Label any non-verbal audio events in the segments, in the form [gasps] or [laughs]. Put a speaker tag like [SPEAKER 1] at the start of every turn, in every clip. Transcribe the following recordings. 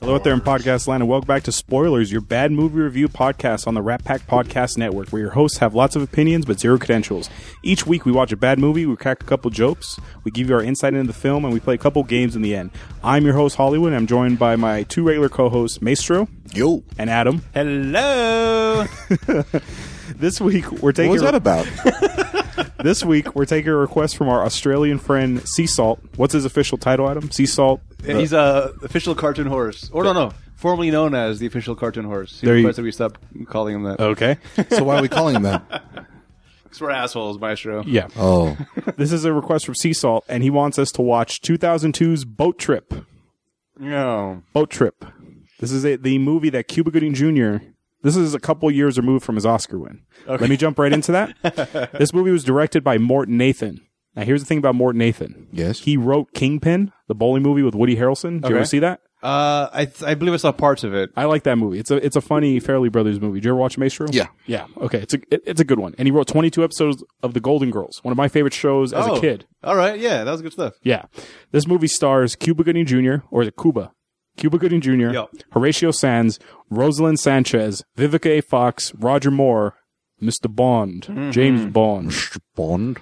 [SPEAKER 1] Hello out there in podcast land, and welcome back to Spoilers, your bad movie review podcast on the Rat Pack Podcast Network, where your hosts have lots of opinions but zero credentials. Each week, we watch a bad movie, we crack a couple jokes, we give you our insight into the film, and we play a couple games in the end. I'm your host Hollywood, and I'm joined by my two regular co-hosts Maestro
[SPEAKER 2] Yo,
[SPEAKER 1] and Adam.
[SPEAKER 3] Hello.
[SPEAKER 1] This week, we're
[SPEAKER 2] what
[SPEAKER 1] taking
[SPEAKER 2] was that about?
[SPEAKER 1] this week we're taking a request from our Australian friend Sea Salt. What's his official title, Adam? Sea Salt.
[SPEAKER 3] He's a official cartoon horse, or no, no, formerly known as the official cartoon horse. He
[SPEAKER 1] There you- Oh.
[SPEAKER 3] requested we stop calling him that.
[SPEAKER 1] Okay.
[SPEAKER 2] so why are we calling him that?
[SPEAKER 3] 'Cause we're assholes, Maestro.
[SPEAKER 1] [laughs] Yeah.
[SPEAKER 2] Oh,
[SPEAKER 1] This is a request from Sea Salt, and he wants us to watch 2002's Boat Trip.
[SPEAKER 3] No.
[SPEAKER 1] Boat Trip. This is a, the movie that Cuba Gooding Jr. This is a couple years removed from his Oscar win. Let me jump right into
[SPEAKER 3] [laughs]
[SPEAKER 1] that. this movie was directed by Mort Nathan. Now, here's the thing about Mort Nathan.
[SPEAKER 2] Yes.
[SPEAKER 1] He wrote Kingpin, the bowling movie with Woody Harrelson. Did you ever
[SPEAKER 3] Okay.
[SPEAKER 1] see that?
[SPEAKER 3] Uh, I th- I believe I saw parts of it.
[SPEAKER 1] I like that movie. It's a it's a funny Fairley Brothers movie. Did you ever watch Maestro?
[SPEAKER 2] Yeah.
[SPEAKER 1] yeah. Okay, it's a it- it's a good one. And he wrote 22 episodes of The Golden Girls, one of my favorite shows as a
[SPEAKER 3] Oh.
[SPEAKER 1] kid.
[SPEAKER 3] All right. Yeah, that was good stuff.
[SPEAKER 1] Yeah. This movie stars Cuba Gooding Jr., or is it Cuba? Cuba Gooding Jr.,
[SPEAKER 3] Yep.
[SPEAKER 1] Horatio Sands, Rosalind Sanchez, Vivica A. Fox, Roger Moore, Mr. Bond,
[SPEAKER 3] Mm-hmm.
[SPEAKER 1] James Bond,
[SPEAKER 2] Bond.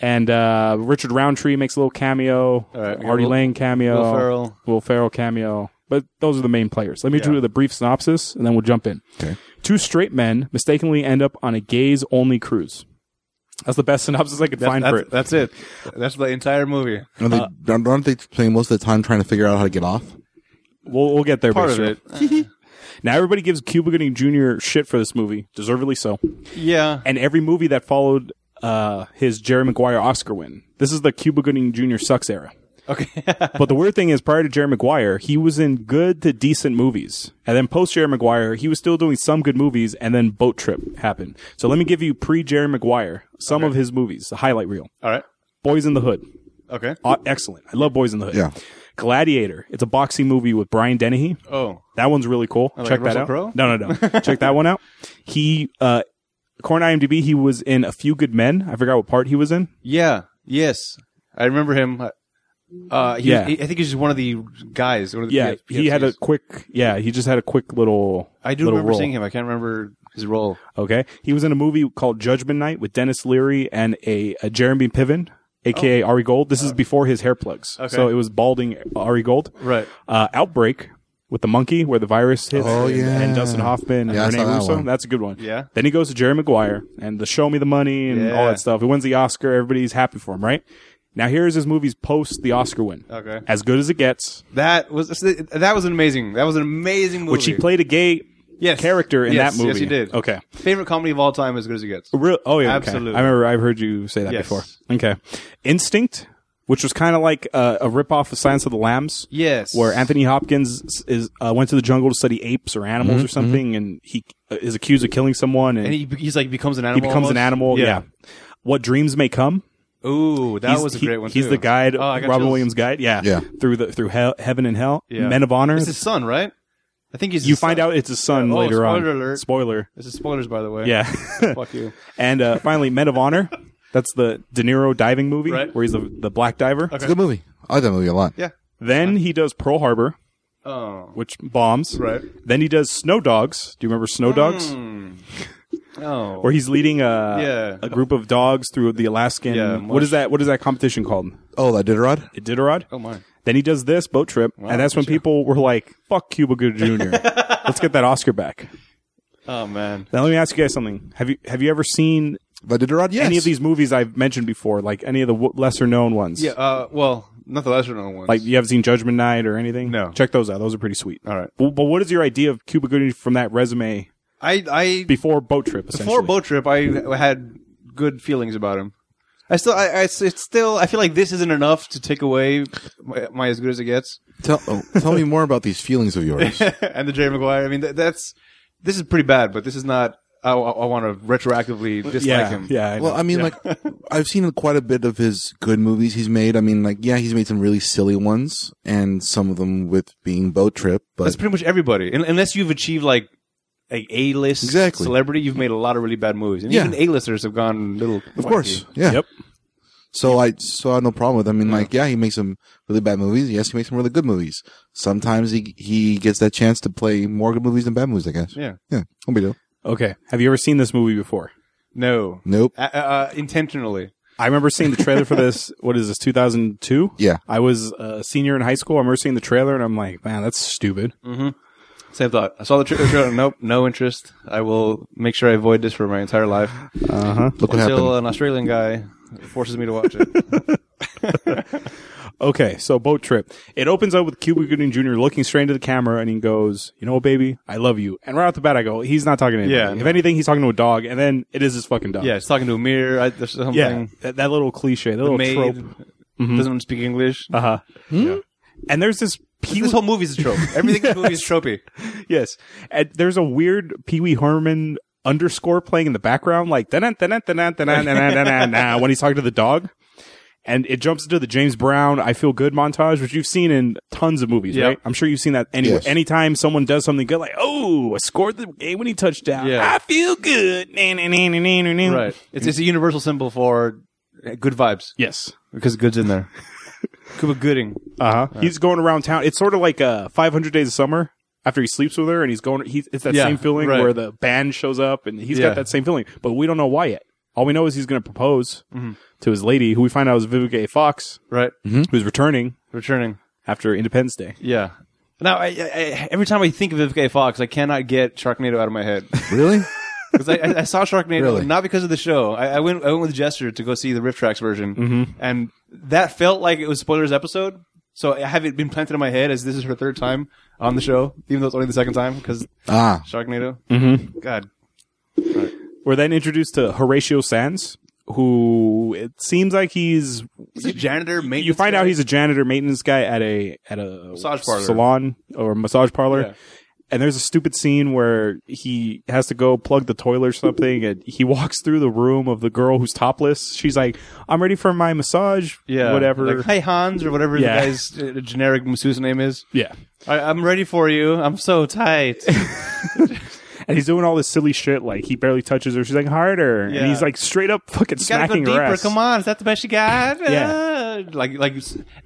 [SPEAKER 1] and uh, Richard Roundtree makes a little cameo,
[SPEAKER 3] All right, we got
[SPEAKER 1] Artie
[SPEAKER 3] Will-
[SPEAKER 1] Lang cameo,
[SPEAKER 3] Will Ferrell.
[SPEAKER 1] Will Ferrell cameo. But those are the main players. Let me do the brief synopsis, and then we'll jump in.
[SPEAKER 2] Okay.
[SPEAKER 1] Two straight men mistakenly end up on a gays-only cruise. That's the best synopsis I could find for
[SPEAKER 3] That's,
[SPEAKER 1] it.
[SPEAKER 3] that's it. That's the entire movie.
[SPEAKER 2] Are they, aren't they playing most of the time trying to figure out how to get off?
[SPEAKER 1] We'll, we'll get there.
[SPEAKER 3] Part of
[SPEAKER 1] Maestro.
[SPEAKER 3] it.
[SPEAKER 1] [laughs] Now everybody gives Cuba Gooding Jr. shit for this movie, deservedly so.
[SPEAKER 3] Yeah.
[SPEAKER 1] And every movie that followed uh, his Jerry Maguire Oscar win. This is the Cuba Gooding Jr. sucks era.
[SPEAKER 3] Okay. [laughs]
[SPEAKER 1] But the weird thing is, prior to Jerry Maguire, he was in good to decent movies. And then post Jerry Maguire, he was still doing some good movies, and then Boat Trip happened. So let me give you pre Jerry Maguire some of his movies, the highlight reel
[SPEAKER 3] All right.
[SPEAKER 1] Boys in the Hood.
[SPEAKER 3] Okay.
[SPEAKER 1] Aw excellent. I love Boys in the Hood.
[SPEAKER 2] Yeah.
[SPEAKER 1] Gladiator. It's a boxing movie with Brian Dennehy.
[SPEAKER 3] Oh.
[SPEAKER 1] That one's really cool.
[SPEAKER 3] like
[SPEAKER 1] Check that
[SPEAKER 3] Russell
[SPEAKER 1] out.
[SPEAKER 3] Crowe?
[SPEAKER 1] No, no,
[SPEAKER 3] [laughs]
[SPEAKER 1] no. Check that one out. He, uh, according to IMDb, he was in A Few Good Men. I forgot what part he was in.
[SPEAKER 3] Yeah. Yes. I remember him. Uh, he,
[SPEAKER 1] Yeah.
[SPEAKER 3] he- I think he's just one of the guys. One of the
[SPEAKER 1] Yeah,
[SPEAKER 3] P-
[SPEAKER 1] he had a
[SPEAKER 3] PFCs.
[SPEAKER 1] quick. Yeah, he just had a quick little.
[SPEAKER 3] I do
[SPEAKER 1] little
[SPEAKER 3] remember
[SPEAKER 1] role.
[SPEAKER 3] seeing him. I can't remember his role.
[SPEAKER 1] Okay, he was in a movie called Judgment Night with Dennis Leary and a, a Jeremy Piven, aka Ari Gold. This is before his hair plugs,
[SPEAKER 3] Oh. Uh. Okay.
[SPEAKER 1] so it was balding Ari Gold.
[SPEAKER 3] Right.
[SPEAKER 1] Uh, Outbreak with the monkey where the virus hits.
[SPEAKER 2] Oh,
[SPEAKER 1] and,
[SPEAKER 2] yeah.
[SPEAKER 1] and Dustin Hoffman and
[SPEAKER 2] Yeah, I
[SPEAKER 1] Rene
[SPEAKER 2] saw that
[SPEAKER 1] Russo.
[SPEAKER 2] one.
[SPEAKER 1] That's a good one.
[SPEAKER 3] Yeah.
[SPEAKER 1] Then he goes to Jerry Maguire and the Show Me the Money and all
[SPEAKER 3] Yeah.
[SPEAKER 1] that stuff. He wins the Oscar. Everybody's happy for him, right? Now here's his movies post the Oscar win.
[SPEAKER 3] Okay.
[SPEAKER 1] As good as it gets,
[SPEAKER 3] That was that was an amazing. That was an amazing movie.
[SPEAKER 1] which he played a gay
[SPEAKER 3] Yes.
[SPEAKER 1] character in
[SPEAKER 3] Yes,
[SPEAKER 1] that movie.
[SPEAKER 3] Yes, he did.
[SPEAKER 1] Okay.
[SPEAKER 3] Favorite comedy of all time, as good as it gets.
[SPEAKER 1] Real, oh yeah, okay.
[SPEAKER 3] Absolutely.
[SPEAKER 1] I remember I've heard you say that
[SPEAKER 3] Yes.
[SPEAKER 1] before. Okay, Instinct, which was kind of like a, a ripoff of Silence of the Lambs.
[SPEAKER 3] Yes.
[SPEAKER 1] where Anthony Hopkins is- is uh, went to the jungle to study apes or animals or something, and he uh, is accused of killing someone, and,
[SPEAKER 3] Mm-hmm, and
[SPEAKER 1] he,
[SPEAKER 3] he, he's like becomes an animal.
[SPEAKER 1] becomes an animal. Yeah. What dreams may come.
[SPEAKER 3] Ooh, that
[SPEAKER 1] He's-
[SPEAKER 3] was a
[SPEAKER 1] he-
[SPEAKER 3] great one.
[SPEAKER 1] He's
[SPEAKER 3] too.
[SPEAKER 1] the guide,
[SPEAKER 3] Oh, I got
[SPEAKER 1] Robin
[SPEAKER 3] chills.
[SPEAKER 1] Williams' guide. Yeah,
[SPEAKER 2] Yeah.
[SPEAKER 1] Through the through hell, heaven and hell.
[SPEAKER 3] Yeah.
[SPEAKER 1] Men of honor.
[SPEAKER 3] It's his son, right? I think he's.
[SPEAKER 1] you find out it's his son
[SPEAKER 3] Oh,
[SPEAKER 1] later on.
[SPEAKER 3] spoiler alert.
[SPEAKER 1] Spoiler.
[SPEAKER 3] This is spoilers, by the way.
[SPEAKER 1] Yeah.
[SPEAKER 3] [laughs] Fuck you.
[SPEAKER 1] and uh, finally, Men of Honor. That's the De Niro diving movie
[SPEAKER 3] Right.
[SPEAKER 1] where he's the, the black diver.
[SPEAKER 2] It's a good movie. I like that movie a lot.
[SPEAKER 3] Yeah.
[SPEAKER 1] Then he does Pearl Harbor,
[SPEAKER 3] Oh.
[SPEAKER 1] which bombs.
[SPEAKER 3] Right. Hmm.
[SPEAKER 1] Then he does Snow Dogs. Do you remember Snow Dogs?
[SPEAKER 3] Oh.
[SPEAKER 1] where he's leading a
[SPEAKER 3] Yeah.
[SPEAKER 1] a group of dogs through the Alaskan.
[SPEAKER 3] Yeah,
[SPEAKER 1] what is that? What is that competition called?
[SPEAKER 2] Oh, that Iditarod.
[SPEAKER 1] Iditarod.
[SPEAKER 3] oh my.
[SPEAKER 1] Then he does this boat trip, and that's when people were like, "Fuck Cuba Gooding
[SPEAKER 3] [laughs]
[SPEAKER 1] Jr. Let's get that Oscar back."
[SPEAKER 3] Oh man.
[SPEAKER 1] Now let me ask you guys something. Have you have you ever seen
[SPEAKER 2] That Iditarod. Yes.
[SPEAKER 1] any of these movies I've mentioned before? Like any of the w- lesser known ones?
[SPEAKER 3] Yeah. Uh. Well, not the lesser known ones.
[SPEAKER 1] Like you haven't seen Judgment Night or anything?
[SPEAKER 3] No.
[SPEAKER 1] Check those out. Those are pretty sweet.
[SPEAKER 3] All right.
[SPEAKER 1] But, but what is your idea of Cuba Gooding from that resume
[SPEAKER 3] I. I.
[SPEAKER 1] before boat trip? Essentially,
[SPEAKER 3] Before boat trip, I had good feelings about him. I still, I, I, it's still, I feel like this isn't enough to take away my, my as good as it gets. [laughs]
[SPEAKER 2] Tell, oh, tell me more about these feelings of yours.
[SPEAKER 3] and the Jerry Maguire. I mean, th- that's this is pretty bad, but this is not. I, want to retroactively dislike
[SPEAKER 1] yeah,
[SPEAKER 3] him.
[SPEAKER 1] yeah. I know.
[SPEAKER 2] Well, I mean, like, I've seen quite a bit of his good movies he's made. I mean, like, yeah, he's made some really silly ones, and some of them with being boat trip. But
[SPEAKER 3] that's pretty much everybody, Un- unless you've achieved like a A list
[SPEAKER 2] Exactly.
[SPEAKER 3] celebrity. You've made a lot of really bad movies, and
[SPEAKER 2] Yeah.
[SPEAKER 3] even A listers have gone little.
[SPEAKER 2] of course, yeah.
[SPEAKER 1] Yep.
[SPEAKER 2] So I so I had no problem with. It. I mean, like, yeah, he makes some really bad movies. Yes, he makes some really good movies. Sometimes he he gets that chance to play more good movies than bad movies. I guess.
[SPEAKER 3] Yeah.
[SPEAKER 2] Yeah. Don't be dope.
[SPEAKER 1] Okay. Have you ever seen this movie before?
[SPEAKER 3] No.
[SPEAKER 2] Nope.
[SPEAKER 3] Uh, uh, intentionally.
[SPEAKER 1] I remember seeing the trailer for this. [laughs] What is this? Two thousand two.
[SPEAKER 2] Yeah.
[SPEAKER 1] I was a senior in high school. I remember seeing the trailer, and I'm like, man, that's stupid.
[SPEAKER 3] Mm. Same thought. I saw the trailer. trailer, nope, no interest. I will make sure I avoid this for my entire life
[SPEAKER 1] Uh huh.
[SPEAKER 2] Look what happened.
[SPEAKER 3] until an Australian guy forces me to watch it.
[SPEAKER 1] Okay, so boat trip. It opens up with Cuba Gooding Jr. looking straight into the camera, and he goes, "You know, what, baby, I love you." And right off the bat, I go, "He's not talking to anybody.
[SPEAKER 3] Yeah.
[SPEAKER 1] If anything, he's talking to a dog." And then it is his fucking dog.
[SPEAKER 3] [laughs] yeah, it's talking to a mirror. I, there's something.
[SPEAKER 1] yeah. That, that little cliche, that little
[SPEAKER 3] Maid
[SPEAKER 1] trope.
[SPEAKER 3] doesn't speak English.
[SPEAKER 1] Uh huh. And there's this Pee
[SPEAKER 3] This whole movie's a trope. Everything in this movie is tropey.
[SPEAKER 1] yes, and there's a weird Pee Wee Herman underscore playing in the background, like da da da da da da da when he's talking to the dog. And it jumps into the James Brown "I Feel Good" montage, which you've seen in tons of movies,
[SPEAKER 3] Yep.
[SPEAKER 1] right? I'm sure you've seen that anywhere.
[SPEAKER 2] Yes.
[SPEAKER 1] Anytime someone does something good, like "Oh, I scored the game when he touchdown,"
[SPEAKER 3] Yeah.
[SPEAKER 1] I feel good. Na, na, na, na, na, na, na.
[SPEAKER 3] Right. It's, it's a universal symbol for uh, good vibes
[SPEAKER 1] Yes.
[SPEAKER 3] because good's in there. [laughs] Cuba Gooding.
[SPEAKER 1] Uh huh. He's going around town. It's sort of like uh, 500 Days of Summer after he sleeps with her, and he's going. He's, it's that
[SPEAKER 3] Yeah,
[SPEAKER 1] same feeling
[SPEAKER 3] right.
[SPEAKER 1] where the band shows up, and he's
[SPEAKER 3] Yeah.
[SPEAKER 1] got that same feeling, but we don't know why yet. All we know is he's going to propose
[SPEAKER 3] Mm-hmm.
[SPEAKER 1] to his lady, who we find out is Vivica A. Fox,
[SPEAKER 3] Right.
[SPEAKER 1] who's returning
[SPEAKER 3] Returning.
[SPEAKER 1] after Independence Day.
[SPEAKER 3] Yeah. Now, I, I, I, every time I think of Vivica A. Fox, I cannot get Sharknado out of my head.
[SPEAKER 1] uh,
[SPEAKER 2] Really?
[SPEAKER 3] Because I, I, I saw Sharknado
[SPEAKER 2] Really?
[SPEAKER 3] not because of the show. I, I went I went with Jester to go see the Rift Tracks version, and that felt like it was spoilers episode. So I have it been planted in my head as this is her third time on the show, even though it's only the second time because
[SPEAKER 2] ah.
[SPEAKER 3] Sharknado. Mm-hmm. God,
[SPEAKER 1] We're then introduced to Horatio Sands, who it seems like he's.
[SPEAKER 3] he's a janitor. Maintenance
[SPEAKER 1] You find out
[SPEAKER 3] guy.
[SPEAKER 1] he's a janitor maintenance guy at a at a
[SPEAKER 3] Massage parlor.
[SPEAKER 1] salon or massage parlor.
[SPEAKER 3] Yeah.
[SPEAKER 1] And there's a stupid scene where he has to go plug the toilet or something, and he walks through the room of the girl who's topless. She's like, "I'm ready for my massage,
[SPEAKER 3] yeah,
[SPEAKER 1] whatever."
[SPEAKER 3] Like, hey Hans or whatever
[SPEAKER 1] Yeah.
[SPEAKER 3] the guy's uh, generic masseuse name is.
[SPEAKER 1] yeah,
[SPEAKER 3] I, I'm ready for you. I'm so tight.
[SPEAKER 1] and he's doing all this silly shit, like he barely touches her. She's like, "Harder,"
[SPEAKER 3] Yeah.
[SPEAKER 1] and he's like, straight up fucking
[SPEAKER 3] Gotta go
[SPEAKER 1] smacking
[SPEAKER 3] deeper.
[SPEAKER 1] her ass.
[SPEAKER 3] Come on, is that the best you got?
[SPEAKER 1] Yeah.
[SPEAKER 3] Uh, like like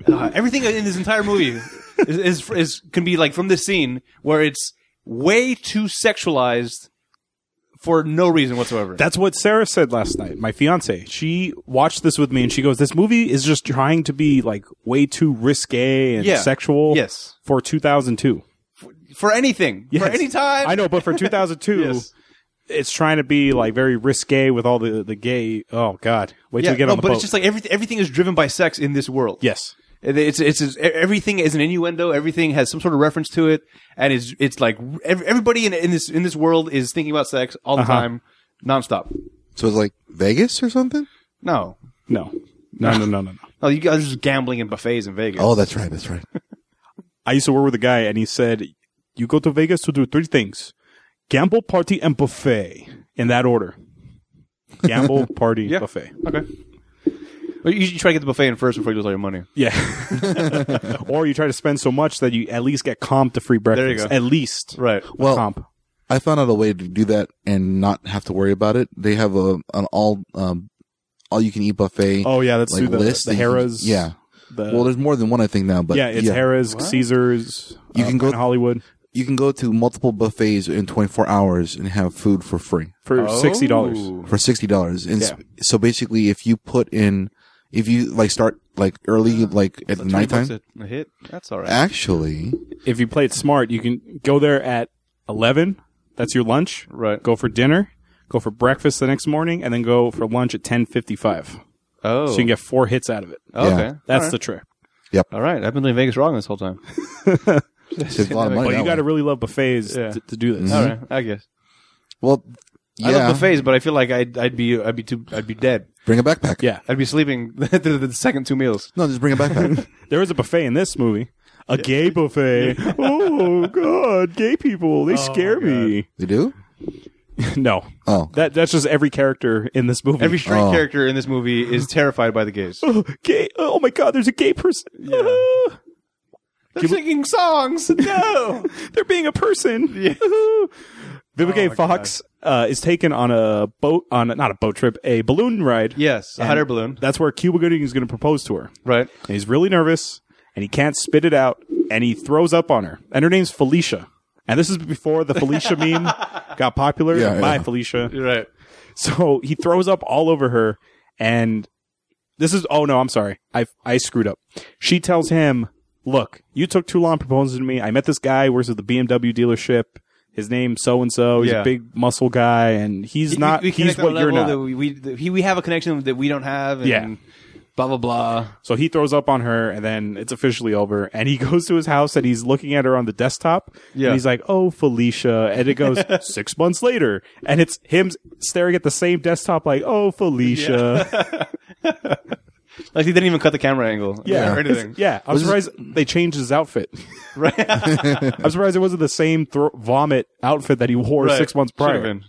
[SPEAKER 3] uh, everything in this entire movie is, is is can be like from this scene where it's way too sexualized for no reason whatsoever.
[SPEAKER 1] That's what Sarah said last night. My fiance, she watched this with me, and she goes, "This movie is just trying to be like way too risque and
[SPEAKER 3] Yeah.
[SPEAKER 1] sexual."
[SPEAKER 3] Yes.
[SPEAKER 1] for 2002.
[SPEAKER 3] for anything, for
[SPEAKER 1] Yes.
[SPEAKER 3] any time.
[SPEAKER 1] I know, but for
[SPEAKER 3] [laughs]
[SPEAKER 1] 2002,
[SPEAKER 3] Yes.
[SPEAKER 1] it's trying to be like very risque with all the the gay. Oh God, wait
[SPEAKER 3] Yeah,
[SPEAKER 1] till we get
[SPEAKER 3] no,
[SPEAKER 1] on the
[SPEAKER 3] but
[SPEAKER 1] boat.
[SPEAKER 3] it's just like everything. Everything is driven by sex in this world.
[SPEAKER 1] yes,
[SPEAKER 3] It's, it's it's everything is an innuendo. Everything has some sort of reference to it, and it's it's like ev- everybody in, in this in this world is thinking about sex all
[SPEAKER 1] Uh-huh.
[SPEAKER 3] the time, nonstop.
[SPEAKER 2] So it's like Vegas or something?
[SPEAKER 3] No,
[SPEAKER 1] no, no, no, no, [laughs] no, no.
[SPEAKER 3] Oh, you guys are just gambling in buffets in Vegas.
[SPEAKER 2] Oh, that's
[SPEAKER 1] [laughs]
[SPEAKER 2] right. That's right.
[SPEAKER 1] I used to work with a guy, and he said, "You go to Vegas to do three things: gamble, party, and buffet in that order. Gamble,
[SPEAKER 3] [laughs]
[SPEAKER 1] party,
[SPEAKER 3] Yeah.
[SPEAKER 1] buffet.
[SPEAKER 3] okay. Well, you should try to get the buffet in first before you lose all your money.
[SPEAKER 1] Yeah. [laughs] or you try to spend so much that you at least get comp to free breakfast.
[SPEAKER 3] you go.
[SPEAKER 1] At least,
[SPEAKER 3] Right.
[SPEAKER 2] Well,
[SPEAKER 1] comp.
[SPEAKER 2] I found out a way to do that and not have to worry about it. They have a an all um all you can eat buffet.
[SPEAKER 1] Oh yeah, that's
[SPEAKER 2] like,
[SPEAKER 1] through the,
[SPEAKER 2] list
[SPEAKER 1] the
[SPEAKER 2] that you can-
[SPEAKER 1] Harrah's.
[SPEAKER 2] yeah.
[SPEAKER 1] The,
[SPEAKER 2] well, there's more than one I think now, but
[SPEAKER 1] yeah, it's Harrah's, Caesars.
[SPEAKER 2] You
[SPEAKER 1] uh,
[SPEAKER 2] can go-
[SPEAKER 1] in Hollywood.
[SPEAKER 2] You can go to multiple buffets in 24 hours and have food for free
[SPEAKER 1] for sixty dollars.
[SPEAKER 3] Oh.
[SPEAKER 2] for sixty dollars. And s
[SPEAKER 1] Yeah.
[SPEAKER 2] so basically, if you put in, if you like start like early, like at nighttime, Ah.
[SPEAKER 3] A hit. That's all right.
[SPEAKER 2] actually,
[SPEAKER 1] If you play it smart, you can go there at eleven. That's your lunch.
[SPEAKER 3] Right.
[SPEAKER 1] Go for dinner. Go for breakfast the next morning, and then go for lunch at ten fifty five.
[SPEAKER 3] Oh.
[SPEAKER 1] So you can get four hits out of it.
[SPEAKER 3] oh, okay.
[SPEAKER 2] Yeah.
[SPEAKER 1] That's
[SPEAKER 3] all right.
[SPEAKER 1] the trick.
[SPEAKER 3] all right. I've been doing Vegas wrong this
[SPEAKER 2] [laughs]
[SPEAKER 3] whole time.
[SPEAKER 2] save a lot
[SPEAKER 1] But
[SPEAKER 2] of money.
[SPEAKER 1] you
[SPEAKER 2] that Mm-hmm.
[SPEAKER 1] got to
[SPEAKER 2] way.
[SPEAKER 1] really love buffets
[SPEAKER 3] Yeah.
[SPEAKER 1] to, to do this.
[SPEAKER 3] All right. I guess.
[SPEAKER 2] well,
[SPEAKER 3] I love
[SPEAKER 2] yeah,
[SPEAKER 3] buffets, but I feel like I'd, I'd be I'd be too I'd be dead.
[SPEAKER 2] bring a backpack.
[SPEAKER 1] Yeah.
[SPEAKER 3] I'd be sleeping [laughs] through the second two meals.
[SPEAKER 2] no, just bring a backpack.
[SPEAKER 3] [laughs]
[SPEAKER 1] There was a buffet in this movie. A gay buffet. oh God, gay people. They scare me.
[SPEAKER 2] they do.
[SPEAKER 1] [laughs] no.
[SPEAKER 2] Oh,
[SPEAKER 1] That that's just every character in this movie.
[SPEAKER 3] Every straight
[SPEAKER 2] Oh.
[SPEAKER 3] character in this movie is terrified by
[SPEAKER 1] [laughs]
[SPEAKER 3] the gays.
[SPEAKER 1] oh, [gasps] gay. Oh my God, there's a gay person. [laughs] Ah.
[SPEAKER 3] They're singing songs. No.
[SPEAKER 1] They're being a person. [laughs] Vivica A. Fox uh, is taken on a boat on a, not a boat trip, a balloon ride.
[SPEAKER 3] Yes, a hot air balloon.
[SPEAKER 1] That's where Cuba Gooding is going to propose to her.
[SPEAKER 3] Right.
[SPEAKER 1] And he's really nervous and he can't spit it out and he throws up on her. And her name's Felicia. And this is before the
[SPEAKER 3] [laughs]
[SPEAKER 1] Felicia meme got popular.
[SPEAKER 2] Yeah,
[SPEAKER 1] Bye,
[SPEAKER 2] yeah.
[SPEAKER 1] Felicia.
[SPEAKER 3] You're right.
[SPEAKER 1] So he throws up all over her, and this is. Oh no, I'm sorry. I I screwed up. She tells him, "Look, you took too long proposing to me. I met this guy who works at the BMW dealership. His name's so and so. He's
[SPEAKER 3] Yeah.
[SPEAKER 1] a big muscle guy, and he's not.
[SPEAKER 3] We, we
[SPEAKER 1] he's
[SPEAKER 3] connect on a
[SPEAKER 1] what you're
[SPEAKER 3] level
[SPEAKER 1] not.
[SPEAKER 3] That we, we, that he- we have a connection that we don't have. And
[SPEAKER 1] Yeah.
[SPEAKER 3] Blah blah blah.
[SPEAKER 1] So he throws up on her, and then it's officially over. And he [laughs] goes to his house, and he's looking at her on the desktop.
[SPEAKER 3] Yeah.
[SPEAKER 1] And he's like, "Oh, Felicia," and it
[SPEAKER 3] [laughs]
[SPEAKER 1] goes six months later, and it's him staring at the same desktop, like, "Oh, Felicia."
[SPEAKER 3] [laughs] Like he didn't even cut the camera angle.
[SPEAKER 1] Yeah.
[SPEAKER 3] Or anything.
[SPEAKER 1] Yeah, I'm surprised they changed his outfit. [laughs]
[SPEAKER 3] Right.
[SPEAKER 1] I'm surprised it wasn't the same thro- vomit outfit that he wore six months
[SPEAKER 3] Should have
[SPEAKER 1] prior.
[SPEAKER 3] been.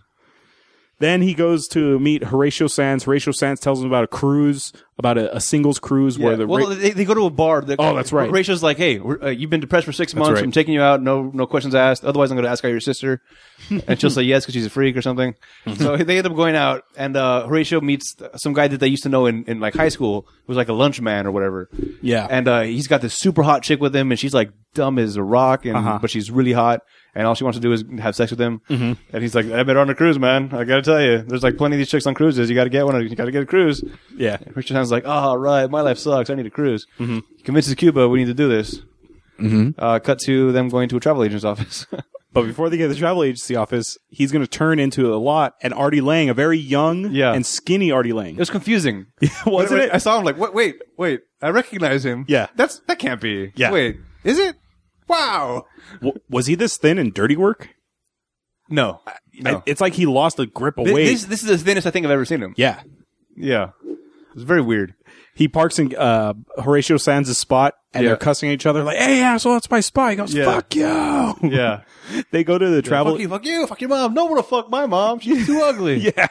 [SPEAKER 1] Then he goes to meet Horatio Sands. Horatio Sands tells him about a cruise, about a, a singles cruise where
[SPEAKER 3] Yeah.
[SPEAKER 1] the
[SPEAKER 3] well,
[SPEAKER 1] ra-
[SPEAKER 3] they, they go to a bar. They're-
[SPEAKER 1] Oh, that's right.
[SPEAKER 3] Rachel's like, "Hey, we're, uh, you've been depressed for six months.
[SPEAKER 1] right.
[SPEAKER 3] I'm taking you out. No, no questions asked. Otherwise, I'm going to ask out
[SPEAKER 1] [laughs]
[SPEAKER 3] your sister." and she'll say yes because she's a freak or something.
[SPEAKER 1] Mm-hmm.
[SPEAKER 3] so they end up going out, and uh, Horatio meets some guy that they used to know in, in like high school, who was like a lunch man or whatever.
[SPEAKER 1] Yeah.
[SPEAKER 3] And uh, he's got this super hot chick with him, and she's like dumb as a rock, and
[SPEAKER 1] Uh-huh.
[SPEAKER 3] but she's really hot, and all she wants to do is have sex with him.
[SPEAKER 1] Mm-hmm.
[SPEAKER 3] And he's like, "I met her on a cruise, man. I got to tell you, there's like plenty of these chicks on cruises. You got to get one. You got to get a cruise."
[SPEAKER 1] yeah, Mm-hmm.
[SPEAKER 3] Richard Hammond's like, oh, right, my life sucks. I need a cruise. He convinces Cuba we need to do this. Uh, cut to them going to a travel agent's office. [laughs]
[SPEAKER 1] but before they get to the travel agency office, he's going to turn into a lot and Artie Lang, a very young
[SPEAKER 3] Yeah.
[SPEAKER 1] and skinny Artie Lang,
[SPEAKER 3] [laughs] it
[SPEAKER 1] [laughs]
[SPEAKER 3] was confusing,
[SPEAKER 1] wasn't
[SPEAKER 3] Wait,
[SPEAKER 1] it?
[SPEAKER 3] wait, I saw him like, wait, wait, wait. I recognize him.
[SPEAKER 1] Yeah.
[SPEAKER 3] that's that can't be.
[SPEAKER 1] Yeah.
[SPEAKER 3] wait, is it? Wow.
[SPEAKER 1] W- was he this thin in Dirty Work?
[SPEAKER 3] No, no.
[SPEAKER 1] I- it's like he lost a grip of
[SPEAKER 3] Th-
[SPEAKER 1] weight.
[SPEAKER 3] This, this is the thinnest I think I've ever seen him.
[SPEAKER 1] yeah,
[SPEAKER 3] Yeah, it's very weird.
[SPEAKER 1] he parks in uh, Horatio Sands' spot, and
[SPEAKER 3] Yeah.
[SPEAKER 1] they're cussing at each other like, "Hey, asshole, that's my spot." He goes,
[SPEAKER 3] Yeah.
[SPEAKER 1] "Fuck you."
[SPEAKER 3] [laughs] Yeah,
[SPEAKER 1] [laughs] they go to the travel.
[SPEAKER 3] fuck you, fuck you, fuck your mom. No one will fuck my mom. She's too ugly. [laughs] yeah,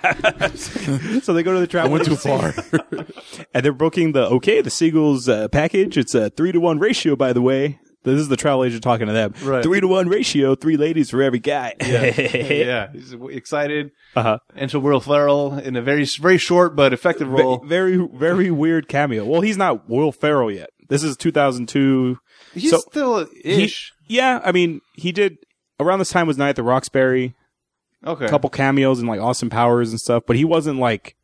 [SPEAKER 1] so they go to the travel.
[SPEAKER 2] went too
[SPEAKER 1] agency, [laughs] and they're booking the okay, the Seagulls uh, package. It's a three to one ratio, by the way. This is the travel agent talking to them.
[SPEAKER 3] Right.
[SPEAKER 1] Three to one ratio, three ladies for every guy. [laughs]
[SPEAKER 3] yeah. He's excited.
[SPEAKER 1] Uh-huh.
[SPEAKER 3] And so Will Ferrell in a very very short but effective role.
[SPEAKER 1] Very, very weird cameo. Well, he's not Will Ferrell yet. This is 2002.
[SPEAKER 3] He's
[SPEAKER 1] So-
[SPEAKER 3] still ish.
[SPEAKER 1] He- yeah, I mean, he did around this time was Night at the Roxbury.
[SPEAKER 3] okay.
[SPEAKER 1] a couple cameos and like Austin Powers and stuff, but he wasn't like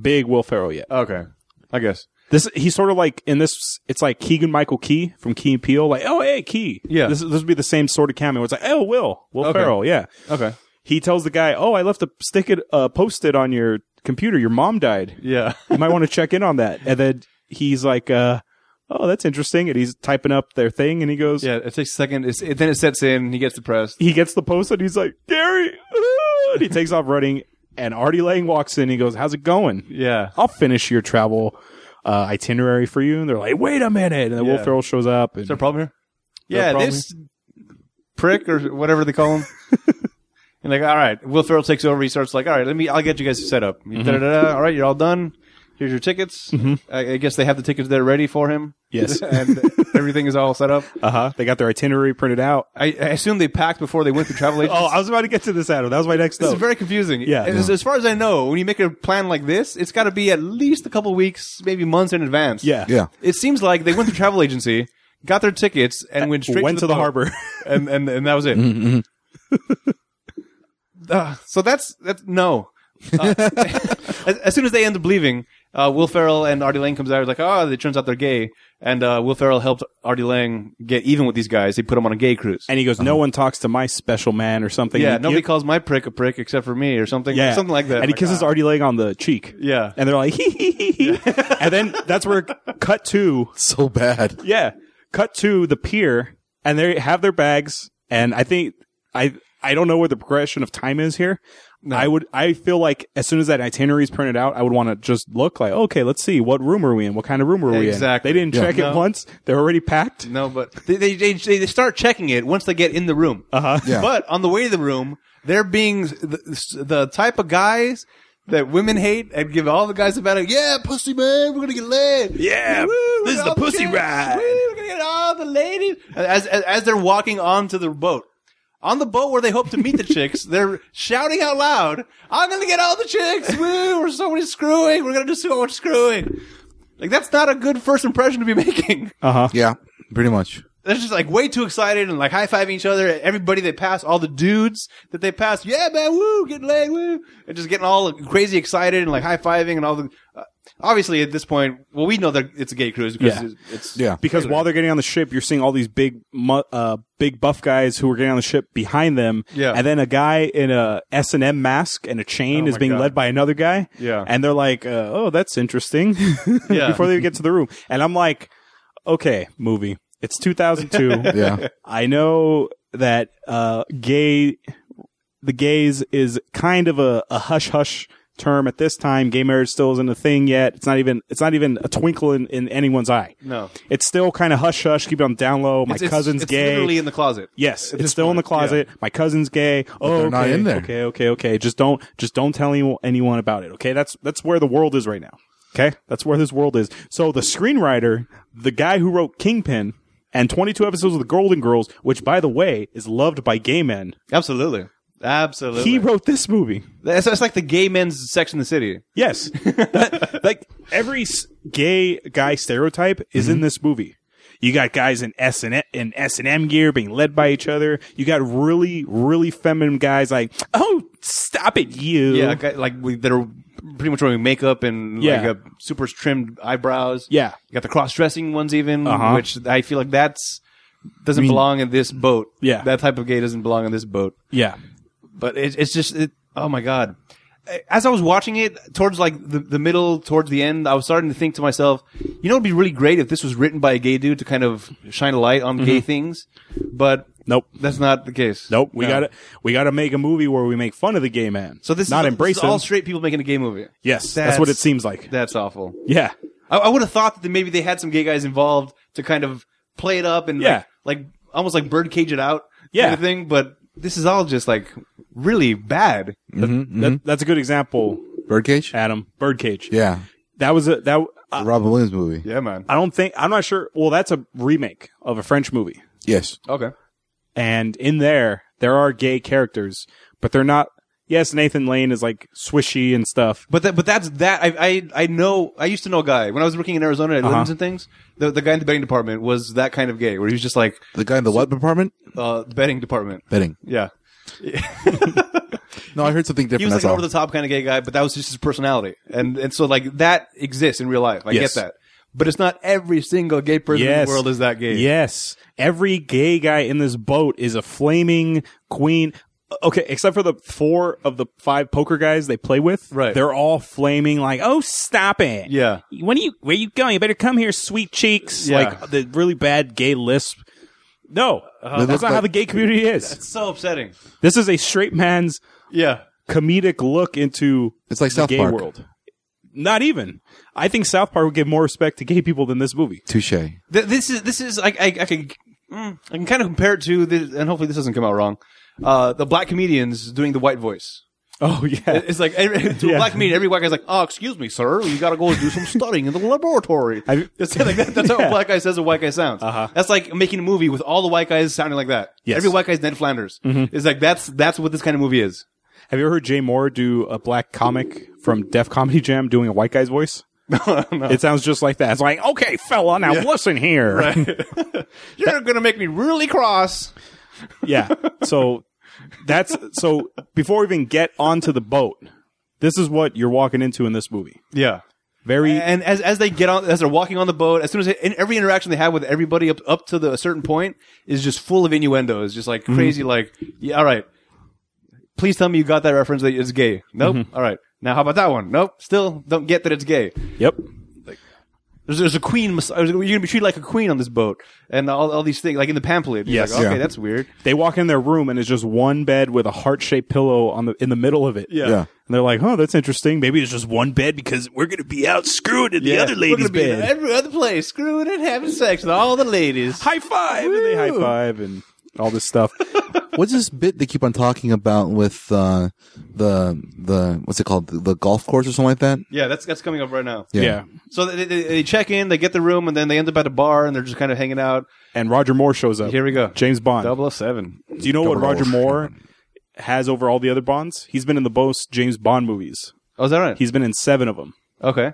[SPEAKER 1] big Will Ferrell yet.
[SPEAKER 3] Okay. I guess.
[SPEAKER 1] This he's sort of like in this. It's like Keegan Michael Key from Key and Peele, like oh hey Key,
[SPEAKER 3] Yeah.
[SPEAKER 1] This this would be the same sort of cameo. It's like oh Will Will
[SPEAKER 3] Okay.
[SPEAKER 1] Ferrell, yeah.
[SPEAKER 3] Okay.
[SPEAKER 1] He tells the guy, oh I left a stick it uh, post it on your computer. Your mom died.
[SPEAKER 3] Yeah. [laughs]
[SPEAKER 1] You might want to check in on that. And then he's like, uh, oh that's interesting. And he's typing up their thing, and he goes,
[SPEAKER 3] Yeah. It takes a second. It's, it, then it sets in. He gets depressed.
[SPEAKER 1] he gets the post and he's like Gary, [laughs] ah," and he takes off running. And Artie Lang walks in. and He goes, "How's it going?"
[SPEAKER 3] Yeah.
[SPEAKER 1] I'll finish your travel uh, itinerary for you. And they're like, wait a minute. And then Will
[SPEAKER 3] Yeah.
[SPEAKER 1] Ferrell shows up. And
[SPEAKER 3] Is there a problem here? Yeah.
[SPEAKER 1] problem
[SPEAKER 3] This prick or whatever they call [laughs] him. and like, all right. Will Ferrell takes over. He starts like, all right, let me, I'll get you guys set up. Da-da-da-da. All right. You're all done. Here's your tickets. I, I guess they have the tickets there ready for him.
[SPEAKER 1] Yes.
[SPEAKER 3] [laughs] and everything is all set up.
[SPEAKER 1] uh huh. They got their itinerary printed out.
[SPEAKER 3] I, I assume they packed before they went through [laughs] travel agents.
[SPEAKER 1] Oh, I was about to get to this, Adam. That was my next
[SPEAKER 3] This
[SPEAKER 1] note.
[SPEAKER 3] is very confusing.
[SPEAKER 1] Yeah.
[SPEAKER 3] And As, as far as I know, when you make a plan like this, it's got to be at least a couple weeks, maybe months in advance.
[SPEAKER 1] yeah.
[SPEAKER 2] [laughs] Yeah.
[SPEAKER 3] It seems like they went to travel agency, got their tickets, and went straight
[SPEAKER 1] Went
[SPEAKER 3] to the, boat.
[SPEAKER 1] harbor. [laughs]
[SPEAKER 3] and, and and that was it.
[SPEAKER 1] Mm-hmm.
[SPEAKER 3] [laughs] Ah, so that's that's no. Uh, [laughs] as, as soon as they end up leaving, uh, Will Ferrell and Artie Lang comes out. He's like, oh, it turns out they're gay. And uh, Will Ferrell helped Artie Lang get even with these guys. He put him on a gay cruise.
[SPEAKER 1] and he goes, no one talks to my special man or something.
[SPEAKER 3] yeah,
[SPEAKER 1] You-
[SPEAKER 3] nobody
[SPEAKER 1] you-
[SPEAKER 3] calls my prick a prick except for me or
[SPEAKER 1] [laughs]
[SPEAKER 3] something.
[SPEAKER 1] Yeah.
[SPEAKER 3] something like that.
[SPEAKER 1] And he
[SPEAKER 3] Like,
[SPEAKER 1] kisses
[SPEAKER 3] ah.
[SPEAKER 1] Artie Lang on the cheek.
[SPEAKER 3] Yeah.
[SPEAKER 1] And they're like, [laughs] hee hee hee hee. And then that's where cut to
[SPEAKER 2] So bad.
[SPEAKER 1] Yeah. Cut to the pier and they have their bags and I think I I don't know where the progression of time is here. I would I feel like as soon as that itinerary is printed out, I would want to just look like, okay, let's see what room are we in? What kind of room are we
[SPEAKER 3] Exactly.
[SPEAKER 1] in? They didn't
[SPEAKER 2] Yeah.
[SPEAKER 1] check it
[SPEAKER 3] No.
[SPEAKER 1] once. They're already packed.
[SPEAKER 3] No, but they they, they they start checking it once they get in the room. Uh huh.
[SPEAKER 2] Yeah.
[SPEAKER 3] But on the way to the room, they're being the, the type of guys that women hate and give all the guys about it. Yeah, pussy man, we're gonna get laid.
[SPEAKER 1] Yeah.
[SPEAKER 3] Woo,
[SPEAKER 1] This is
[SPEAKER 3] all
[SPEAKER 1] the pussy
[SPEAKER 3] chicks.
[SPEAKER 1] ride.
[SPEAKER 3] Woo, We're gonna get all the ladies as as, as they're walking onto the boat. on the boat where they hope to meet the chicks, they're shouting out loud, I'm gonna get all the chicks! Woo! We're so many screwing! We're gonna do so much screwing! Like, that's not a good first impression to be [laughs] making.
[SPEAKER 2] Yeah, pretty much.
[SPEAKER 3] They're just like way too excited and like high fiving each other. Everybody they pass, all the dudes that they pass, yeah, man, woo, getting laid, woo, and just getting all crazy excited and like high fiving and all the. Uh, obviously, at this point, well, we know that it's a gay cruise because
[SPEAKER 1] Yeah.
[SPEAKER 3] it's, it's
[SPEAKER 2] Yeah.
[SPEAKER 1] because while they're getting on the ship, you're seeing all these big, mu- uh, big buff guys who are getting on the ship behind them.
[SPEAKER 3] Yeah.
[SPEAKER 1] And then a guy in a S and M mask and a chain
[SPEAKER 3] Oh
[SPEAKER 1] is
[SPEAKER 3] my
[SPEAKER 1] being
[SPEAKER 3] God.
[SPEAKER 1] led by another guy.
[SPEAKER 3] Yeah.
[SPEAKER 1] And they're like, uh, "Oh, that's interesting."
[SPEAKER 3] [laughs] Yeah.
[SPEAKER 1] Before they get to the room, and I'm like, "Okay, movie. It's 2002.
[SPEAKER 2] [laughs] Yeah.
[SPEAKER 1] I know that uh, gay, the gays is kind of a, a hush hush." term at this time gay marriage still isn't a thing yet it's not even it's not even a twinkle in, in anyone's eye
[SPEAKER 3] No.
[SPEAKER 1] it's still kind of hush hush. Keep it on down low. My
[SPEAKER 3] It's- it's-
[SPEAKER 1] cousin's
[SPEAKER 3] it's
[SPEAKER 1] gay.
[SPEAKER 3] Literally in the closet.
[SPEAKER 1] yes, it's still in the closet. My cousin's gay. Oh,
[SPEAKER 2] they're
[SPEAKER 1] okay,
[SPEAKER 2] not in there.
[SPEAKER 1] okay, okay, okay. Just don't, just don't tell anyone, anyone about it. Okay, that's that's where the world is right now. Okay, that's where this world is. So the screenwriter, the guy who wrote Kingpin and 22 episodes of The Golden Girls, which by the way is loved by gay men,
[SPEAKER 3] Absolutely. Absolutely.
[SPEAKER 1] he wrote this movie.
[SPEAKER 3] that's, that's like the gay men's Sex in the City.
[SPEAKER 1] Yes,
[SPEAKER 3] [laughs]
[SPEAKER 1] That- like every s- gay guy stereotype is
[SPEAKER 3] Mm-hmm.
[SPEAKER 1] in this movie. You got guys in S and E, in S and M gear being led by each other. You got really, really feminine guys like, oh, stop it, you.
[SPEAKER 3] Yeah, guy- like we, that are pretty much wearing makeup and
[SPEAKER 1] Yeah.
[SPEAKER 3] like a super trimmed eyebrows.
[SPEAKER 1] Yeah. Uh-huh.
[SPEAKER 3] you got the cross-dressing ones even, which I feel like that's doesn't belong in this boat.
[SPEAKER 1] Yeah.
[SPEAKER 3] that type of gay doesn't belong in this boat.
[SPEAKER 1] yeah,
[SPEAKER 3] But it, it's just, it, oh my god! As I was watching it towards like the, the middle, towards the end, I was starting to think to myself, you know, it'd be really great if this was written by a gay dude to kind of shine a light on gay things, but.
[SPEAKER 1] Nope.
[SPEAKER 3] that's not the case.
[SPEAKER 1] Mm-hmm. Nope. We
[SPEAKER 3] No.
[SPEAKER 1] got to we got to make a movie where we make fun of the gay man.
[SPEAKER 3] So this
[SPEAKER 1] not
[SPEAKER 3] is,
[SPEAKER 1] embrace
[SPEAKER 3] this is all
[SPEAKER 1] him.
[SPEAKER 3] straight people making a gay movie.
[SPEAKER 1] yes, that's, what it seems like.
[SPEAKER 3] That's awful.
[SPEAKER 1] yeah,
[SPEAKER 3] I, I would have thought that they- maybe they had some gay guys involved to kind of play it up and
[SPEAKER 1] Yeah.
[SPEAKER 3] like, like almost like birdcage it out
[SPEAKER 1] Yeah.
[SPEAKER 3] kind of thing. But this is all just like really bad. mm-hmm.
[SPEAKER 1] That, that's a good example,
[SPEAKER 2] Birdcage?
[SPEAKER 1] Adam. Birdcage.
[SPEAKER 2] Yeah.
[SPEAKER 1] that was a that. I,
[SPEAKER 2] The Robin Williams movie.
[SPEAKER 3] Yeah, man.
[SPEAKER 1] I don't think I'm not sure. Well, that's a remake of a French movie.
[SPEAKER 2] Yes.
[SPEAKER 3] Okay.
[SPEAKER 1] and in there there are gay characters, but they're not. Yes, Nathan Lane is like swishy and stuff.
[SPEAKER 3] But that, but that's that. I, I, I know. I used to know a guy when I was working in Arizona
[SPEAKER 1] Uh-huh.
[SPEAKER 3] at Linden's and things. The, the guy in the betting department was that kind of gay, where he was just like
[SPEAKER 2] The guy in the what department?
[SPEAKER 3] uh, betting department.
[SPEAKER 2] Betting.
[SPEAKER 3] Yeah,
[SPEAKER 2] No, I heard something different.
[SPEAKER 3] he was like
[SPEAKER 2] that's
[SPEAKER 3] an
[SPEAKER 2] all.
[SPEAKER 3] over the top kind of gay guy, but that was just his personality, and and so like that exists in real life. I
[SPEAKER 1] Yes.
[SPEAKER 3] get that, but it's not every single gay person in
[SPEAKER 1] Yes,
[SPEAKER 3] the world is that gay.
[SPEAKER 1] Yes, every gay guy in this boat is a flaming queen. Okay, except for the four of the five poker guys they play with.
[SPEAKER 3] Right.
[SPEAKER 1] they're all flaming like, "Oh, stop it!
[SPEAKER 3] Yeah.
[SPEAKER 1] when are you where you going? You better come here, sweet cheeks."
[SPEAKER 3] Yeah.
[SPEAKER 1] Like the really bad gay lisp. No,
[SPEAKER 3] Uh,
[SPEAKER 2] They
[SPEAKER 1] that's not
[SPEAKER 2] look
[SPEAKER 1] how
[SPEAKER 2] like-
[SPEAKER 1] the gay community is.
[SPEAKER 3] So upsetting.
[SPEAKER 1] This is a straight man's
[SPEAKER 3] Yeah.
[SPEAKER 1] comedic look into
[SPEAKER 2] It's like
[SPEAKER 1] the
[SPEAKER 2] South
[SPEAKER 1] gay
[SPEAKER 2] Park.
[SPEAKER 1] world. Not even. I think South Park would give more respect to gay people than this movie.
[SPEAKER 2] Touche.
[SPEAKER 3] Th- this is this is I I, I can mm, I can kind of compare it to this, and hopefully this doesn't come out wrong. Uh, the black comedians doing the white voice.
[SPEAKER 1] Oh yeah,
[SPEAKER 3] It's like every, [laughs] to
[SPEAKER 1] Yeah.
[SPEAKER 3] a black comedian, every white guy's like, "Oh, excuse me, sir, you got to go do some studying in the laboratory."
[SPEAKER 1] I've-
[SPEAKER 3] [laughs] It's like that, that's how
[SPEAKER 1] [laughs] Yeah.
[SPEAKER 3] a black guy says a white guy sounds. Uh-huh. That's like making a movie with all the white guys sounding like that.
[SPEAKER 1] Yes. Mm-hmm.
[SPEAKER 3] Every white guy's Ned Flanders. It's like that's that's what this kind of movie is.
[SPEAKER 1] Have you ever heard Jay Moore do a black comic from Def Comedy Jam doing a white guy's voice? It sounds just like that. It's like, okay, fella, now listen here.
[SPEAKER 3] You're gonna make me really cross.
[SPEAKER 1] [laughs] Yeah. So that's so before we even get onto the boat, this is what you're walking into in this movie.
[SPEAKER 3] Yeah.
[SPEAKER 1] Very
[SPEAKER 3] And as as they get on, as they're walking on the boat, as soon as they, in every interaction they have with everybody up up to the, a certain point is just full of innuendos, just like
[SPEAKER 1] Mhm.
[SPEAKER 3] crazy. Like, yeah, all right, please tell me you got that reference that it's gay. Nope.
[SPEAKER 1] Mhm.
[SPEAKER 3] All right, now how about that one? Nope. Still don't get that it's gay.
[SPEAKER 1] Yep.
[SPEAKER 3] There's, there's a queen. mas- You're gonna be treated like a queen on this boat, and all, all these things, like in the pamphlet. You're
[SPEAKER 1] Yes.
[SPEAKER 3] like, okay,
[SPEAKER 2] Yeah.
[SPEAKER 3] that's weird.
[SPEAKER 1] They walk in their room and it's just one bed with a heart shaped pillow on the in the middle of it.
[SPEAKER 2] Yeah.
[SPEAKER 1] And they're like, oh, that's interesting. Maybe it's just one bed because we're going to be out screwing in the
[SPEAKER 3] Yeah.
[SPEAKER 1] other
[SPEAKER 3] We're gonna
[SPEAKER 1] lady's
[SPEAKER 3] be in
[SPEAKER 1] bed.
[SPEAKER 3] every other place, screwing and having sex with all the ladies.
[SPEAKER 1] high five. And they high
[SPEAKER 3] Woo.
[SPEAKER 1] five. And all this
[SPEAKER 2] [laughs]
[SPEAKER 1] stuff.
[SPEAKER 2] What's this bit they keep on talking about with uh, the the what's it called the, the golf course or something like that?
[SPEAKER 3] Yeah, that's that's coming up right now.
[SPEAKER 1] yeah.
[SPEAKER 3] So they, they, they check in, they get the room, and then they end up at a bar, and they're just kind of hanging out.
[SPEAKER 1] And Roger Moore shows up.
[SPEAKER 3] Here we go.
[SPEAKER 1] James Bond.
[SPEAKER 3] 007.
[SPEAKER 1] Do you know what
[SPEAKER 2] Double
[SPEAKER 1] Roger
[SPEAKER 2] O.
[SPEAKER 1] Moore has over all the other Bonds? He's been in the most James Bond movies.
[SPEAKER 3] Oh, is that right?
[SPEAKER 1] He's been in seven of them.
[SPEAKER 3] okay.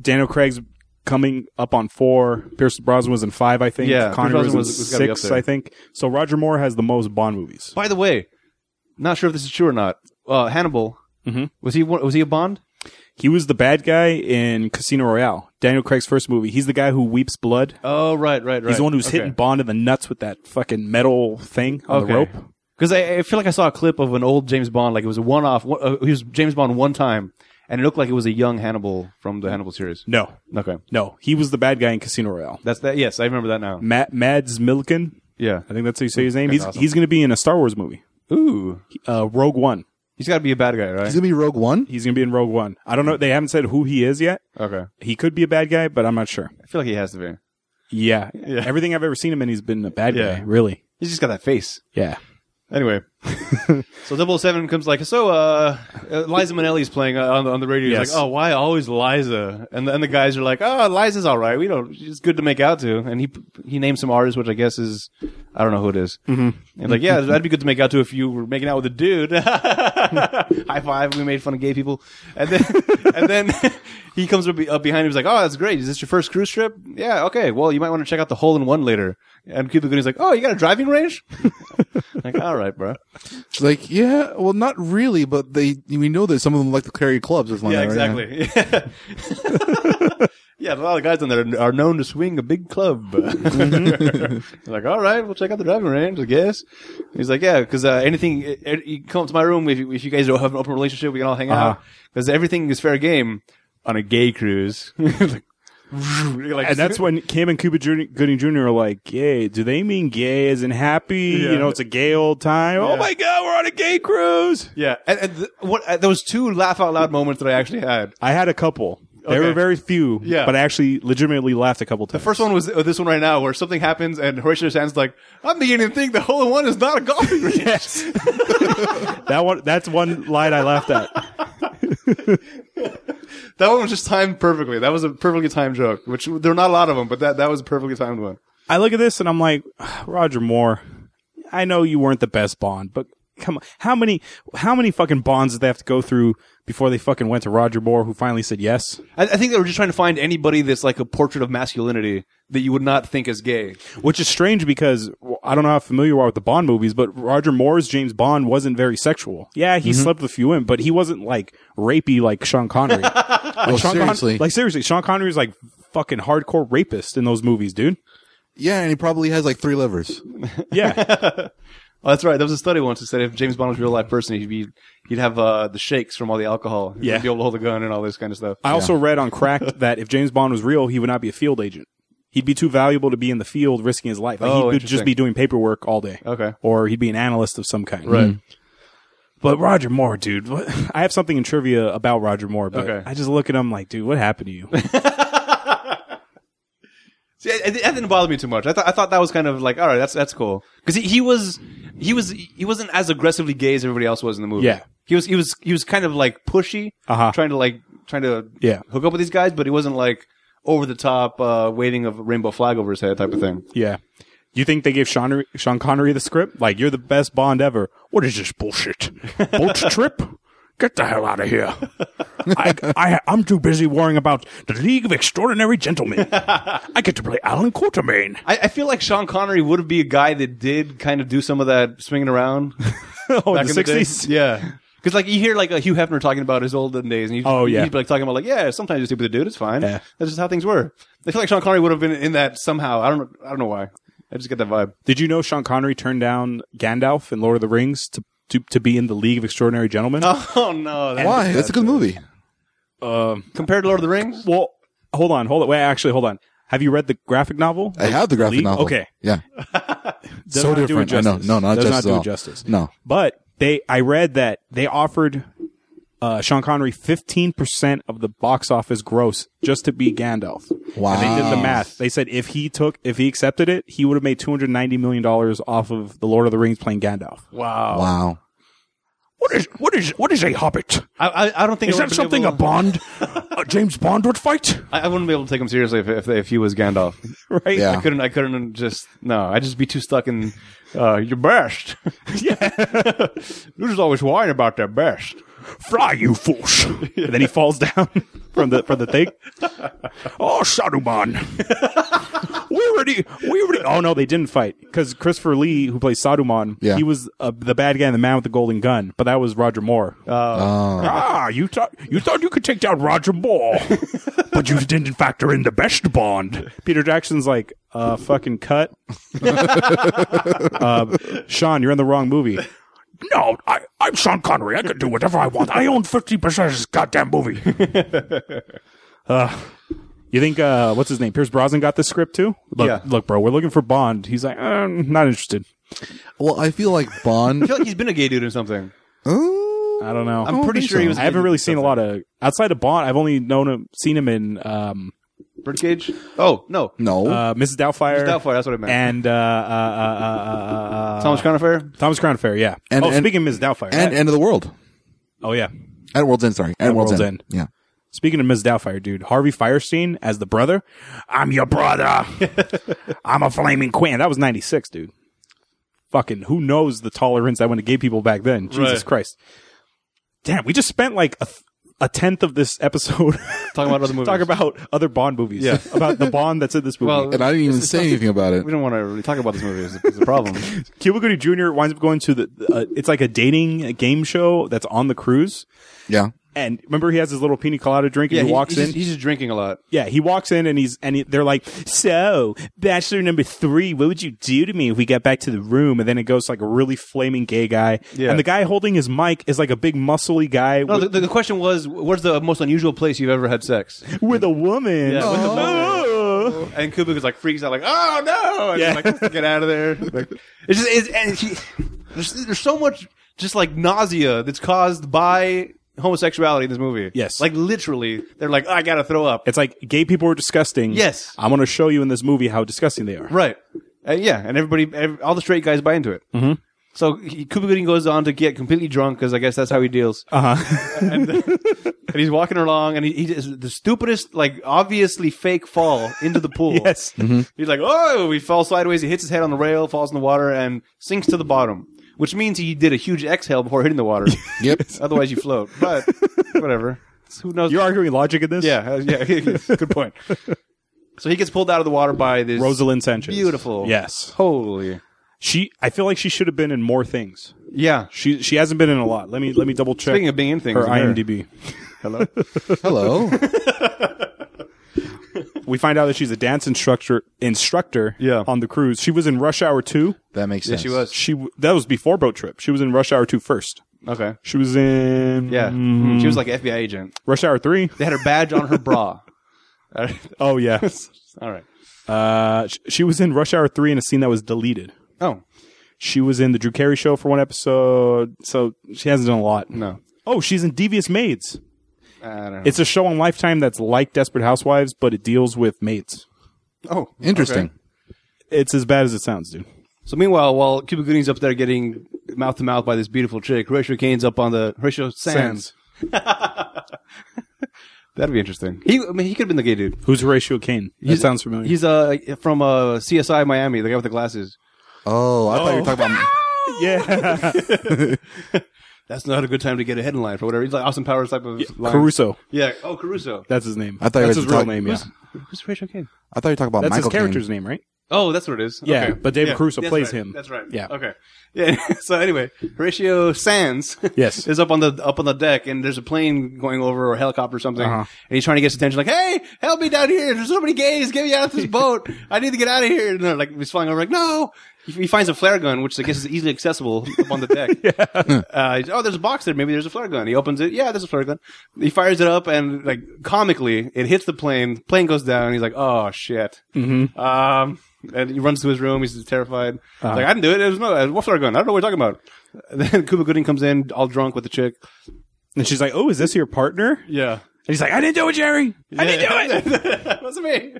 [SPEAKER 1] Daniel Craig's coming up on four. Pierce Brosnan was in five, I think.
[SPEAKER 3] Yeah, Pierce
[SPEAKER 1] Connery was,
[SPEAKER 3] Brosnan
[SPEAKER 1] in
[SPEAKER 3] was- was gotta be up
[SPEAKER 1] six,
[SPEAKER 3] there.
[SPEAKER 1] I think. So Roger Moore has the most Bond movies.
[SPEAKER 3] By the way, not sure if this is true or not. Uh, Hannibal
[SPEAKER 1] Mhm.
[SPEAKER 3] was he one- was he a Bond?
[SPEAKER 1] He was the bad guy in Casino Royale, Daniel Craig's first movie. He's the guy who weeps blood.
[SPEAKER 3] Oh, right, right, right.
[SPEAKER 1] He's the one who's hitting Bond in the nuts with that fucking metal thing on the rope.
[SPEAKER 3] Because I, I feel like I saw a clip of an old James Bond, like it was a one-off. One, uh, he was James Bond one time, and it looked like it was a young Hannibal from the Hannibal series.
[SPEAKER 1] No,
[SPEAKER 3] Okay,
[SPEAKER 1] no, he was the bad guy in Casino Royale.
[SPEAKER 3] that's that. Yes, I remember that now.
[SPEAKER 1] Matt Mads Milken,
[SPEAKER 3] Yeah.
[SPEAKER 1] I think that's how you say his name. He's
[SPEAKER 3] awesome.
[SPEAKER 1] he's going to be in a Star Wars movie,
[SPEAKER 3] Ooh,
[SPEAKER 1] uh, Rogue One.
[SPEAKER 3] he's got to be a bad guy,
[SPEAKER 2] He's
[SPEAKER 3] right?
[SPEAKER 2] gonna be Rogue One.
[SPEAKER 1] He's going to be in Rogue One. I don't know. They haven't said who he is yet.
[SPEAKER 3] Okay,
[SPEAKER 1] He could be a bad guy, but I'm not sure.
[SPEAKER 3] I feel like he has to be.
[SPEAKER 1] Yeah.
[SPEAKER 3] Yeah.
[SPEAKER 1] Everything I've ever seen him in, he's been a bad
[SPEAKER 3] Yeah.
[SPEAKER 1] guy, really.
[SPEAKER 3] He's just got that face.
[SPEAKER 1] Yeah.
[SPEAKER 3] Anyway, [laughs] so 007 comes like, so uh, uh, Liza Minnelli's playing uh, on, the- on the radio.
[SPEAKER 1] Yes.
[SPEAKER 3] He's like, oh, why always Liza? And the, and the guys are like, oh, Liza's all right. We don't. She's good to make out to. And he he names some artist, which I guess is I don't know who it is. And like, yeah, that'd be good to make out to if you were making out with a dude. [laughs] High five. We made fun of gay people. And then [laughs] and then [laughs] he comes up, be- up behind him. He's like, oh, that's great. Is this your first cruise trip? Yeah. Okay. Well, you might want to check out the hole in one later. And Cuba Gooding's like, oh, you got a driving range? [laughs] like, all right, bro.
[SPEAKER 2] It's like yeah, well, not really, but they we know that some of them like to carry clubs or something.
[SPEAKER 3] Yeah,
[SPEAKER 2] like that, right?
[SPEAKER 3] exactly. Yeah. [laughs] a lot of guys on there are known to swing a big club. [laughs]
[SPEAKER 1] Mm-hmm.
[SPEAKER 3] like, all right, we'll check out the driving range, I guess. He's like, yeah, because uh, anything, eh, eh, you come up to my room if you, if you guys don't have an open relationship, we can all hang
[SPEAKER 1] Uh-huh.
[SPEAKER 3] out. 'Cause out because everything is fair game on a gay cruise. [laughs] Like, like-
[SPEAKER 1] And that's when Cam and Cuba Jr- Gooding Jr. are like, gay. Do they mean gay as in happy?
[SPEAKER 3] Yeah.
[SPEAKER 1] You know, it's a gay old time. Oh
[SPEAKER 3] Yeah.
[SPEAKER 1] my God, we're on a gay cruise.
[SPEAKER 3] yeah. And, and th- what uh, there was two laugh out loud moments that I actually had.
[SPEAKER 1] I had a couple. There
[SPEAKER 3] Okay.
[SPEAKER 1] were very few,
[SPEAKER 3] Yeah.
[SPEAKER 1] but I actually legitimately laughed a couple times. [laughs]
[SPEAKER 3] First one was uh, this one right now, where something happens and Horatio Sands like, "I'm beginning to think the hole in one is not a [laughs] golfing range."
[SPEAKER 1] Yes. [laughs] that one. That's one line I laughed at.
[SPEAKER 3] That one was just timed perfectly. That was a perfectly timed joke, which there are not a lot of them, but that, that was a perfectly timed one.
[SPEAKER 1] I look at this and I'm like, "Ah, Roger Moore, I know you weren't the best Bond, but come on, how many how many fucking Bonds did they have to go through before they fucking went to Roger Moore, who finally said yes?
[SPEAKER 3] I, I think they were just trying to find anybody that's like a portrait of masculinity that you would not think is gay.
[SPEAKER 1] Which is strange because well, I don't know how familiar you are with the Bond movies, but Roger Moore's James Bond wasn't very sexual. Yeah, he slept with a few women, but he wasn't like rapey like Sean Connery. like,
[SPEAKER 2] Oh,
[SPEAKER 1] Sean Con-
[SPEAKER 2] seriously.
[SPEAKER 1] like seriously, Sean Connery is like fucking hardcore rapist in those movies, dude.
[SPEAKER 2] yeah, and he probably has like three livers.
[SPEAKER 1] Yeah,
[SPEAKER 3] Oh, that's right. There was a study once that said if James Bond was a real life person, he'd be he'd have uh, the shakes from all the alcohol. He'd
[SPEAKER 1] Yeah.
[SPEAKER 3] be able to hold a gun and all this kind of stuff.
[SPEAKER 1] I also read on
[SPEAKER 3] [laughs]
[SPEAKER 1] Cracked that if James Bond was real, he would not be a field agent. He'd be too valuable to be in the field risking his life. Like
[SPEAKER 3] Oh,
[SPEAKER 1] he would
[SPEAKER 3] interesting.
[SPEAKER 1] just be doing paperwork all day.
[SPEAKER 3] Okay.
[SPEAKER 1] Or he'd be an analyst of some kind. Right. But Roger Moore, dude, what, [laughs] I have something in trivia about Roger Moore, but
[SPEAKER 3] Okay.
[SPEAKER 1] I just look at him like, dude, what happened to you?
[SPEAKER 3] See, it, it didn't bother me too much. I thought I thought that was kind of like all right, that's that's cool because he, he was he was he wasn't as aggressively gay as everybody else was in the movie.
[SPEAKER 1] Yeah.
[SPEAKER 3] he was he was he was kind of like pushy,
[SPEAKER 1] Uh-huh.
[SPEAKER 3] trying to like trying to
[SPEAKER 1] Yeah.
[SPEAKER 3] hook up with these guys, but he wasn't like over the top uh, waving of a rainbow flag over his head type of thing.
[SPEAKER 1] yeah. You think they gave Sean, Sean Connery the script? Like, you're the best Bond ever. What is this bullshit?
[SPEAKER 2] [laughs]
[SPEAKER 1] Boat trip? Get the hell out of here. I, I, I'm too busy worrying about the League of Extraordinary
[SPEAKER 2] [laughs]
[SPEAKER 1] Gentlemen. I get to play Alan Quatermain.
[SPEAKER 3] I, I feel like Sean Connery would be a guy that did kind of do some of that swinging around. [laughs]
[SPEAKER 1] oh, in
[SPEAKER 3] back
[SPEAKER 1] the
[SPEAKER 3] in the day. [laughs]
[SPEAKER 1] 60s?
[SPEAKER 3] Yeah. Because like you hear like a Hugh Hefner talking about his olden days, and he'd,
[SPEAKER 1] Oh, yeah.
[SPEAKER 3] he'd be like talking about like yeah, sometimes you're stupid, dude. It's fine.
[SPEAKER 1] Yeah.
[SPEAKER 3] That's just how things were. I feel like Sean Connery would have been in that somehow. I don't know. I don't know why. I just get that vibe.
[SPEAKER 1] Did you know Sean Connery turned down Gandalf in Lord of the Rings to, to, to be in the League of Extraordinary Gentlemen?
[SPEAKER 3] [laughs]
[SPEAKER 2] Uh,
[SPEAKER 3] Oh no! that-
[SPEAKER 2] Why? That's a good movie.
[SPEAKER 3] Compared to Lord of the Rings,
[SPEAKER 1] Well, hold on, hold on. Wait, actually, hold on. Have you read the graphic novel?
[SPEAKER 2] I have the graphic
[SPEAKER 1] League?
[SPEAKER 2] novel.
[SPEAKER 1] Okay.
[SPEAKER 2] Yeah.
[SPEAKER 1] Does
[SPEAKER 2] so
[SPEAKER 1] not do it
[SPEAKER 2] different. I know.
[SPEAKER 1] justice.
[SPEAKER 2] No, not
[SPEAKER 1] Does
[SPEAKER 2] justice
[SPEAKER 1] not
[SPEAKER 2] at
[SPEAKER 1] do
[SPEAKER 2] all.
[SPEAKER 1] it justice.
[SPEAKER 2] No.
[SPEAKER 1] But they, I read that they offered uh, Sean Connery 15% of the box office gross just to be Gandalf.
[SPEAKER 2] Wow.
[SPEAKER 1] And they did the math. They said if he took, if he accepted it, he would have made $290 million off of The Lord of the Rings playing Gandalf.
[SPEAKER 3] Wow.
[SPEAKER 2] Wow.
[SPEAKER 1] What is, what is, what is a hobbit?
[SPEAKER 3] I, I, I don't think I would've been able-
[SPEAKER 1] Bond, a James Bond would fight?
[SPEAKER 3] I, I wouldn't be able to take him seriously if, if, if he was [laughs] Gandalf.
[SPEAKER 1] Right?
[SPEAKER 2] Yeah.
[SPEAKER 3] I couldn't. I couldn't just no. I'd just be too stuck in. Uh, your best. [laughs] yeah. You're just always worrying about their best.
[SPEAKER 1] Fly, you fools. And then he falls down [laughs] from the from the thing. Oh, Saruman. we already, we already. Oh no, they didn't fight because Christopher Lee, who plays Saruman,
[SPEAKER 2] Yeah.
[SPEAKER 1] he was uh, the bad guy, in the man with the golden gun. But that was Roger Moore. Ah, you thought you thought you could take down Roger Moore, but you didn't factor in the best Bond. Peter Jackson's like, uh, fucking cut. uh, Sean, you're in the wrong movie. [laughs] No, I, I'm Sean Connery. I can do whatever I want. I own 50% of this goddamn [laughs] movie. uh, you think, uh, what's his name? Pierce Brosnan got this script too? Look,
[SPEAKER 3] Yeah.
[SPEAKER 1] look, bro, we're looking for Bond. He's like, um, not interested.
[SPEAKER 2] Well, I feel like Bond.
[SPEAKER 3] I [laughs] feel like he's been a gay dude or something.
[SPEAKER 2] Oh,
[SPEAKER 1] I don't know.
[SPEAKER 3] I'm
[SPEAKER 2] don't
[SPEAKER 3] pretty
[SPEAKER 2] think
[SPEAKER 3] sure he
[SPEAKER 2] so.
[SPEAKER 3] was.
[SPEAKER 1] I haven't really seen a lot of outside of Bond. I've only known him, seen him in um,
[SPEAKER 3] Birdcage. Oh no,
[SPEAKER 2] no.
[SPEAKER 1] uh, Mrs. Doubtfire,
[SPEAKER 3] Doubtfire. That's what I meant.
[SPEAKER 1] and uh, uh, uh, uh, uh, uh,
[SPEAKER 3] Thomas Conifer.
[SPEAKER 1] Thomas Crown Affair. Yeah.
[SPEAKER 2] And-
[SPEAKER 1] oh,
[SPEAKER 2] and-
[SPEAKER 1] speaking of Mrs. Doubtfire.
[SPEAKER 2] and End of the World.
[SPEAKER 1] oh yeah.
[SPEAKER 2] At World's End, sorry. At World's,
[SPEAKER 1] World's
[SPEAKER 2] End. Yeah.
[SPEAKER 1] Speaking of Mrs. Doubtfire, dude, Harvey Firestein as the brother. I'm your
[SPEAKER 3] [laughs]
[SPEAKER 1] brother. I'm a flaming queen. That was '96, dude. Fucking who knows the tolerance that went to gay people back then? Jesus
[SPEAKER 3] Right.
[SPEAKER 1] Christ. Damn, we just spent like a, th- a tenth of this episode
[SPEAKER 3] [laughs] Talking about other movies.
[SPEAKER 1] talking about other Bond movies.
[SPEAKER 3] Yeah.
[SPEAKER 1] [laughs] about the Bond that's in this movie.
[SPEAKER 3] Well,
[SPEAKER 2] And I didn't even say anything about it.
[SPEAKER 3] we don't want to really talk about this movie. It's a, it's a [laughs] problem.
[SPEAKER 1] Cuba Gooding Jr. winds up going to the. Uh, it's like a dating game show that's on the cruise.
[SPEAKER 2] Yeah.
[SPEAKER 1] And remember, he has his little pina colada drink, and he, walks
[SPEAKER 3] he's
[SPEAKER 1] in.
[SPEAKER 3] Just, he's just drinking a lot.
[SPEAKER 1] yeah, he walks in, and he's and he, they're like, "So, bachelor number three, what would you do to me if we got back to the room?" And then it goes to, like a really flaming gay guy,
[SPEAKER 3] Yeah.
[SPEAKER 1] and the guy holding his mic is like a big muscly guy
[SPEAKER 3] No,
[SPEAKER 1] with,
[SPEAKER 3] the, the question was, where's the most unusual place you've ever had sex?
[SPEAKER 1] with a woman.
[SPEAKER 3] Yeah, with a woman.
[SPEAKER 1] Oh.
[SPEAKER 3] And Kubrick was like freaks out, like, "Oh no!" And
[SPEAKER 1] Yeah.
[SPEAKER 3] he's like, "Get out of there!" [laughs] Like, it's just, it's, and he, there's, there's so much just like nausea that's caused by homosexuality in this movie.
[SPEAKER 1] Yes.
[SPEAKER 3] like literally, they're like, "I gotta throw up."
[SPEAKER 1] It's like gay people are disgusting.
[SPEAKER 3] Yes.
[SPEAKER 1] I'm going to show you in this movie how disgusting they are.
[SPEAKER 3] right? And yeah, and everybody, ev all the straight guys buy into it. Mm-hmm. So he, Cuba Gooding goes on to get completely drunk because I guess that's how he deals. Uh
[SPEAKER 1] Uh-huh.
[SPEAKER 3] huh. and, and he's walking along, and he, he does the stupidest, like obviously fake fall into the pool.
[SPEAKER 1] [laughs] [laughs] Yes.
[SPEAKER 3] He's like, oh, he falls sideways. He hits his head on the rail, falls in the water, and sinks to the bottom, which means he did a huge exhale before hitting
[SPEAKER 1] [laughs]
[SPEAKER 3] the water.
[SPEAKER 2] Yep.
[SPEAKER 3] Otherwise, you float. But whatever. Who knows?
[SPEAKER 1] You're arguing logic in this. [laughs]
[SPEAKER 3] [laughs] yeah, uh, yeah. [laughs] Good point. So he gets pulled out of the water by this
[SPEAKER 1] Rosalind Sanchez.
[SPEAKER 3] Beautiful.
[SPEAKER 1] Yes.
[SPEAKER 3] Holy.
[SPEAKER 1] She I feel like she should have been in more things.
[SPEAKER 3] Yeah.
[SPEAKER 1] She she hasn't been in a lot. Let me let me double check
[SPEAKER 3] Speaking of being in things,
[SPEAKER 1] her
[SPEAKER 3] in there.
[SPEAKER 1] IMDb.
[SPEAKER 3] Hello. [laughs]
[SPEAKER 2] Hello.
[SPEAKER 1] We find out that she's a dance instructor instructor
[SPEAKER 3] Yeah.
[SPEAKER 1] on the cruise. She was in Rush Hour 2.
[SPEAKER 2] That makes
[SPEAKER 3] Yeah,
[SPEAKER 2] sense.
[SPEAKER 3] she was.
[SPEAKER 1] She w- that was before Boat Trip. She was in Rush Hour 2 first.
[SPEAKER 3] Okay.
[SPEAKER 1] She was in
[SPEAKER 3] Yeah.
[SPEAKER 1] mm,
[SPEAKER 3] She was like an FBI agent.
[SPEAKER 1] Rush Hour 3.
[SPEAKER 3] [laughs] They had her
[SPEAKER 1] [laughs]
[SPEAKER 3] badge on her bra. All right.
[SPEAKER 1] Oh yeah.
[SPEAKER 3] All right.
[SPEAKER 1] [laughs] uh sh- she was in Rush Hour 3 in a scene that was deleted.
[SPEAKER 3] Oh,
[SPEAKER 1] She was in the Drew Carey show for one episode, so she hasn't done a lot.
[SPEAKER 3] no.
[SPEAKER 1] Oh, she's in Devious Maids.
[SPEAKER 3] I don't know.
[SPEAKER 1] It's a show on Lifetime that's like Desperate Housewives, but it deals with maids.
[SPEAKER 3] oh,
[SPEAKER 2] Interesting.
[SPEAKER 3] okay.
[SPEAKER 1] It's as bad as it sounds, dude.
[SPEAKER 3] So meanwhile, while Cuba Gooding's up there getting mouth to mouth by this beautiful chick, Horatio Kane's up on the Horatio Sands. That'd be interesting. He, I mean, he could have been the gay dude.
[SPEAKER 1] Who's Horatio Kane? That
[SPEAKER 3] He's-
[SPEAKER 1] sounds familiar.
[SPEAKER 3] He's uh from uh CSI Miami, the guy with the glasses.
[SPEAKER 2] Oh, I thought you were talking
[SPEAKER 3] [laughs]
[SPEAKER 2] about.
[SPEAKER 1] [laughs] yeah,
[SPEAKER 3] That's not a good time to get a headline for whatever. He's like Austin Powers type of line.
[SPEAKER 1] Caruso.
[SPEAKER 3] Yeah. Oh, Caruso.
[SPEAKER 1] That's his name.
[SPEAKER 2] I thought you
[SPEAKER 1] that's
[SPEAKER 2] were
[SPEAKER 1] his real
[SPEAKER 2] talking-
[SPEAKER 1] name. Yeah,
[SPEAKER 3] Who's Horatio Kane?
[SPEAKER 2] I thought you were talking about
[SPEAKER 1] that's
[SPEAKER 2] Michael
[SPEAKER 1] his character's
[SPEAKER 2] Caine.
[SPEAKER 1] name, right?
[SPEAKER 3] Oh, that's what it is.
[SPEAKER 1] Yeah,
[SPEAKER 3] Okay.
[SPEAKER 1] but David Caruso
[SPEAKER 3] That's
[SPEAKER 1] plays
[SPEAKER 3] right.
[SPEAKER 1] him.
[SPEAKER 3] That's right.
[SPEAKER 1] Yeah.
[SPEAKER 3] Okay. Yeah. [laughs] so anyway, Horatio [laughs] Sands
[SPEAKER 1] Yes.
[SPEAKER 3] is up on the up on the deck and there's a plane going over or a helicopter or something
[SPEAKER 1] Uh-huh.
[SPEAKER 3] and he's trying to get his attention like, "Hey, help me down here. There's so many gays. Get me out of
[SPEAKER 1] [laughs]
[SPEAKER 3] this boat. I need to get out of here." And they're like he's flying over like, "No." He, he finds a flare gun which I guess is easily accessible [laughs] up on
[SPEAKER 1] [laughs]
[SPEAKER 3] the deck. [laughs] Uh, he's, oh, there's a box there. Maybe there's a flare gun. He opens it. Yeah, there's a flare gun. He fires it up, and like comically, it hits the plane. Plane goes down. he's like, oh shit. Mm-hmm. Um, and he runs to his room. He's terrified. He's
[SPEAKER 1] Uh-huh.
[SPEAKER 3] like, [laughs] I didn't do it. It was no it was a flare gun. I don't know what you're talking about. And then Cuba Gooding comes in, all drunk with the chick.
[SPEAKER 1] And she's like, "Oh, is this your partner?" And
[SPEAKER 3] Yeah.
[SPEAKER 1] he's like, "I didn't do it, Jerry. I didn't do it."
[SPEAKER 3] [laughs] that was me.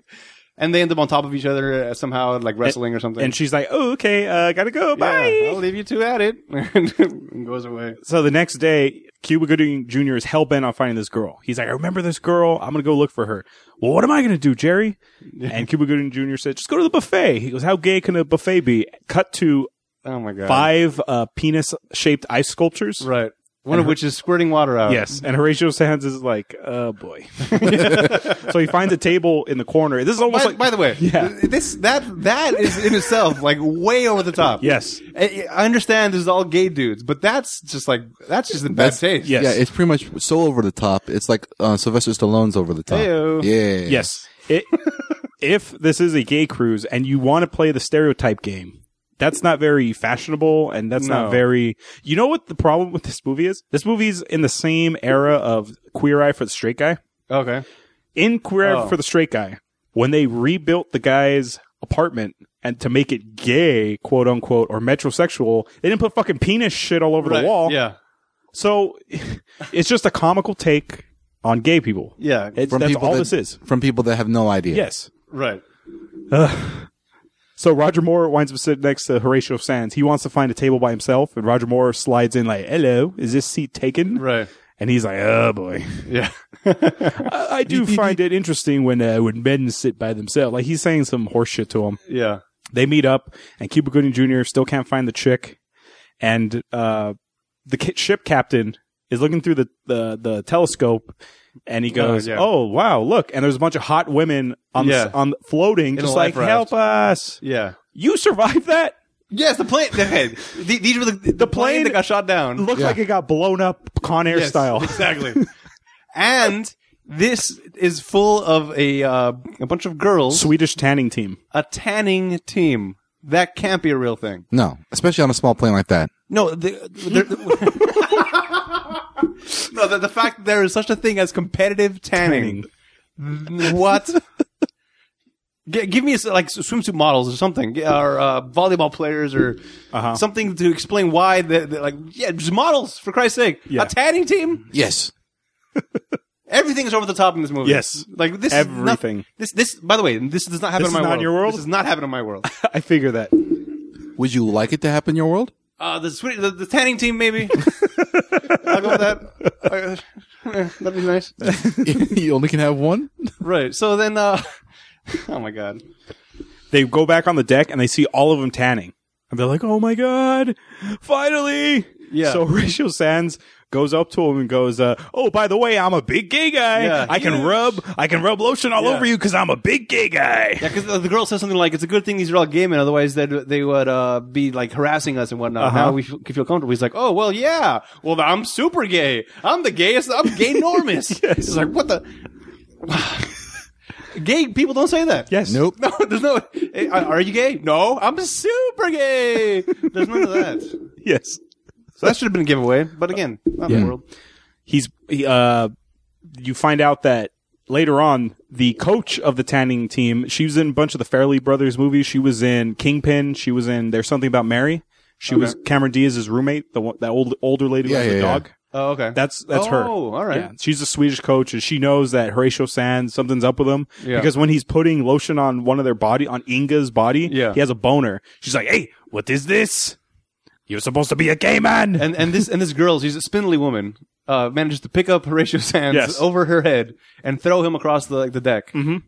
[SPEAKER 3] And they end up on top of each other uh, somehow, like wrestling or something.
[SPEAKER 1] And she's like, "Oh, okay, uh, gotta go. Bye."
[SPEAKER 3] Yeah, I'll leave you two at it. [laughs] and goes away.
[SPEAKER 1] So the next day, Cuba Gooding Jr. is hell bent on finding this girl. He's like, I remember this girl. I'm going to go look for her. Well, what am I going to do, Jerry? And Cuba Gooding Jr. said, just go to the buffet. He goes, how gay can a buffet be? Cut to
[SPEAKER 3] Oh my god.
[SPEAKER 1] five uh, penis shaped ice sculptures.
[SPEAKER 3] Right. One of which is squirting water out.
[SPEAKER 1] Yes. Uh, And Horatio Sands is like, oh boy. [laughs] so he finds a table in the corner. This is almost
[SPEAKER 3] By,
[SPEAKER 1] like,
[SPEAKER 3] by the way,
[SPEAKER 1] Yeah.
[SPEAKER 3] this that that is in itself like way over the top.
[SPEAKER 1] Yes.
[SPEAKER 3] I, I understand this is all gay dudes, but that's just like that's just in bad
[SPEAKER 2] That's-
[SPEAKER 3] taste.
[SPEAKER 1] Yes.
[SPEAKER 2] Yeah, it's pretty much so over the top. It's like uh, Sylvester Stallone's over the top.
[SPEAKER 3] Heyo.
[SPEAKER 2] Yeah.
[SPEAKER 1] Yes. It, [laughs] if this is a gay cruise and you want to play the stereotype game, that's not very fashionable and that's
[SPEAKER 3] No.
[SPEAKER 1] not very. You know what the problem with this movie is? This movie's in the same era of Queer Eye for the Straight Guy.
[SPEAKER 3] Okay.
[SPEAKER 1] In Queer
[SPEAKER 3] Oh.
[SPEAKER 1] Eye for the Straight Guy, when they rebuilt the guy's apartment and to make it gay, quote unquote, or metrosexual, they didn't put fucking penis shit all over
[SPEAKER 3] Right.
[SPEAKER 1] the wall.
[SPEAKER 3] Yeah.
[SPEAKER 1] So [laughs] it's just a comical take on gay people.
[SPEAKER 3] Yeah.
[SPEAKER 1] It's, that's all
[SPEAKER 2] that,
[SPEAKER 1] this is.
[SPEAKER 2] From people that have no idea.
[SPEAKER 1] Yes.
[SPEAKER 3] right.
[SPEAKER 1] So Roger Moore winds up sitting next to Horatio Sands. He wants to find a table by himself, and Roger Moore slides in like, "Hello, is this seat taken?"
[SPEAKER 3] Right.
[SPEAKER 1] And he's like, "Oh boy,
[SPEAKER 3] Yeah.
[SPEAKER 1] I, I do find it interesting when uh, when men sit by themselves." Like he's saying some horse shit to him.
[SPEAKER 3] yeah.
[SPEAKER 1] They meet up, and Cuba Gooding Jr. still can't find the chick, and uh, the ki- ship captain is looking through the the, the telescope. And he goes,
[SPEAKER 3] yeah.
[SPEAKER 1] "Oh wow, look!" And there's a bunch of hot women on the,
[SPEAKER 3] Yeah.
[SPEAKER 1] s- on the, floating,
[SPEAKER 3] a
[SPEAKER 1] just like
[SPEAKER 3] life raft.
[SPEAKER 1] help us.
[SPEAKER 3] Yeah.
[SPEAKER 1] You survived that?
[SPEAKER 3] Yes, the plane. [laughs] Okay, Th- these were the the, plane
[SPEAKER 1] plane-
[SPEAKER 3] that got shot down.
[SPEAKER 1] looked like it got blown up Con Air
[SPEAKER 3] Yes,
[SPEAKER 1] style.
[SPEAKER 3] [laughs] exactly. and this is full of a uh, a bunch of girls,
[SPEAKER 1] Swedish tanning team.
[SPEAKER 3] a tanning team. That can't be a real thing.
[SPEAKER 2] No, especially on a small plane like that.
[SPEAKER 3] No, the, [laughs] no, the, the fact that there is such a thing as competitive tanning. What? [laughs] G- give me s- like s- swimsuit models or something, G- or uh, volleyball players, or something to explain why. The, the, like, yeah, just models for Christ's sake.
[SPEAKER 1] Yeah.
[SPEAKER 3] A tanning team.
[SPEAKER 2] Yes.
[SPEAKER 3] Everything's over the top in this movie.
[SPEAKER 1] Yes.
[SPEAKER 3] like this. Is
[SPEAKER 1] Everything.
[SPEAKER 3] not, this this. By the way, this does not happen
[SPEAKER 1] This
[SPEAKER 3] in
[SPEAKER 1] is
[SPEAKER 3] my
[SPEAKER 1] not
[SPEAKER 3] world.
[SPEAKER 1] in your world?
[SPEAKER 3] This does not happen in my world.
[SPEAKER 1] I figure that.
[SPEAKER 2] Would you like it to happen in your world? [laughs]
[SPEAKER 3] Uh, the, sweet, the the tanning team [laughs] maybe. I'll go with that. Uh, [laughs] eh, That'd be nice.
[SPEAKER 2] you only can have one?
[SPEAKER 3] Right. So then, uh, [laughs] oh my god.
[SPEAKER 1] They go back on the deck and they see all of them tanning. And they're like, oh my God, finally.
[SPEAKER 3] Yeah.
[SPEAKER 1] So [laughs] Horatio Sands goes up to him and goes, uh, oh, by the way, I'm a big gay guy.
[SPEAKER 3] Yeah.
[SPEAKER 1] I can
[SPEAKER 3] Yeah.
[SPEAKER 1] rub, I can rub lotion all
[SPEAKER 3] Yeah.
[SPEAKER 1] over you because I'm a big gay guy.
[SPEAKER 3] Yeah, because the girl says something like, "It's a good thing these are all gay men, otherwise they they would uh, be like harassing us and whatnot." Now we f- can feel comfortable. He's like, "Oh well, yeah. Well, I'm super gay. I'm the gayest. I'm gay [laughs] normous."
[SPEAKER 1] Yes.
[SPEAKER 3] He's like, "What the." [sighs] Gay people don't say that.
[SPEAKER 1] Yes.
[SPEAKER 2] Nope.
[SPEAKER 3] [laughs] No, there's no. eh, Are you gay? No, I'm super gay. There's none of that. So
[SPEAKER 1] Yes.
[SPEAKER 3] that should have been a giveaway. But again, not in the world.
[SPEAKER 1] He's, he, uh, you find out that later on, the coach of the tanning team, she was in a bunch of the Fairley Brothers movies. She was in Kingpin. She was in There's Something About Mary. She was Cameron Diaz's roommate, the one, that old older lady
[SPEAKER 2] Yeah,
[SPEAKER 1] with the
[SPEAKER 2] yeah, yeah.
[SPEAKER 1] dog.
[SPEAKER 3] Oh, okay.
[SPEAKER 1] That's that's her.
[SPEAKER 3] Oh, all right.
[SPEAKER 1] Yeah, she's a Swedish coach, and she knows that Horatio Sands something's up with him
[SPEAKER 3] Yeah.
[SPEAKER 1] because when he's putting lotion on one of their body on Inga's body,
[SPEAKER 3] Yeah.
[SPEAKER 1] he has a boner. She's like, "Hey, what is this? You're supposed to be a gay man."
[SPEAKER 3] and and this and this girl, she's a spindly woman, uh, manages to pick up Horatio Sands
[SPEAKER 1] Yes.
[SPEAKER 3] over her head and throw him across the like, the deck. Mm-hmm.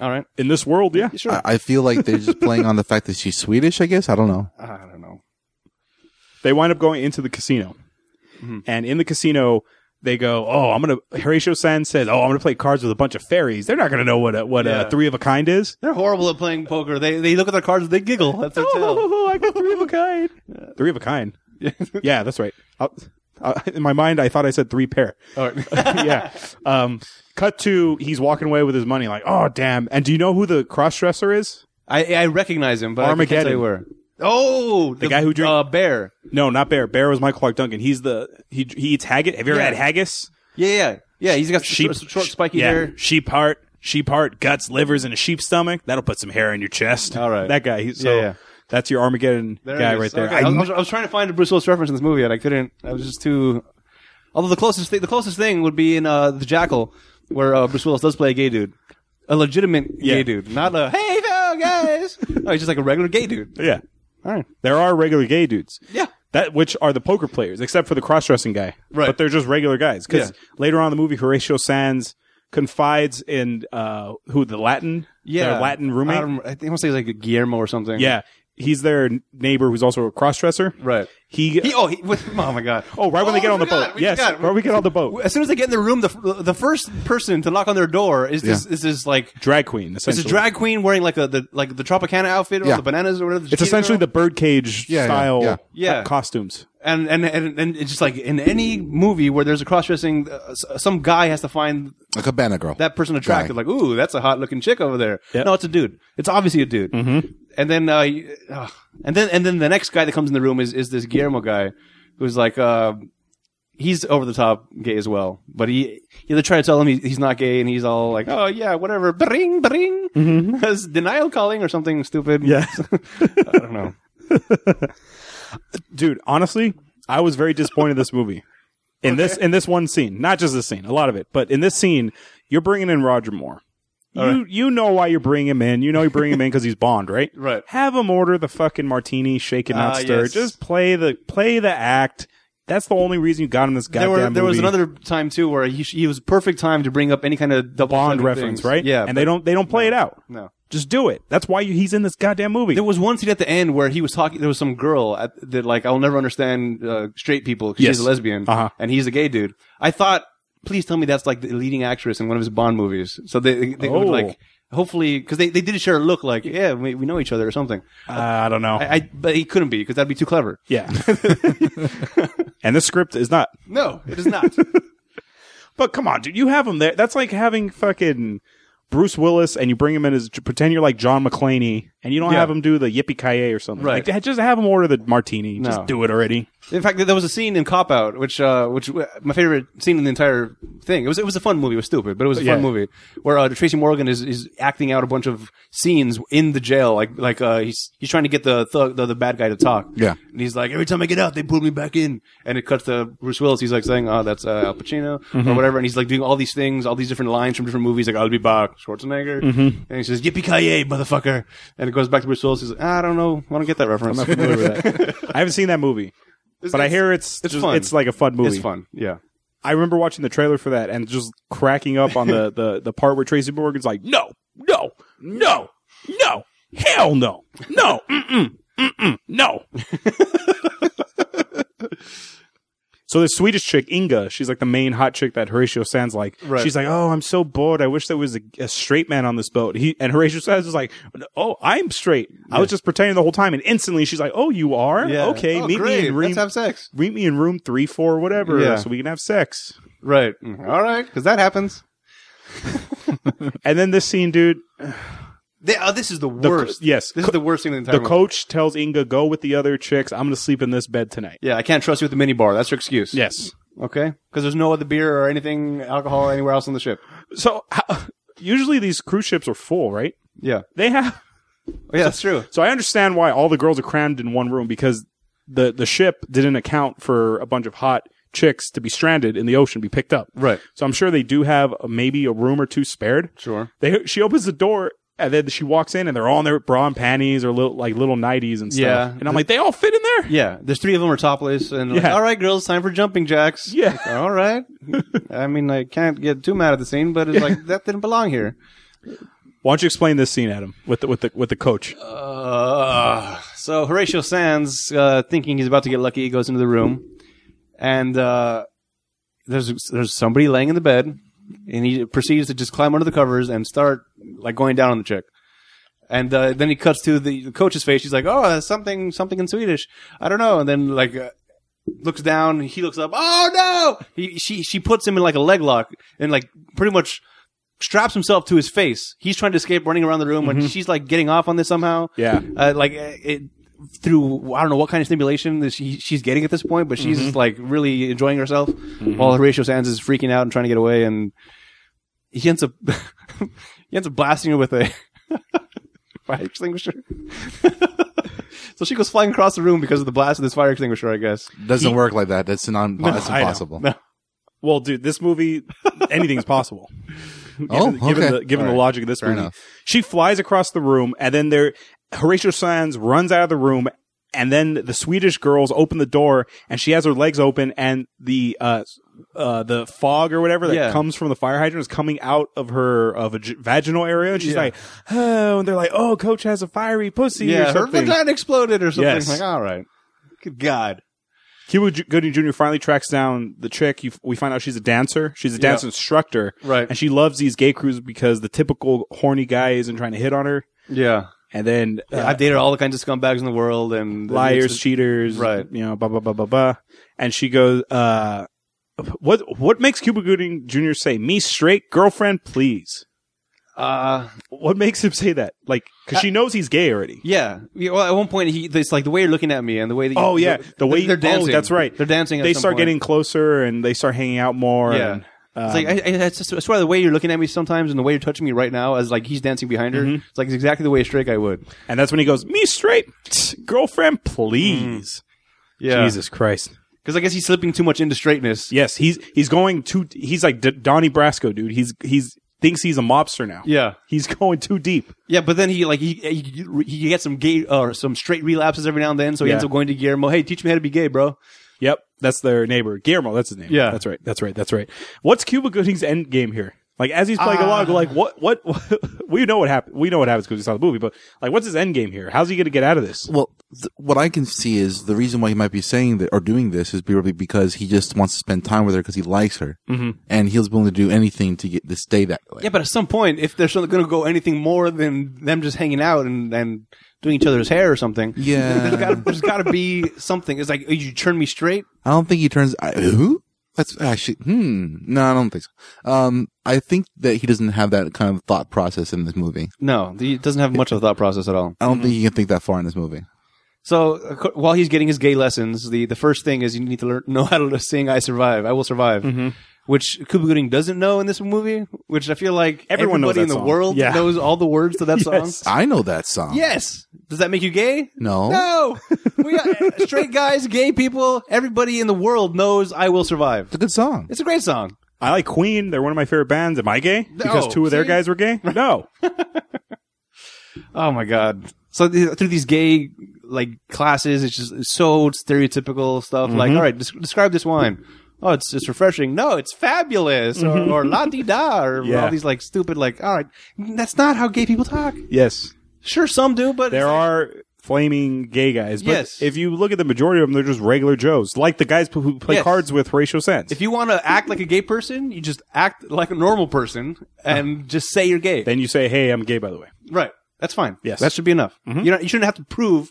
[SPEAKER 3] All right,
[SPEAKER 1] in this world, yeah,
[SPEAKER 3] sure.
[SPEAKER 2] I, I feel like they're just playing on the fact that she's Swedish, I guess. I don't know.
[SPEAKER 3] I don't know.
[SPEAKER 1] they wind up going into the casino,
[SPEAKER 3] Mm-hmm.
[SPEAKER 1] and in the casino. They go, oh, I'm gonna. Horatio Sands says, oh, I'm gonna play cards with a bunch of fairies. They're not gonna know what a, what
[SPEAKER 3] Yeah.
[SPEAKER 1] a three of a kind is.
[SPEAKER 3] They're horrible at playing poker. They they look at their cards, they giggle. That's their [laughs] tale.
[SPEAKER 1] Oh, I got three of a kind. [laughs] Three of a kind. [laughs] yeah, that's right. I, I, in my mind, I thought I said three pair. [laughs]
[SPEAKER 3] All right.
[SPEAKER 1] yeah. Um, cut to he's walking away with his money, like, oh damn. And do you know who the crossdresser is?
[SPEAKER 3] I I recognize him, but I can't tell
[SPEAKER 1] Armageddon.
[SPEAKER 3] you where. Oh, the,
[SPEAKER 1] guy who drink-
[SPEAKER 3] uh, bear.
[SPEAKER 1] No, not Bear. Bear was Michael Clark Duncan. He's the he he eats haggis. Have you ever
[SPEAKER 3] Yeah.
[SPEAKER 1] had haggis?
[SPEAKER 3] Yeah, yeah, yeah. He's got
[SPEAKER 1] Sheep,
[SPEAKER 3] short, short
[SPEAKER 1] sh-
[SPEAKER 3] spiky
[SPEAKER 1] yeah,
[SPEAKER 3] hair.
[SPEAKER 1] Sheep heart, sheep heart, guts, livers, and a sheep stomach. That'll put some hair in your chest.
[SPEAKER 3] All right.
[SPEAKER 1] that guy. He's, so
[SPEAKER 3] Yeah, yeah.
[SPEAKER 1] that's your Armageddon
[SPEAKER 3] There it
[SPEAKER 1] guy
[SPEAKER 3] is.
[SPEAKER 1] right there.
[SPEAKER 3] Okay.
[SPEAKER 1] I
[SPEAKER 3] I, was, I was trying to find a Bruce Willis reference in this movie, and I couldn't. I was just too. Although the closest thing, the closest thing would be in uh, the Jackal, where uh, Bruce Willis does play a gay dude, a legitimate
[SPEAKER 1] Yeah.
[SPEAKER 3] gay dude, not a hey yo,
[SPEAKER 1] [laughs]
[SPEAKER 3] guys. no, he's just like a regular gay dude.
[SPEAKER 1] Yeah.
[SPEAKER 3] All right.
[SPEAKER 1] There are regular gay dudes.
[SPEAKER 3] Yeah.
[SPEAKER 1] That which are the poker players, except for the cross dressing guy.
[SPEAKER 3] Right.
[SPEAKER 1] But they're just regular guys. Because
[SPEAKER 3] Yeah.
[SPEAKER 1] later on in the movie, Horatio Sands confides in uh who the Latin
[SPEAKER 3] Yeah,
[SPEAKER 1] their Latin roommate.
[SPEAKER 3] I, don't- I think I want to say it's like Guillermo or something.
[SPEAKER 1] yeah. He's their neighbor who's also a cross dresser.
[SPEAKER 3] Right.
[SPEAKER 1] He,
[SPEAKER 3] He, oh, he, with, oh my god.
[SPEAKER 1] Oh, right when they get
[SPEAKER 3] we
[SPEAKER 1] on the
[SPEAKER 3] forgot,
[SPEAKER 1] boat.
[SPEAKER 3] we
[SPEAKER 1] yes.
[SPEAKER 3] forgot.
[SPEAKER 1] Right when we get on the boat.
[SPEAKER 3] As soon as they get in the room, the f- the first person to knock on their door is this is this like
[SPEAKER 1] Drag queen,
[SPEAKER 3] it's
[SPEAKER 1] essentially.
[SPEAKER 3] a drag queen wearing like a the like the Tropicana outfit or
[SPEAKER 2] Yeah.
[SPEAKER 3] the bananas or whatever.
[SPEAKER 1] It's essentially the birdcage
[SPEAKER 2] Yeah, yeah,
[SPEAKER 1] style
[SPEAKER 2] yeah.
[SPEAKER 3] Yeah.
[SPEAKER 1] costumes.
[SPEAKER 3] and and and, and it's just like in any movie where there's a cross dressing, uh, s- some guy has to find
[SPEAKER 2] A cabana girl.
[SPEAKER 3] that person attractive. Like, ooh, that's a hot looking chick over there.
[SPEAKER 1] Yep.
[SPEAKER 3] No, it's a dude. It's obviously a dude. Mm-hmm. And then, uh, you- ugh. and then, and then the next guy that comes in the room is is this Guillermo guy, who's like, uh, he's over the top gay as well. But he, yeah, they try to tell him he, he's not gay, and he's all like, oh yeah, whatever, bring, bring, as [laughs] denial calling or something stupid. [laughs] I don't know.
[SPEAKER 1] Dude, honestly, I was very disappointed in this movie. In this in this one scene, not just this scene, a lot of it, but in this scene, you're bringing in Roger Moore. You you know why you're bringing him in. You know you bring him in because he's Bond, right?
[SPEAKER 3] Right.
[SPEAKER 1] Have him order the fucking martini, shaken not
[SPEAKER 3] Ah,
[SPEAKER 1] stirred.
[SPEAKER 3] yes.
[SPEAKER 1] Just play the play the act. That's the only reason you got him this
[SPEAKER 3] There,
[SPEAKER 1] goddamn
[SPEAKER 3] were, there was
[SPEAKER 1] movie.
[SPEAKER 3] another time too where he, he was perfect time to bring up any kind of double
[SPEAKER 1] Bond
[SPEAKER 3] standard
[SPEAKER 1] reference,
[SPEAKER 3] things.
[SPEAKER 1] right?
[SPEAKER 3] Yeah,
[SPEAKER 1] and they don't they don't play it out.
[SPEAKER 3] no.
[SPEAKER 1] Just do it. That's why you, he's in this goddamn movie.
[SPEAKER 3] There was one scene at the end where he was talking. There was some girl at, that like I'll never understand uh, straight people because
[SPEAKER 1] Yes.
[SPEAKER 3] she's a lesbian
[SPEAKER 1] Uh-huh.
[SPEAKER 3] and he's a gay dude. I thought, please tell me that's like the leading actress in one of his Bond movies. So they they, they would
[SPEAKER 1] Oh.
[SPEAKER 3] like hopefully because they, they did share a look like yeah we, we know each other or something.
[SPEAKER 1] Ah, I don't know.
[SPEAKER 3] I, I but he couldn't be because that'd be too clever.
[SPEAKER 1] yeah. [laughs] and this script is not.
[SPEAKER 3] No, it is not.
[SPEAKER 1] But come on, dude, you have him there. That's like having fucking Bruce Willis and you bring him in as pretend you're like John McClaney and you don't
[SPEAKER 3] Yeah.
[SPEAKER 1] have him do the yippee ki or something.
[SPEAKER 3] Right.
[SPEAKER 1] Like, just have him order the martini.
[SPEAKER 3] No.
[SPEAKER 1] Just do it already.
[SPEAKER 3] in fact, there was a scene in Cop Out which uh which uh, my favorite scene in the entire thing. It was it was a fun movie. It was stupid, but it was a fun
[SPEAKER 1] Yeah.
[SPEAKER 3] movie where uh, Tracy Morgan is, is acting out a bunch of scenes in the jail. Like like uh, he's he's trying to get the thug the, the bad guy to talk.
[SPEAKER 2] Yeah.
[SPEAKER 3] and he's like, every time I get out, they put me back in. And it cuts to Bruce Willis. He's like saying, "Oh, that's uh, Al Pacino
[SPEAKER 1] Mm-hmm.
[SPEAKER 3] or whatever," and he's like doing all these things, all these different lines from different movies. Like I'll be back, Schwarzenegger,
[SPEAKER 1] Mm-hmm.
[SPEAKER 3] and he says, "Yippee ki yay, motherfucker!" And it goes back to Bruce Willis. He's like, "I don't know, I don't get that reference." [laughs]
[SPEAKER 1] I haven't seen that movie. but I hear it's
[SPEAKER 3] it's
[SPEAKER 1] just-
[SPEAKER 3] fun.
[SPEAKER 1] it's like a fun movie.
[SPEAKER 3] it's fun. Yeah.
[SPEAKER 1] I remember watching the trailer for that and just cracking up on
[SPEAKER 3] [laughs]
[SPEAKER 1] the, the, the part where Tracy Morgan's like, no, no, no, no, hell no, no, mm-mm, mm-mm,
[SPEAKER 3] [laughs]
[SPEAKER 1] no. so the Swedish chick, Inga, she's like the main hot chick that Horatio Sands like.
[SPEAKER 3] Right.
[SPEAKER 1] She's like, oh, I'm so bored. I wish there was a, a straight man on this boat. He And Horatio Sands is like, oh, I'm straight. I was just pretending the whole time. And instantly she's like, oh, you are? Okay,
[SPEAKER 3] Oh,
[SPEAKER 1] meet,
[SPEAKER 3] great.
[SPEAKER 1] me in room,
[SPEAKER 3] Let's have sex.
[SPEAKER 1] meet me in room three, four, whatever,
[SPEAKER 3] Yeah.
[SPEAKER 1] so we can have sex.
[SPEAKER 3] Right. Mm-hmm. All right, because that happens.
[SPEAKER 1] And then this scene, dude,
[SPEAKER 3] They, oh, this is the
[SPEAKER 1] the-
[SPEAKER 3] worst.
[SPEAKER 1] yes,
[SPEAKER 3] This
[SPEAKER 1] co-
[SPEAKER 3] is the worst thing in the
[SPEAKER 1] the
[SPEAKER 3] entire movie.
[SPEAKER 1] coach tells Inga, "Go with the other chicks. I'm going to sleep in this bed tonight."
[SPEAKER 3] Yeah, I can't trust you with the minibar. That's your excuse.
[SPEAKER 1] Yes.
[SPEAKER 3] Okay? Because there's no other beer or anything, alcohol anywhere else on the ship.
[SPEAKER 1] So how, usually these cruise ships are full, right?
[SPEAKER 3] Yeah.
[SPEAKER 1] They have.
[SPEAKER 3] Oh, Yeah, that's true.
[SPEAKER 1] So I understand why all the girls are crammed in one room because the the ship didn't account for a bunch of hot chicks to be stranded in the ocean, be picked up.
[SPEAKER 3] Right.
[SPEAKER 1] So I'm sure they do have a, maybe a room or two spared.
[SPEAKER 3] Sure.
[SPEAKER 1] They she opens the door. And then she walks in, and they're all in their bra and panties or little, like little nighties and stuff.
[SPEAKER 3] Yeah.
[SPEAKER 1] And I'm like, they all fit in there.
[SPEAKER 3] Yeah, there's three of them are topless, and like,
[SPEAKER 1] Yeah.
[SPEAKER 3] all right, girls, time for jumping jacks.
[SPEAKER 1] Yeah.
[SPEAKER 3] Like,
[SPEAKER 1] [laughs]
[SPEAKER 3] all right. I mean, I can't get too mad at the scene, but it's like that didn't belong here.
[SPEAKER 1] Why don't you explain this scene, Adam, with the with the with the coach?
[SPEAKER 3] Uh, so Horatio Sands, uh, thinking he's about to get lucky, goes into the room, and uh, there's there's somebody laying in the bed, and he proceeds to just climb under the covers and start like going down on the chick. And uh, then he cuts to the, the coach's face. He's like, "Oh, that's something, something in Swedish. I don't know." And then like uh, looks down. He looks up. Oh no! He, she she puts him in like a leg lock and like pretty much straps himself to his face. He's trying to escape, running around the room, and she's like getting off on this somehow.
[SPEAKER 1] Yeah.
[SPEAKER 3] uh, like uh, it through I don't know what kind of stimulation that she, she's getting at this point, but she's like really enjoying herself while Horatio Sands is freaking out and trying to get away, and he ends up [laughs] he ends up blasting her with a. [laughs] Fire extinguisher. [laughs] so she goes flying across the room because of the blast of this fire extinguisher, I guess.
[SPEAKER 2] Doesn't work like that. That's not.
[SPEAKER 3] No,
[SPEAKER 2] that's
[SPEAKER 3] I know.
[SPEAKER 2] impossible.
[SPEAKER 3] No.
[SPEAKER 1] Well, dude, this movie, anything's possible.
[SPEAKER 2] Oh,
[SPEAKER 1] given, given
[SPEAKER 2] okay.
[SPEAKER 1] the given
[SPEAKER 2] All
[SPEAKER 1] the
[SPEAKER 2] right.
[SPEAKER 1] logic of this
[SPEAKER 2] Fair
[SPEAKER 1] movie,
[SPEAKER 2] enough.
[SPEAKER 1] she flies across the room, and then there, Horatio Sands runs out of the room, and then the Swedish girls open the door, and she has her legs open, and the uh, uh, the fog or whatever that
[SPEAKER 3] Yeah.
[SPEAKER 1] comes from the fire hydrant is coming out of her of a vaginal area, and she's
[SPEAKER 3] Yeah.
[SPEAKER 1] like, oh, and they're like, oh, Coach has a fiery pussy
[SPEAKER 3] yeah,
[SPEAKER 1] or
[SPEAKER 3] her
[SPEAKER 1] something.
[SPEAKER 3] vagina exploded or something.
[SPEAKER 1] Yes.
[SPEAKER 3] Like, all right, good God.
[SPEAKER 1] Cuba Ju- Gooding Jr. finally tracks down the chick. You, we find out she's a dancer. She's a dance instructor.
[SPEAKER 3] Right.
[SPEAKER 1] And she loves these gay crews because the typical horny guy isn't trying to hit on her.
[SPEAKER 3] Yeah.
[SPEAKER 1] And then uh,
[SPEAKER 3] I've dated all the kinds of scumbags in the world and
[SPEAKER 1] liars, cheaters,
[SPEAKER 3] Right.
[SPEAKER 1] You know, blah blah blah blah blah. And she goes, uh, "What what makes Cuba Gooding Jr. say me straight girlfriend, please?"
[SPEAKER 3] Uh,
[SPEAKER 1] What makes him say that? Like, because she knows he's gay already.
[SPEAKER 3] yeah. Yeah, Well, at one point, he it's like the way you're looking at me and the way that you,
[SPEAKER 1] Oh, yeah. The way you-
[SPEAKER 3] they're
[SPEAKER 1] oh,
[SPEAKER 3] dancing.
[SPEAKER 1] that's right.
[SPEAKER 3] They're dancing. At
[SPEAKER 1] They
[SPEAKER 3] some
[SPEAKER 1] start
[SPEAKER 3] point.
[SPEAKER 1] getting closer and they start hanging out more.
[SPEAKER 3] Yeah.
[SPEAKER 1] And,
[SPEAKER 3] It's like I, I, I just- I swear the way you're looking at me sometimes and the way you're touching me right now as like he's dancing behind her. It's like it's exactly the way a straight guy would.
[SPEAKER 1] and that's when he goes, "Me straight girlfriend, please."
[SPEAKER 3] Mm, Yeah.
[SPEAKER 1] Jesus Christ.
[SPEAKER 3] Because I guess he's slipping too much into straightness.
[SPEAKER 1] Yes, he's he's going too. He's like D- Donnie Brasco, dude. He's he's thinks he's a mobster now.
[SPEAKER 3] Yeah.
[SPEAKER 1] he's [laughs] going too deep.
[SPEAKER 3] Yeah, but then he like he he, he gets some gay or some straight relapses every now and then, so he
[SPEAKER 1] Yeah.
[SPEAKER 3] ends up going to Guillermo. Hey, teach me how to be gay, bro.
[SPEAKER 1] Yep, that's their neighbor Guillermo. That's his name.
[SPEAKER 3] Yeah.
[SPEAKER 1] that's right. That's right. That's right. What's Cuba Gooding's end game here? Like as he's playing
[SPEAKER 3] Ah.
[SPEAKER 1] along, like what, what [laughs] we know what happened. We know what happens because we saw the movie. But like, what's his end game here? How's he going to get out of this?
[SPEAKER 2] Well, th- what I can see is the reason why he might be saying that or doing this is probably because he just wants to spend time with her because he likes her, mm-hmm. and he's willing to do anything to get to stay that way.
[SPEAKER 3] Yeah, but at some point, if they're going to go anything more than them just hanging out and, and doing each other's hair or something,
[SPEAKER 2] Yeah. [laughs]
[SPEAKER 3] there's gotta- there's got to be something. It's like "Oh, you turn me straight.
[SPEAKER 2] I don't think he turns. I, who? That's actually. Hmm. No, I don't think so. Um, I think that he doesn't have that kind of thought process in this movie.
[SPEAKER 3] No, he doesn't have much of a thought process at all.
[SPEAKER 2] I don't think he can think that far in this movie.
[SPEAKER 3] So uh, co- while he's getting his gay lessons, the, the first thing is you need to learn know how to sing "I Survive, I Will Survive,"
[SPEAKER 1] Mm-hmm.
[SPEAKER 3] which Cuba Gooding doesn't know in this movie. Which I feel like
[SPEAKER 1] Everyone knows
[SPEAKER 3] everybody in
[SPEAKER 1] that
[SPEAKER 3] the
[SPEAKER 1] song.
[SPEAKER 3] world
[SPEAKER 1] Yeah.
[SPEAKER 3] knows all the words to that
[SPEAKER 1] [laughs]
[SPEAKER 3] song.
[SPEAKER 1] Yes.
[SPEAKER 2] I know that song.
[SPEAKER 3] Yes. Does that make you gay?
[SPEAKER 2] No.
[SPEAKER 3] No. we got uh, straight guys, gay people, everybody in the world knows "I Will Survive."
[SPEAKER 2] It's a good song.
[SPEAKER 3] It's a great song.
[SPEAKER 1] I like Queen. They're one of my favorite bands. Am I gay? Because two of their
[SPEAKER 3] See?
[SPEAKER 1] guys were
[SPEAKER 3] [laughs]
[SPEAKER 1] gay. No.
[SPEAKER 3] Oh my god! So th- through these gay like classes, it's just it's so stereotypical stuff. Like, all right, des- describe this wine. Oh, it's it's refreshing. No, it's fabulous, or, or la di da, or
[SPEAKER 1] Yeah.
[SPEAKER 3] all these like stupid like. All right, that's not how gay people talk.
[SPEAKER 1] yes.
[SPEAKER 3] Sure, some do, but
[SPEAKER 1] There are flaming gay guys, but
[SPEAKER 3] Yes.
[SPEAKER 1] if you look at the majority of them, they're just regular Joes, like the guys who play
[SPEAKER 3] Yes.
[SPEAKER 1] cards with Horatio Sands.
[SPEAKER 3] If you want to act like a gay person, you just act like a normal person and just say you're gay.
[SPEAKER 1] then you say, "Hey, I'm gay," by the way.
[SPEAKER 3] Right. That's fine.
[SPEAKER 1] Yes.
[SPEAKER 3] That should be enough. You know, you shouldn't have to prove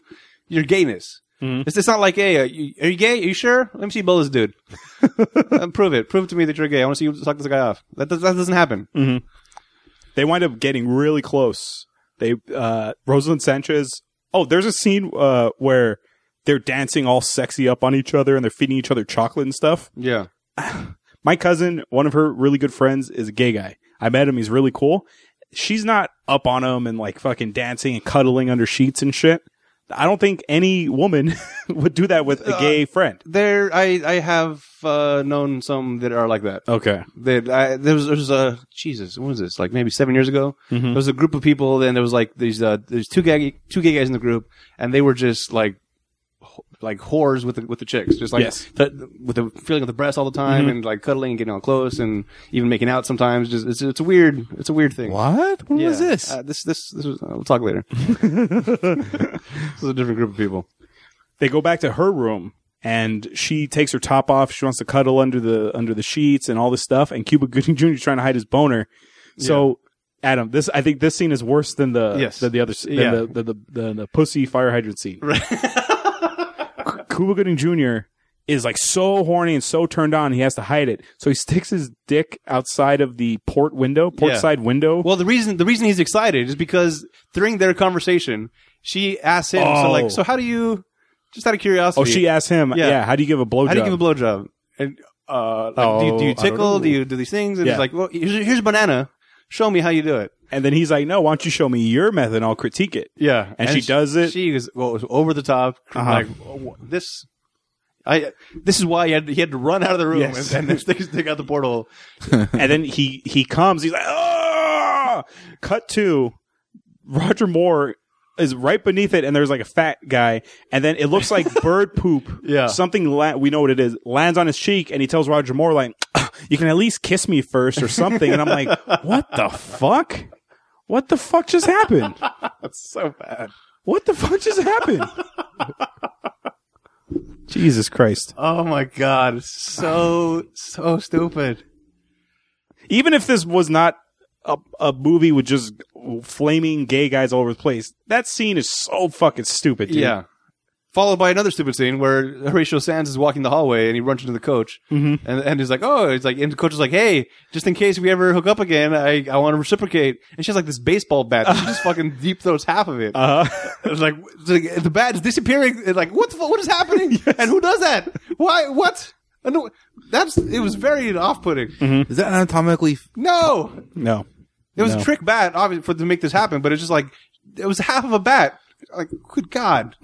[SPEAKER 3] your gayness. It's, it's not like, hey, are you, are you gay? Are you sure? Let me see Bola's dude. Uh, prove it. Prove to me that you're gay. I want to see you suck this guy off. That, does, that doesn't happen.
[SPEAKER 1] they wind up getting really close. They uh Rosalind Sanchez. Oh, there's a scene uh where they're dancing all sexy up on each other and they're feeding each other chocolate and stuff.
[SPEAKER 3] Yeah.
[SPEAKER 1] My cousin, one of her really good friends, is a gay guy. I met him. He's really cool. She's not up on him and like fucking dancing and cuddling under sheets and shit. I don't think any woman [laughs] would do that with a gay friend.
[SPEAKER 3] There, I, I have uh, known some that are like that.
[SPEAKER 1] Okay.
[SPEAKER 3] that I, there was there was a Jesus, when was this? Like maybe seven years ago.
[SPEAKER 2] Mm-hmm.
[SPEAKER 3] There was a group of people, and there was like these uh, there's two gay two gay guys in the group, and they were just like wh- like whores with the, with the chicks, just like
[SPEAKER 1] Yes.
[SPEAKER 3] th- with the feeling of the breast all the time,
[SPEAKER 2] Mm-hmm.
[SPEAKER 3] and like cuddling and getting all close, and even making out sometimes. Just it's, it's a weird it's a weird thing.
[SPEAKER 2] What? When
[SPEAKER 3] Yeah.
[SPEAKER 2] was this?
[SPEAKER 3] Uh, this this this was. We'll talk later. [laughs] this is a different group of people.
[SPEAKER 1] they go back to her room and she takes her top off. She wants to cuddle under the under the sheets and all this stuff. And Cuba [laughs] Gooding Jr. is trying to hide his boner. So Adam, this I think this scene is worse than the
[SPEAKER 3] Yes.
[SPEAKER 1] than the other s- than
[SPEAKER 3] Yeah.
[SPEAKER 1] the, the, the, the the pussy fire hydrant scene. [laughs] Cuba Gooding Jr. is like so horny and so turned on he has to hide it. So he sticks his dick outside of the port window, port
[SPEAKER 3] Yeah.
[SPEAKER 1] side window.
[SPEAKER 3] Well, the reason the reason he's excited is because during their conversation, she asks him, "So
[SPEAKER 1] Oh.
[SPEAKER 3] like, so how do you?" Just out of curiosity,
[SPEAKER 1] oh, she asked him, yeah.
[SPEAKER 3] Yeah.
[SPEAKER 1] how do you give a blowjob?"
[SPEAKER 3] how do you give a blowjob? And uh, like, do, you, do
[SPEAKER 1] Oh, I
[SPEAKER 3] you
[SPEAKER 1] don't
[SPEAKER 3] tickle?
[SPEAKER 1] know.
[SPEAKER 3] Do you do these things? And
[SPEAKER 1] Yeah.
[SPEAKER 3] he's like, "Well, here's, here's a banana. Show me how you do it."
[SPEAKER 1] and then he's like, "No, why don't you show me your method and I'll critique it."
[SPEAKER 3] Yeah,
[SPEAKER 1] And she does it?
[SPEAKER 3] She is well, it was over the top.
[SPEAKER 1] Uh-huh.
[SPEAKER 3] Like "Oh, wh- this. I this is why he had, he had to run out of the room
[SPEAKER 1] Yes.
[SPEAKER 3] and, and stick, stick out
[SPEAKER 1] [laughs]
[SPEAKER 3] the portal.
[SPEAKER 1] and then he he comes. He's like, ah! Cut to Roger Moore is right beneath it, and there's like a fat guy, and then it looks like bird poop.
[SPEAKER 3] Yeah.
[SPEAKER 1] something la- we know what it is lands on his cheek, and he tells Roger Moore like, "Ah, "You can at least kiss me first or something." And I'm like, "What the fuck? What the fuck just happened?
[SPEAKER 3] That's so bad.
[SPEAKER 1] What the fuck just happened?" Jesus Christ.
[SPEAKER 3] Oh my god, it's so so stupid.
[SPEAKER 1] even if this was not a, a movie with just flaming gay guys all over the place, that scene is so fucking stupid, dude.
[SPEAKER 3] Yeah. Followed by another stupid scene where Horatio Sands is walking the hallway and he runs into the coach
[SPEAKER 1] Mm-hmm.
[SPEAKER 3] and, and he's like, oh, it's like, and the coach is like, hey, just in case we ever hook up again, I, I want to reciprocate. And she has like this baseball bat.
[SPEAKER 1] [laughs]
[SPEAKER 3] She just fucking deep throws half of it.
[SPEAKER 1] Uh-huh.
[SPEAKER 3] [laughs] It's like, it's like, the bat is disappearing. It's like what the fu- what
[SPEAKER 1] [laughs]
[SPEAKER 3] is happening? And who does that? Why? What? And wh- that's it was very off-putting.
[SPEAKER 1] Mm-hmm.
[SPEAKER 2] Mm-hmm. Is that anatomically? f-
[SPEAKER 3] No,
[SPEAKER 1] No.
[SPEAKER 3] it was
[SPEAKER 1] No.
[SPEAKER 3] a trick bat, obviously, for to make this happen. But it's just like it was half of a bat. Like good God,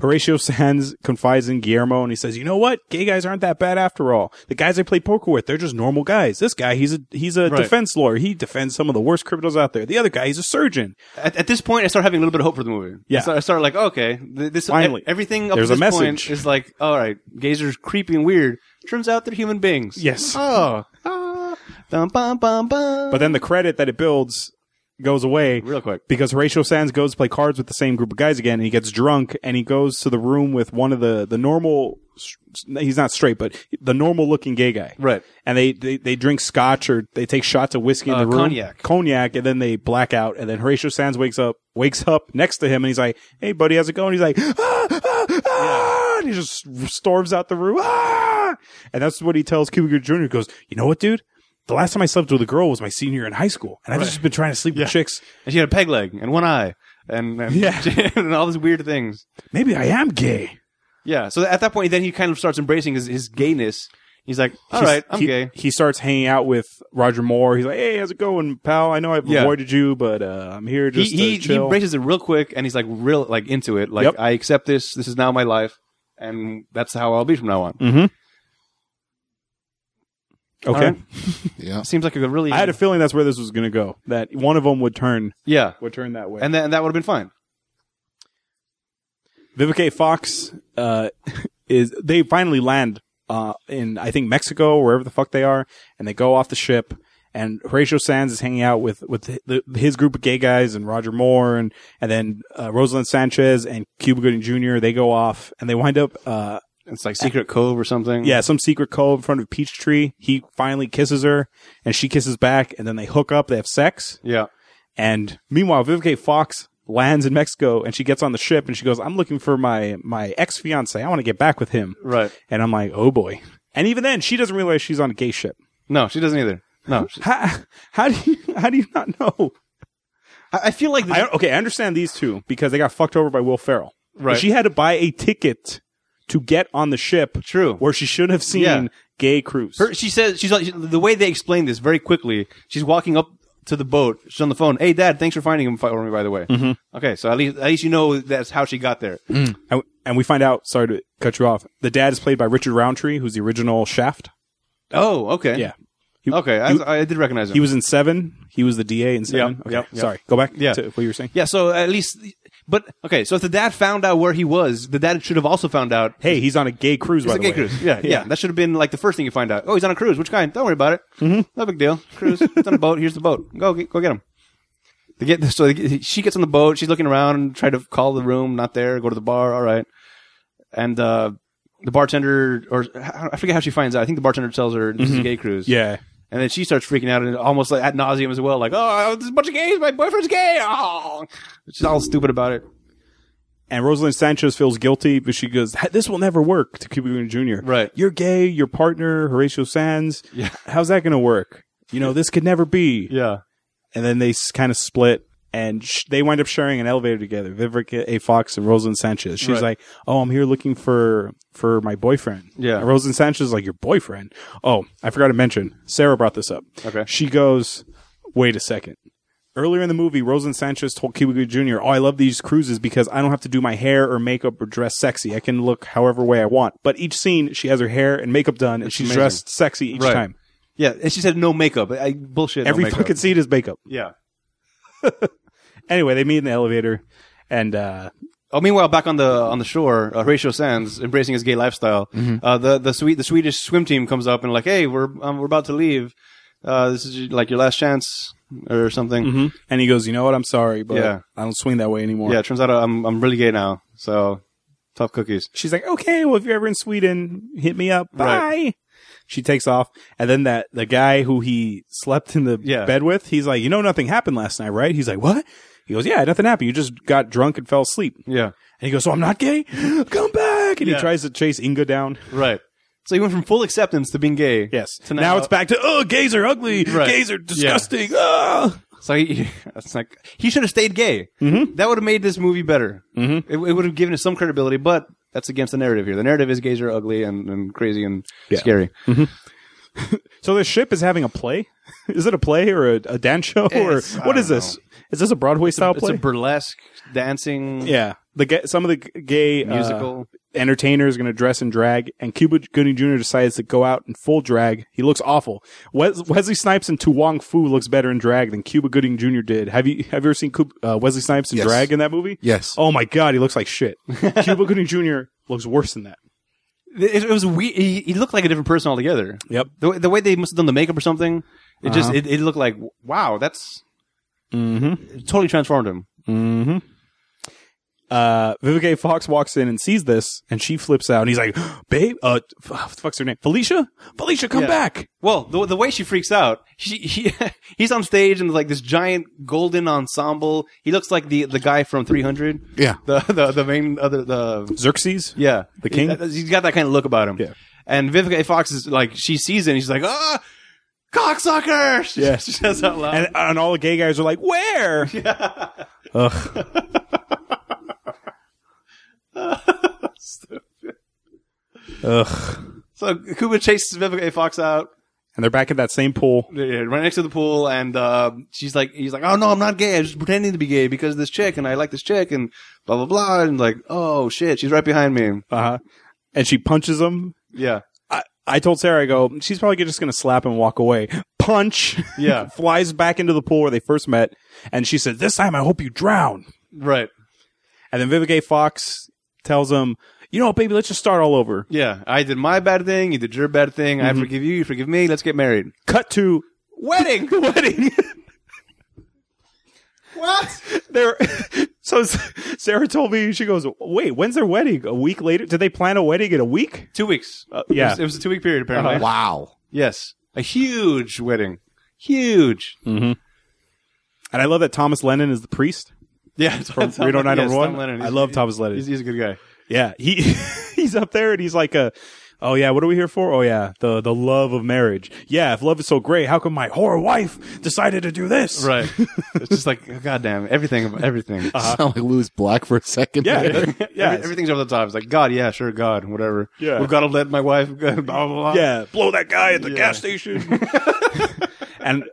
[SPEAKER 1] Horatio Sands confides in Guillermo and he says, "You know what? Gay guys aren't that bad after all. The guys I play poker with, they're just normal guys. This guy, he's a he's a
[SPEAKER 3] Right.
[SPEAKER 1] defense lawyer. He defends some of the worst criminals out there. The other guy, he's a surgeon.
[SPEAKER 3] at, at this point, I start having a little bit of hope for the movie.
[SPEAKER 1] Yeah.
[SPEAKER 3] I start, I start like, okay, th- this
[SPEAKER 1] Finally.
[SPEAKER 3] e- everything up
[SPEAKER 1] There's
[SPEAKER 3] to
[SPEAKER 1] a
[SPEAKER 3] this
[SPEAKER 1] message.
[SPEAKER 3] point is like, all right, gays are creepy and weird. Turns out they're human beings.
[SPEAKER 1] Yes.
[SPEAKER 3] Oh. Ah. Dum, bum, bum, bum.
[SPEAKER 1] But then the credit that it builds goes away
[SPEAKER 3] Real quick.
[SPEAKER 1] because Horatio Sands goes to play cards with the same group of guys again, and he gets drunk, and he goes to the room with one of the the normal. He's not straight, but the normal looking gay guy,
[SPEAKER 3] Right.
[SPEAKER 1] And they, they they drink scotch or they take shots of whiskey in
[SPEAKER 3] Uh,
[SPEAKER 1] the room,
[SPEAKER 3] cognac.
[SPEAKER 1] cognac, and then they black out. And then Horatio Sands wakes up wakes up next to him, and he's like, "Hey, buddy, how's it going?" He's like, "Ah, ah, ah," and he just storms out the room, ah! and that's what he tells Cuba Gooding Jr. He Goes, "You know what, dude." The last time I slept with a girl was my senior year in high school, and I've just been trying to sleep with chicks
[SPEAKER 3] And she had a peg leg and one eye and and,
[SPEAKER 1] Yeah.
[SPEAKER 3] [laughs] and all these weird things.
[SPEAKER 1] maybe I am gay.
[SPEAKER 3] Yeah. So at that point, then he kind of starts embracing his, his gayness. He's like, all right, I'm
[SPEAKER 1] he,
[SPEAKER 3] gay.
[SPEAKER 1] He starts hanging out with Roger Moore. He's like, "Hey, how's it going, pal? I know I've
[SPEAKER 3] Yeah.
[SPEAKER 1] avoided you, but uh, I'm here
[SPEAKER 3] He,
[SPEAKER 1] just
[SPEAKER 3] he,
[SPEAKER 1] to
[SPEAKER 3] he
[SPEAKER 1] chill."
[SPEAKER 3] embraces it real quick and he's like real like into it. Like
[SPEAKER 1] Yep.
[SPEAKER 3] I accept this. This is now my life, and that's how I'll be from now on.
[SPEAKER 1] Mm. Mm-hmm. okay,
[SPEAKER 3] All right.
[SPEAKER 2] Yeah.
[SPEAKER 3] Seems like a really
[SPEAKER 1] I had a feeling that's where this was going to go. That one of them would turn
[SPEAKER 3] yeah,
[SPEAKER 1] would turn that way.
[SPEAKER 3] and then that would have been fine.
[SPEAKER 1] Vivica A. Fox uh, [laughs] is they finally land uh, in I think Mexico, wherever the fuck they are, and they go off the ship. And Horatio Sands is hanging out with with the, his group of gay guys and Roger Moore and and then uh, Rosalind Sanchez and Cuba Gooding Jr. They go off and they wind up uh,
[SPEAKER 3] It's like Secret Cove or something.
[SPEAKER 1] yeah some secret cove in front of Peachtree. He finally kisses her and she kisses back and then they hook up. They have sex.
[SPEAKER 3] yeah.
[SPEAKER 1] And meanwhile, Vivica A. Fox lands in Mexico and she gets on the ship and she goes, "I'm looking for my my ex fiance. I want to get back with him."
[SPEAKER 3] Right.
[SPEAKER 1] And I'm like, "Oh boy." And even then, she doesn't realize she's on a gay ship.
[SPEAKER 3] No, she doesn't either. No, she-
[SPEAKER 1] How, how do you how do you not know?
[SPEAKER 3] I I feel like this,
[SPEAKER 1] I don't, okay, I understand these two because they got fucked over by Will Ferrell.
[SPEAKER 3] Right.
[SPEAKER 1] She had to buy a ticket to get on the ship.
[SPEAKER 3] True.
[SPEAKER 1] Where she should have seen
[SPEAKER 3] Yeah.
[SPEAKER 1] gay cruise.
[SPEAKER 3] Her- she says she's like the way they explain this very quickly. She's walking up to the boat. She's on the phone. Hey, Dad, thanks for finding him for me. By the way, okay. So at least at least you know that's how she got there.
[SPEAKER 1] and, and we find out. Sorry to cut you off. The dad is played by Richard Roundtree, who's the original Shaft.
[SPEAKER 3] Oh, okay.
[SPEAKER 1] Yeah. He-
[SPEAKER 3] Okay,
[SPEAKER 1] he-
[SPEAKER 3] I, I did recognize him.
[SPEAKER 1] He was in seven. He was the DA in seven.
[SPEAKER 3] Yeah,
[SPEAKER 1] okay,
[SPEAKER 3] yeah, yeah.
[SPEAKER 1] sorry. Go back
[SPEAKER 3] Yeah.
[SPEAKER 1] to what you were saying.
[SPEAKER 3] yeah. So at least, but okay. So if the dad found out where he was, the dad should have also found out.
[SPEAKER 1] Hey, he's on a gay cruise. by
[SPEAKER 3] It's
[SPEAKER 1] the
[SPEAKER 3] a gay
[SPEAKER 1] way. [laughs]
[SPEAKER 3] cruise. Yeah, yeah, That should have been like the first thing you find out. Oh, he's on a cruise. Which kind? Don't worry about it.
[SPEAKER 1] Mm-hmm.
[SPEAKER 3] No big deal. Cruise. it's on a boat. Here's the boat. Go, get, go get him. They get so they get, she gets on the boat. She's looking around and try to call the room. Not there. Go to the bar. All right. And uh, the bartender, or I forget how she finds out. I think the bartender tells her this is a gay cruise.
[SPEAKER 1] Mm-hmm. Yeah.
[SPEAKER 3] And then she starts freaking out and almost like ad nauseum as well. Like, oh, there's a bunch of gays. My boyfriend's gay. Oh, she's all stupid about it.
[SPEAKER 1] And Rosalind Sanchez feels guilty, but she goes, "Hey, "This will never work." To Cuba Gooding Jr.
[SPEAKER 3] Right.
[SPEAKER 1] You're gay. Your partner Horatio Sands.
[SPEAKER 3] Yeah.
[SPEAKER 1] How's that going to work? You know, this could never be.
[SPEAKER 3] Yeah.
[SPEAKER 1] And then they kind of split. And sh- they wind up sharing an elevator together. Vivica A. Fox and Rosalind Sanchez. She's
[SPEAKER 3] Right.
[SPEAKER 1] like, "Oh, I'm here looking for for my boyfriend."
[SPEAKER 3] Yeah.
[SPEAKER 1] And Rosalind Sanchez is like, "Your boyfriend?" Oh, I forgot to mention. Sarah brought this up.
[SPEAKER 3] Okay.
[SPEAKER 1] She goes, "Wait a second. Earlier in the movie, Rosen Sanchez told Cuba Jr., Oh, I love these cruises because I don't have to do my hair or makeup or dress sexy. I can look however way I want. But each scene, she has her hair and makeup done and she's
[SPEAKER 2] amazing.
[SPEAKER 1] dressed sexy each
[SPEAKER 3] Right.
[SPEAKER 1] time.
[SPEAKER 3] Yeah, and she said no makeup. I, bullshit. no
[SPEAKER 1] Every
[SPEAKER 3] makeup.
[SPEAKER 1] fucking scene is makeup.
[SPEAKER 3] yeah.
[SPEAKER 1] Anyway, they meet in the elevator and, uh,
[SPEAKER 3] Oh, meanwhile, back on the on the shore, uh, Horatio Sands embracing his gay lifestyle. Uh, the the sweet the Swedish swim team comes up and like, hey, we're um, we're about to leave. Uh, this is like your last chance or something.
[SPEAKER 1] and he goes, You know what? I'm sorry, but
[SPEAKER 3] Yeah.
[SPEAKER 1] I don't swing that way anymore.
[SPEAKER 3] Yeah, it turns out I'm I'm really gay now. So tough cookies.
[SPEAKER 1] She's like, okay, well, if you're ever in Sweden, hit me up. Bye.
[SPEAKER 3] Right.
[SPEAKER 1] She takes off, and then that the guy who he slept in the
[SPEAKER 3] Yeah.
[SPEAKER 1] bed with, he's like, you know, nothing happened last night, right? He's like, what? He goes, yeah, nothing happened. You just got drunk and fell asleep. And
[SPEAKER 3] Yeah,
[SPEAKER 1] he goes, so I'm not
[SPEAKER 3] [gasps]
[SPEAKER 1] gay. Come back. And he
[SPEAKER 3] Yeah.
[SPEAKER 1] tries to chase Inga down.
[SPEAKER 3] right. So he went from full acceptance to being gay.
[SPEAKER 1] Yes.
[SPEAKER 3] To
[SPEAKER 1] now, it's back to oh, gays are ugly.
[SPEAKER 3] Right.
[SPEAKER 1] Gays are disgusting. Ah.
[SPEAKER 3] [laughs] So he, it's like he should have stayed gay. Mm-hmm. That would have made this movie better. Mm-hmm. It, it would have given it some credibility, but that's against the narrative here. The narrative is gays are ugly and, and crazy and scary.
[SPEAKER 1] So the ship is having a play. [laughs] is it a play or a, a dance show or
[SPEAKER 3] It's- I
[SPEAKER 1] what is
[SPEAKER 3] don't
[SPEAKER 1] this? Is this a Broadway style
[SPEAKER 3] It's
[SPEAKER 1] play?
[SPEAKER 3] a burlesque dancing
[SPEAKER 1] yeah. The ga- some of the g- gay uh,
[SPEAKER 3] musical.
[SPEAKER 1] entertainer is going to dress in drag, and Cuba Gooding Jr. decides to go out in full drag. He looks awful. Wes- Wesley Snipes and Tu Wong Fu looks better in drag than Cuba Gooding Jr. did. Have you have you ever seen Cub- uh, Wesley Snipes in
[SPEAKER 2] Yes.
[SPEAKER 1] drag in that movie?
[SPEAKER 2] Yes.
[SPEAKER 1] Oh my god, he looks like
[SPEAKER 3] [laughs]
[SPEAKER 1] shit. Cuba Gooding Jr. looks worse than that.
[SPEAKER 3] it, it was we. He, he looked like a different person altogether.
[SPEAKER 1] Yep.
[SPEAKER 3] The, way- the way they must have done the makeup or something, it just it, it looked like wow, that's it totally transformed him.
[SPEAKER 1] Uh, Vivica A. Fox walks in and sees this, and she flips out. And he's like, [gasps] "Babe, uh, f- what the fuck's her name? Felicia? Felicia, come
[SPEAKER 3] Yeah.
[SPEAKER 1] back!"
[SPEAKER 3] Well, the, the way she freaks out, she, [laughs] he, he's on stage in like this giant golden ensemble. He looks like the, the guy from 300.
[SPEAKER 2] Yeah.
[SPEAKER 3] The, the, the main other, the,
[SPEAKER 1] Xerxes.
[SPEAKER 3] yeah.
[SPEAKER 1] The king?
[SPEAKER 3] He, has got that kind of look about him.
[SPEAKER 1] Yeah.
[SPEAKER 3] And Vivica A. Fox is like, she sees it and she's like, ah, cocksucker! [laughs] She,
[SPEAKER 1] Yeah.
[SPEAKER 3] she says out loud.
[SPEAKER 1] And, and all the gay guys are like,
[SPEAKER 3] [laughs]
[SPEAKER 1] "Where?" Ugh. Ugh.
[SPEAKER 3] so Kuba chases Vivica A. Fox out.
[SPEAKER 1] And they're back at that same pool.
[SPEAKER 3] Yeah, right next to the pool, and uh, she's like, he's like, oh no, I'm not gay. I'm just pretending to be gay because of this chick, and I like this chick, and blah blah blah, and like, oh shit, she's right behind me.
[SPEAKER 1] Uh huh. And she punches him.
[SPEAKER 3] Yeah,
[SPEAKER 1] I, I told Sarah, I go, she's probably just going to slap him and walk away. Punch. [laughs]
[SPEAKER 3] Yeah.
[SPEAKER 1] Flies back into the pool where they first met. And she said, This time I hope you drown.
[SPEAKER 3] right.
[SPEAKER 1] And then Vivica A. Fox tells him, You know what, baby, let's just start all over.
[SPEAKER 3] Yeah, I did my bad thing. You did your bad thing. I forgive you. You forgive me. Let's get married.
[SPEAKER 1] Cut to [laughs]
[SPEAKER 3] Wedding.
[SPEAKER 1] wedding.
[SPEAKER 3] what?
[SPEAKER 1] there [laughs] so S- sarah told me she goes wait when's their wedding a week later did they plan a wedding in a week
[SPEAKER 3] [laughs] Two weeks. Uh,
[SPEAKER 1] yeah.
[SPEAKER 3] it was, it was a two week period apparently.
[SPEAKER 2] Wow.
[SPEAKER 3] Yes, a huge wedding. Huge.
[SPEAKER 1] and i love that thomas lennon is the priest
[SPEAKER 3] Yeah, it's
[SPEAKER 1] from Reno 911 i love thomas lennon
[SPEAKER 3] He's, he's a good guy.
[SPEAKER 1] yeah he [laughs] he's up there and he's like a oh yeah what are we here for oh yeah the the love of marriage yeah if love is so great how come my whore wife decided to do this
[SPEAKER 3] Right. [laughs] Uh, it's just like, oh, goddamn, everything, everything.
[SPEAKER 2] [laughs] Sound like Louis Black for a second.
[SPEAKER 1] yeah
[SPEAKER 2] there. [laughs]
[SPEAKER 1] yeah
[SPEAKER 3] [laughs] Every- everything's over the top. It's like God, yeah, sure, God, whatever.
[SPEAKER 1] Yeah.
[SPEAKER 3] we've got to let my wife. Blah [laughs] blah. blah.
[SPEAKER 1] yeah blow that guy at the
[SPEAKER 3] Yeah.
[SPEAKER 1] gas
[SPEAKER 3] [laughs]
[SPEAKER 1] station [laughs] and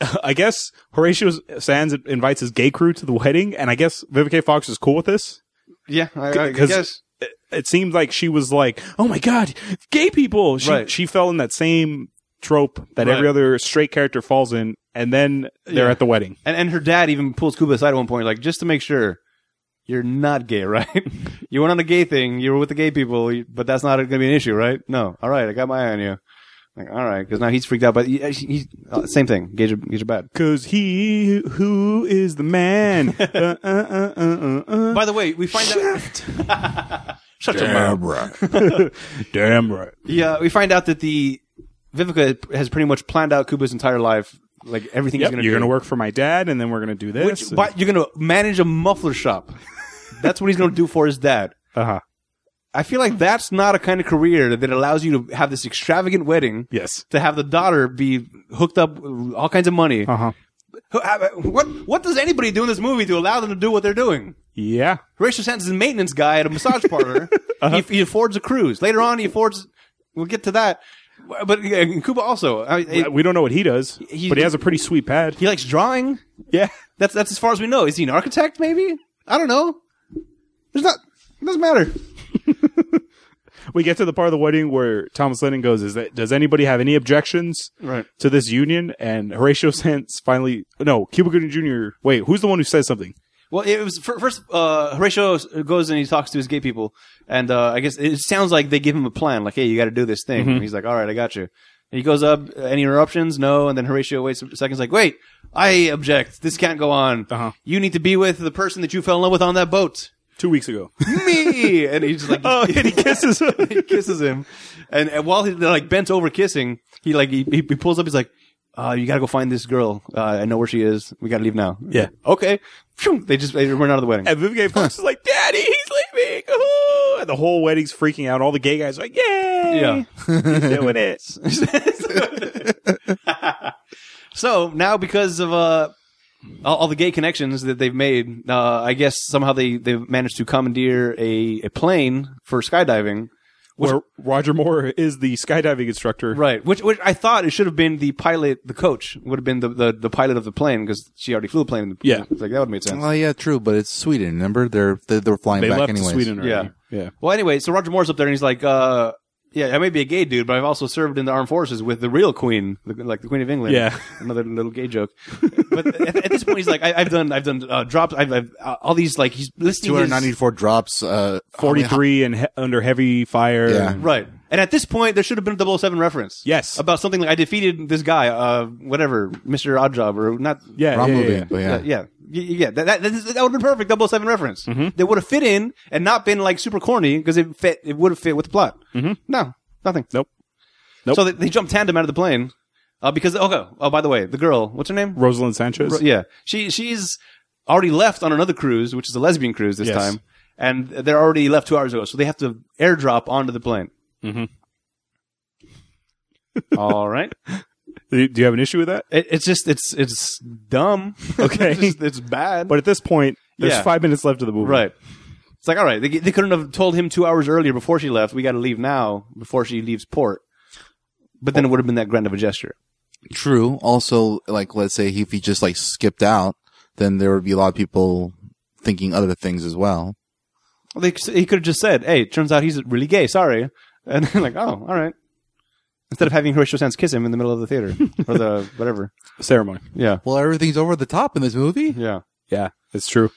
[SPEAKER 1] uh, I guess Horatio Sands invites his gay crew to the wedding, and I guess Vivica A. Fox is cool with this.
[SPEAKER 3] yeah. I, I, I
[SPEAKER 1] 'Cause-
[SPEAKER 3] guess.
[SPEAKER 1] it- it seemed like she was like, "Oh my god, gay people." She
[SPEAKER 3] Right.
[SPEAKER 1] she fell in that same trope that
[SPEAKER 3] Right.
[SPEAKER 1] every other straight character falls in, and then they're
[SPEAKER 3] Yeah.
[SPEAKER 1] at the wedding.
[SPEAKER 3] And and her dad even pulls Kuba aside at one point, like just to make sure you're not gay, [laughs] right? you weren't on a gay thing. You were with the gay people, you- but that's not going to be an issue, right? No. All right, I got my eye on you. Like, all right, because now he's freaked out. But he, he's uh, same thing. Gays are, gays are bad.
[SPEAKER 1] Cause he who is the man.
[SPEAKER 3] [laughs]
[SPEAKER 1] uh, uh, uh, uh, uh, uh.
[SPEAKER 3] By the way, we find out. [laughs] Shut your mouth.
[SPEAKER 2] Damn right.
[SPEAKER 1] Damn right.
[SPEAKER 3] Yeah, we find out that the Vivica has pretty much planned out Kuba's entire life. Like everything he's
[SPEAKER 1] Yep,
[SPEAKER 3] going to do.
[SPEAKER 1] you're gonna work for my dad, and then we're gonna do this.
[SPEAKER 3] Which, but you're going to manage a muffler shop. that's what he's going to do for his dad.
[SPEAKER 1] uh huh.
[SPEAKER 3] I feel like that's not a kind of career that allows you to have this extravagant wedding.
[SPEAKER 1] Yes.
[SPEAKER 3] To have the daughter be hooked up with all kinds of money.
[SPEAKER 1] Uh huh.
[SPEAKER 3] Who- uh, What what does anybody do in this movie to allow them to do what they're doing?
[SPEAKER 1] Yeah.
[SPEAKER 3] Horatio Sands is a maintenance guy at a massage parlor. he, he affords a cruise. Later on, he affords. We'll get to that. But yeah, and Kubo also, I, I-
[SPEAKER 1] we don't know what he does,
[SPEAKER 3] He-
[SPEAKER 1] but he has a pretty sweet pad.
[SPEAKER 3] he likes drawing.
[SPEAKER 1] [laughs] Yeah.
[SPEAKER 3] That's that's as far as we know. Is he an architect? Maybe I don't know. There's not. It doesn't matter.
[SPEAKER 1] We get to the part of the wedding where Thomas Lennon goes, "Is that does anybody have any objections
[SPEAKER 3] Right.
[SPEAKER 1] to this union?" And Horatio Sands finally, no, Cuba Gooding Jr. Wait, who's the one who says something?
[SPEAKER 3] Well, it was fir- first. Uh, Horatio goes and he talks to his gay people, and uh, I guess it sounds like they give him a plan. Like, hey, you got to do this thing. And he's like, all right, I got you. And he goes up. Any interruptions? No. And then Horatio waits a second. He's like, wait, I object. This can't go on.
[SPEAKER 1] Uh-huh.
[SPEAKER 3] You need to be with the person that you fell in love with on that [laughs] boat.
[SPEAKER 1] Two weeks ago.
[SPEAKER 3] Me. and he's like,
[SPEAKER 1] [laughs] oh, and he kisses. him.
[SPEAKER 3] he [laughs] kisses him, and, and while he's like bent over kissing, he like he, he he pulls up. He's like, uh, "You gotta go find this girl. Uh, I know where she is. We gotta leave now."
[SPEAKER 1] Yeah.
[SPEAKER 3] Okay. Phew. They just they run out of the
[SPEAKER 1] [laughs]
[SPEAKER 3] wedding.
[SPEAKER 1] And Vivica A. Fox is like, "Daddy, he's leaving!" [laughs] Ooh. And the whole wedding's freaking out. All the gay guys are like, "Yay, [laughs] yeah, doing it."
[SPEAKER 3] [laughs] so now because of uh. All, all the gay connections that they've made, uh, I guess somehow they they've managed to commandeer a, a plane for skydiving,
[SPEAKER 1] Where Roger Moore is the skydiving instructor.
[SPEAKER 3] Right, which which I thought it should have been the pilot, the coach would have been the, the, the pilot of the plane because she already flew the plane.
[SPEAKER 1] Yeah.
[SPEAKER 3] It's like that would make sense.
[SPEAKER 2] Well, yeah, true, but it's Sweden. Remember, they're they, they're flying
[SPEAKER 1] They
[SPEAKER 2] back
[SPEAKER 1] left
[SPEAKER 2] anyways.
[SPEAKER 1] Sweden. Already.
[SPEAKER 3] Yeah.
[SPEAKER 1] yeah.
[SPEAKER 3] Well, anyway, so Roger Moore's up there and he's like, uh, yeah, I may be a gay dude, but I've also served in the armed forces with the real queen, the, like the Queen of England.
[SPEAKER 1] Yeah.
[SPEAKER 3] [laughs] another little gay joke. but at, at this point, he's like, I, I've done, I've done uh, drops, I've, I've uh, all these like he's listing
[SPEAKER 2] Two
[SPEAKER 3] his-
[SPEAKER 2] hundred ninety-four drops. Uh, how
[SPEAKER 1] 43 and he- under heavy fire.
[SPEAKER 2] Yeah.
[SPEAKER 1] And-
[SPEAKER 3] [laughs] Right. And at this point, there should have been a 007 reference.
[SPEAKER 1] Yes.
[SPEAKER 3] About something like I defeated this guy, uh, whatever, Mr. Oddjob, or not.
[SPEAKER 1] Yeah.
[SPEAKER 2] many- Wrong
[SPEAKER 1] yeah,
[SPEAKER 2] movie,
[SPEAKER 1] yeah, yeah.
[SPEAKER 2] but yeah.
[SPEAKER 3] Yeah, yeah, Y- yeah. That that, that, that would have been perfect. 007 reference.
[SPEAKER 1] Mm-hmm.
[SPEAKER 3] That would have fit in and not been like super corny because it fit. It would have fit with the plot. Mm-hmm. No, nothing.
[SPEAKER 1] Nope. Nope.
[SPEAKER 3] So they, they jumped tandem out of the plane uh, because okay. Oh, by the way, the girl. What's her name?
[SPEAKER 1] Rosalind Sanchez.
[SPEAKER 3] Ro- yeah, she she's already left on another cruise, which is a lesbian cruise this
[SPEAKER 1] Yes.
[SPEAKER 3] time, and they're already left two hours ago. So they have to airdrop onto the plane. Mm-hmm. [laughs] All right.
[SPEAKER 1] Do do you have an issue with that?
[SPEAKER 3] It, it's just it's it's dumb.
[SPEAKER 1] Okay.
[SPEAKER 3] [laughs] it's, just- it's bad.
[SPEAKER 1] But at this point, there's
[SPEAKER 3] Yeah.
[SPEAKER 1] five minutes left of the movie.
[SPEAKER 3] Right. It's like, all right, they, they couldn't have told him two hours earlier before she left. We got to leave now before she leaves port. But then it would have been that grand of a gesture.
[SPEAKER 2] True. Also, like let's say if he just like skipped out, then there would be a lot of people thinking other things as well.
[SPEAKER 3] Well, they, he could have just said, hey, it turns out he's really gay. Sorry. And [laughs] then like, oh, all right. Instead of having Horatio Sands kiss him in the middle of the theater or [laughs] the whatever.
[SPEAKER 1] Ceremony.
[SPEAKER 3] Yeah.
[SPEAKER 2] Well, everything's over the top in this movie.
[SPEAKER 3] Yeah.
[SPEAKER 1] Yeah, it's true.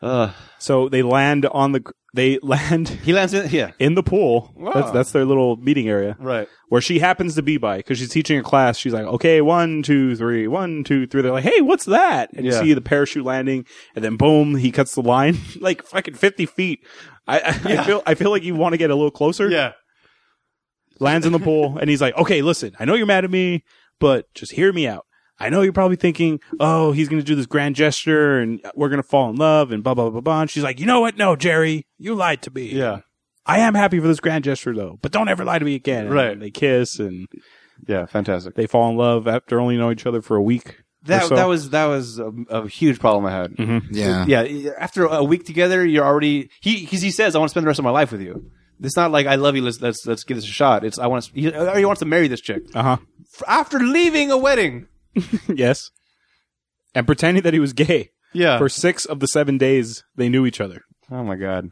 [SPEAKER 3] Uh,
[SPEAKER 1] So they land on the, they [laughs] land
[SPEAKER 3] he lands in, yeah.
[SPEAKER 1] in the pool.
[SPEAKER 3] Wow.
[SPEAKER 1] That's, that's their little meeting area
[SPEAKER 3] Right.
[SPEAKER 1] where she happens to be by because she's teaching a class. She's like, okay, one, two, three, one, two, three. They're like, hey, what's that? And you
[SPEAKER 3] Yeah.
[SPEAKER 1] see the parachute landing and then boom, he cuts the line [laughs] like fucking 50 feet. I, I, I feel, I feel like you want to get a little closer.
[SPEAKER 3] Yeah.
[SPEAKER 1] lands in the pool and he's like, okay, listen, I know you're mad at me, but just hear me out. I know you're probably thinking, oh, he's going to do this grand gesture and we're going to fall in love and blah, blah, blah, blah. And she's like, you know what? No, Jerry, you lied to me.
[SPEAKER 3] Yeah.
[SPEAKER 1] I am happy for this grand gesture though, but don't ever lie to me again. And
[SPEAKER 3] Right.
[SPEAKER 1] They kiss and
[SPEAKER 3] Yeah. Fantastic.
[SPEAKER 1] they fall in love after only knowing each other for a week. or
[SPEAKER 3] That,
[SPEAKER 1] so.
[SPEAKER 3] that was, that was a, a huge problem I had.
[SPEAKER 2] Yeah.
[SPEAKER 3] [laughs] yeah. After a week together, you're already he because he says, "I want to spend the rest of my life with you." It's not like I love you. Let's let's, let's give this a shot. It's I want to. He, or he wants to marry this chick
[SPEAKER 1] uh-huh. [laughs]
[SPEAKER 3] F- after leaving a wedding.
[SPEAKER 1] yes. And pretending that he was gay
[SPEAKER 3] Yeah.
[SPEAKER 1] for six of the seven days they knew each other.
[SPEAKER 3] oh my god.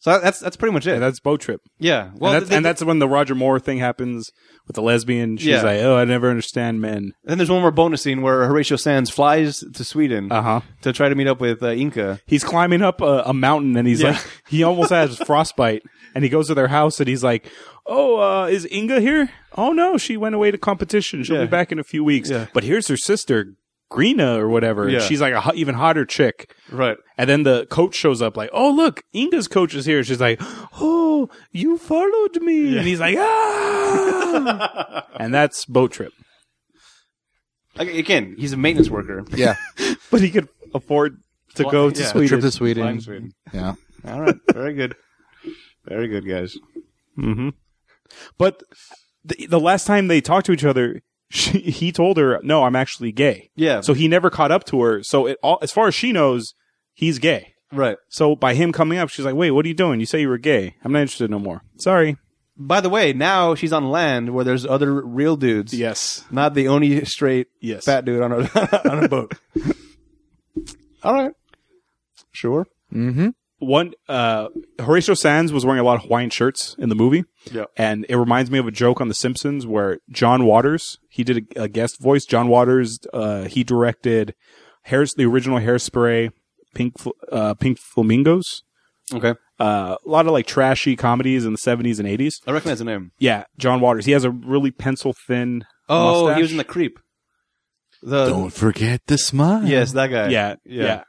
[SPEAKER 3] So that's that's pretty much it.
[SPEAKER 1] And that's boat trip.
[SPEAKER 3] yeah. Well,
[SPEAKER 1] and, that's,
[SPEAKER 3] they-
[SPEAKER 1] and that's when the Roger Moore thing happens with the lesbian. She's
[SPEAKER 3] Yeah.
[SPEAKER 1] like, "Oh, I never understand men."
[SPEAKER 3] then there's one more bonus scene where Horatio Sands flies to Sweden
[SPEAKER 1] huh.
[SPEAKER 3] to try to meet up with uh, Inca.
[SPEAKER 1] He's climbing up a, a mountain and he's
[SPEAKER 3] Yeah.
[SPEAKER 1] like, [laughs] he almost
[SPEAKER 3] [laughs]
[SPEAKER 1] has frostbite. And he goes to their house and he's like, "Oh, uh, is Inga here? Oh no, she went away to competition. She'll
[SPEAKER 3] Yeah.
[SPEAKER 1] be back in a few weeks.
[SPEAKER 3] Yeah.
[SPEAKER 1] But here's her sister, Greena or whatever. and
[SPEAKER 3] Yeah.
[SPEAKER 1] She's like a ho- even hotter chick."
[SPEAKER 3] Right.
[SPEAKER 1] And then the coach shows up, like, "Oh look, Inga's coach is here." She's like, "Oh, you followed me," and he's like, "Ah!"
[SPEAKER 3] [laughs]
[SPEAKER 1] and that's boat trip.
[SPEAKER 3] Again, he's a maintenance worker.
[SPEAKER 2] Yeah.
[SPEAKER 1] but he could afford to
[SPEAKER 3] Well,
[SPEAKER 1] go to
[SPEAKER 3] yeah.
[SPEAKER 1] Sweden.
[SPEAKER 2] Trip to Sweden.
[SPEAKER 3] Flying Sweden.
[SPEAKER 2] Yeah.
[SPEAKER 3] [laughs] All right. Very good. Very good, guys.
[SPEAKER 1] But the, the last time they talked to each other, [laughs] she, he told her, "No, I'm actually gay."
[SPEAKER 3] Yeah.
[SPEAKER 1] So he never caught up to her. So it all, as far as she knows, he's gay.
[SPEAKER 3] Right.
[SPEAKER 1] So by him coming up, she's like, "Wait, what are you doing? You say you were gay. I'm not interested no more. Sorry."
[SPEAKER 3] by the way, now she's on land where there's other real dudes.
[SPEAKER 1] Yes.
[SPEAKER 3] Not the only straight
[SPEAKER 1] Yes.
[SPEAKER 3] fat dude on a [laughs] on a boat. All right. Sure.
[SPEAKER 1] One uh Horatio Sands was wearing a lot of Hawaiian shirts in the movie.
[SPEAKER 3] Yeah.
[SPEAKER 1] And it reminds me of a joke on The Simpsons where John Waters, he did a, a guest voice. John Waters, uh, he directed Hairs, the original Hairspray, Pink, Fl- uh, Pink Flamingos,
[SPEAKER 3] Okay.
[SPEAKER 1] uh, a lot of like trashy comedies in the 70s and 80s.
[SPEAKER 3] I recognize the name.
[SPEAKER 1] Yeah, John Waters. He has a really pencil thin.
[SPEAKER 3] Oh,
[SPEAKER 1] mustache.
[SPEAKER 3] he was in the creep. The
[SPEAKER 2] Don't forget the smile.
[SPEAKER 3] Uh, yes, that guy.
[SPEAKER 1] Yeah, yeah.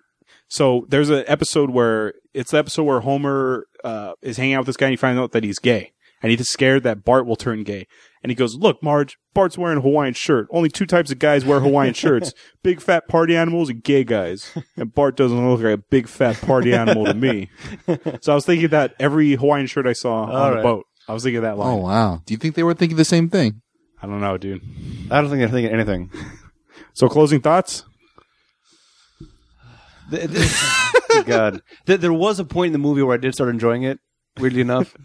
[SPEAKER 1] So there's an episode where it's the episode where Homer uh, is hanging out with this guy and he finds out that he's gay. And he's scared that Bart will turn gay. And he goes, Look, Marge, Bart's wearing a Hawaiian shirt. Only two types of guys wear Hawaiian shirts big fat party animals and gay guys. And Bart doesn't look like a big fat party animal to me. So I was thinking that every Hawaiian shirt I saw on the
[SPEAKER 3] right.
[SPEAKER 1] boat, I was thinking that
[SPEAKER 2] Oh
[SPEAKER 1] line.
[SPEAKER 2] wow. Do you think they were thinking the same thing?
[SPEAKER 1] I don't know, dude.
[SPEAKER 3] I don't think they're thinking anything.
[SPEAKER 1] So closing thoughts?
[SPEAKER 3] Th- [laughs] th- God, Th- there was a point in the movie where I did start enjoying it. Weirdly [laughs] enough,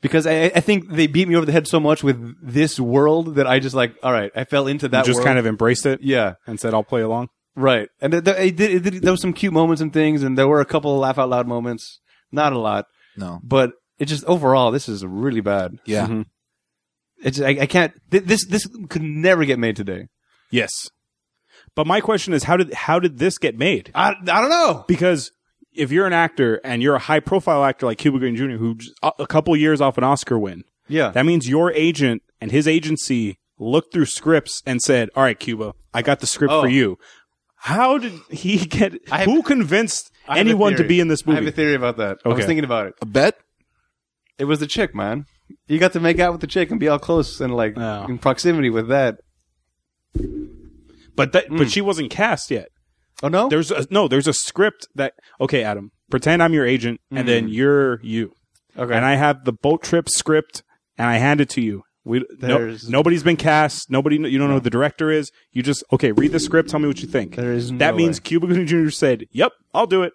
[SPEAKER 3] because I, I- I think they beat me over the head so much with this world that I just like. All right, I fell into that.
[SPEAKER 1] you just
[SPEAKER 3] world.
[SPEAKER 1] kind of embraced it
[SPEAKER 3] yeah,
[SPEAKER 1] and said, I'll play along.
[SPEAKER 3] right. And th- th- it did, it did, there was some cute moments and things, and there were a couple laugh out loud moments. Not a lot,
[SPEAKER 2] No.
[SPEAKER 3] but it just overall this is really bad.
[SPEAKER 2] Yeah.
[SPEAKER 1] Mhm.
[SPEAKER 3] It's I, I can't. Th- this this could never get made today.
[SPEAKER 1] Yes. But my question is how did how did this get made?
[SPEAKER 3] I I don't know.
[SPEAKER 1] Because if you're an actor and you're a high profile actor like Cuba Gooding Jr. who j- a a couple years off an Oscar win,
[SPEAKER 3] Yeah,
[SPEAKER 1] that means your agent and his agency looked through scripts and said, "All right, Cuba, I got the script
[SPEAKER 3] Oh.
[SPEAKER 1] for you." How did he [laughs] get
[SPEAKER 3] have-
[SPEAKER 1] who convinced
[SPEAKER 3] I have a
[SPEAKER 1] anyone to
[SPEAKER 3] theory.
[SPEAKER 1] be in this
[SPEAKER 3] I have
[SPEAKER 1] movie?
[SPEAKER 3] a theory about that. I was
[SPEAKER 1] Okay.
[SPEAKER 3] thinking about it.
[SPEAKER 2] A bet?
[SPEAKER 3] It was the chick, man. You got to make out with the chick and be all close and like
[SPEAKER 1] Oh.
[SPEAKER 3] in proximity with that.
[SPEAKER 1] but that,
[SPEAKER 3] Hmm.
[SPEAKER 1] but she wasn't cast yet.
[SPEAKER 3] Oh no,
[SPEAKER 1] There's a, no there's a script that okay, Adam, pretend I'm your agent and then
[SPEAKER 3] Hmm.
[SPEAKER 1] you're you.
[SPEAKER 3] okay.
[SPEAKER 1] and I have the boat trip script, and I hand it to you. We no,
[SPEAKER 3] There's-
[SPEAKER 1] nobody's been cast. Nobody, you don't know who the director is. You just okay. Read the script. Tell me what you think.
[SPEAKER 3] There is
[SPEAKER 1] that
[SPEAKER 3] no
[SPEAKER 1] means
[SPEAKER 3] way.
[SPEAKER 1] Cuba Gooding Jr. said, "Yep, I'll do it."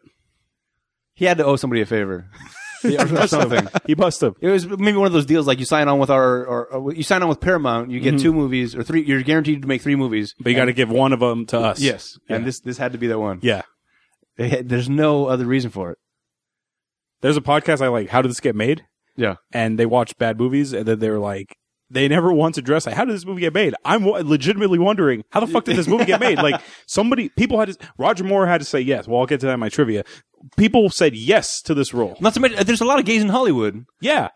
[SPEAKER 3] he had to owe somebody a favor [laughs] Yeah, or something.
[SPEAKER 1] He bust him.
[SPEAKER 3] It was maybe one of those deals like you sign on with our or, or you sign on with Paramount, you
[SPEAKER 1] Mm-hmm.
[SPEAKER 3] get two movies or three. You're guaranteed to make three movies.
[SPEAKER 1] But you got to give one of them to us.
[SPEAKER 3] Yes,
[SPEAKER 1] Yeah.
[SPEAKER 3] and this this had to be that one.
[SPEAKER 1] yeah.
[SPEAKER 3] They had- there's no other reason for it.
[SPEAKER 1] There's a podcast I like. How did this get made?
[SPEAKER 3] Yeah.
[SPEAKER 1] And they watch bad movies, and then they're like. They never once address like, how did this movie get made? I'm wa- legitimately wondering how the fuck did this movie get made?
[SPEAKER 3] [laughs]
[SPEAKER 1] Like somebody, people had to, Roger Moore had to say yes. Well, I'll get to that in my trivia. People said yes to this role.
[SPEAKER 3] Not so much. There's a lot of gays in Hollywood.
[SPEAKER 1] Yeah,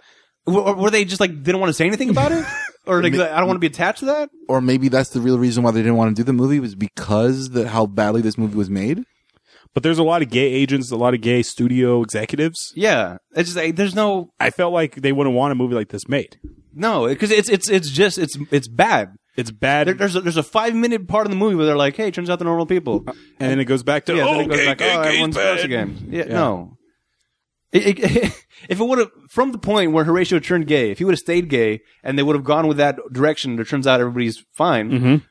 [SPEAKER 3] Were, were they just like didn't want to say anything about [laughs] it, or like I don't want to be attached to that?
[SPEAKER 2] Or maybe that's the real reason why they didn't want to do the movie was because the how badly this movie was made.
[SPEAKER 1] but there's a lot of gay agents, a lot of gay studio executives.
[SPEAKER 3] Yeah, it's just like there's no
[SPEAKER 1] I felt like they wouldn't want a movie like this made.
[SPEAKER 3] No, because it's it's it's just it's it's bad.
[SPEAKER 1] It's bad,
[SPEAKER 3] There, there's a, there's a five minute part of the movie where they're like, "Hey, turns out they're normal people."
[SPEAKER 1] and then it goes back to
[SPEAKER 3] Yeah,
[SPEAKER 1] oh,
[SPEAKER 3] then it goes
[SPEAKER 1] gay,
[SPEAKER 3] back,
[SPEAKER 1] gay,
[SPEAKER 3] "Oh,
[SPEAKER 1] gay's
[SPEAKER 3] everyone's gross
[SPEAKER 1] bad."
[SPEAKER 3] again." Yeah, no. It- [laughs] it- if it would have from the point where Horatio turned gay, if he would have stayed gay and they would have gone with that direction, it turns out everybody's fine.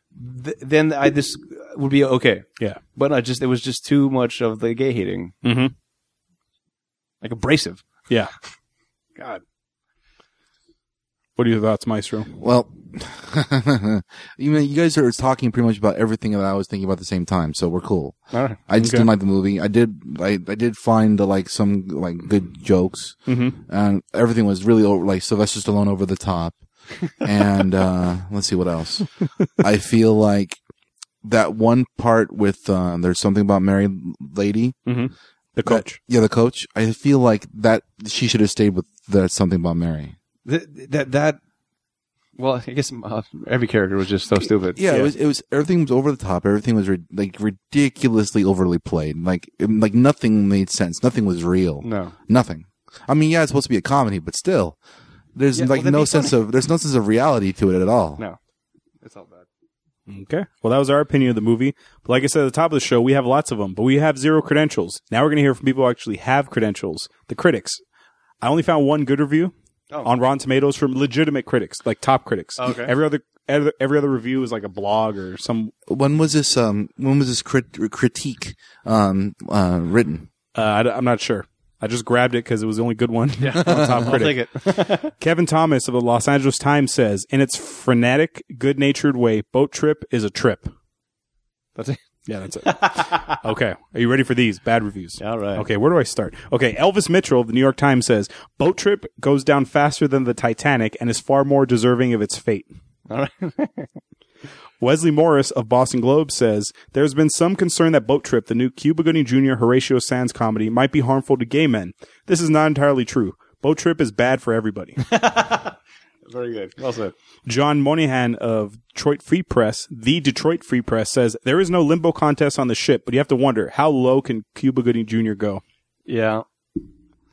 [SPEAKER 3] Th- then I this would be okay.
[SPEAKER 1] Yeah,
[SPEAKER 3] But I just it was just too much of the gay hating,
[SPEAKER 1] Mhm.
[SPEAKER 3] like abrasive.
[SPEAKER 1] yeah.
[SPEAKER 3] God,
[SPEAKER 1] What are your thoughts, Maestro?
[SPEAKER 2] Well, [laughs] you know, you guys are talking pretty much about everything that I was thinking about at the same time, so we're cool.
[SPEAKER 3] All right.
[SPEAKER 2] I just
[SPEAKER 1] Okay.
[SPEAKER 2] didn't like the movie. I did, I, I did find the, like some like good jokes,
[SPEAKER 1] Mhm.
[SPEAKER 2] and everything was really over, like Sylvester Stallone over
[SPEAKER 1] [laughs]
[SPEAKER 2] the top. and uh, let's see what else. I feel like that one part with uh, there's something about married lady.
[SPEAKER 1] The coach.
[SPEAKER 2] Yeah, the coach. I feel like that she should have stayed with the something about Mary.
[SPEAKER 3] Th- that that. Well, I guess uh, every character was just so stupid.
[SPEAKER 2] Yeah,
[SPEAKER 1] Yeah.
[SPEAKER 2] it was. It was everything was over the top. Everything was ri- like ridiculously overly played. Like it- like nothing made sense. Nothing was real.
[SPEAKER 3] No.
[SPEAKER 2] Nothing. I mean, yeah, it's supposed to be a comedy, but still, there's
[SPEAKER 3] Yeah, well,
[SPEAKER 2] like
[SPEAKER 3] that'd
[SPEAKER 2] no
[SPEAKER 3] be
[SPEAKER 2] sense of there's no sense of reality to it at all.
[SPEAKER 3] No. It's all bad.
[SPEAKER 1] Okay. Well, that was our opinion of the movie. But like I said at the top of the show, we have lots of them, but we have zero credentials. Now we're going to hear from people who actually have credentials. The critics. I only found one good review
[SPEAKER 3] Oh.
[SPEAKER 1] on Rotten Tomatoes from legitimate critics, like top critics.
[SPEAKER 3] Okay.
[SPEAKER 1] Every other every, every other review is like a blog or some.
[SPEAKER 2] When was this? Um, when was this crit- critique um, uh, written?
[SPEAKER 1] Uh, I, am not sure. I just grabbed it because it was the only good one. Yeah, [laughs] on
[SPEAKER 3] [laughs]
[SPEAKER 1] top
[SPEAKER 3] I'll
[SPEAKER 1] critic.
[SPEAKER 3] take it.
[SPEAKER 1] Kevin Thomas of the Los Angeles Times says, in its frenetic, good natured way, boat trip is a trip.
[SPEAKER 3] That's it.
[SPEAKER 1] Yeah, that's it. [laughs] okay. Are you ready for these bad reviews?
[SPEAKER 3] All right.
[SPEAKER 1] Okay, where do I start? Okay, Elvis Mitchell of the New York Times says, boat trip goes down faster than the Titanic and is far more deserving of its fate.
[SPEAKER 3] All right. [laughs]
[SPEAKER 1] Wesley Morris of Boston Globe says there's been some concern that Boat Trip, the new Cuba Gooding Jr. Horatio Sands comedy, might be harmful to gay men. This is not entirely true. Boat Trip is bad for everybody.
[SPEAKER 3] Very good. Well said.
[SPEAKER 1] John Moynihan of Detroit Free Press, the Detroit Free Press, says there is no limbo contest on the ship, but you have to wonder how low can Cuba Gooding Jr. go?
[SPEAKER 3] Yeah.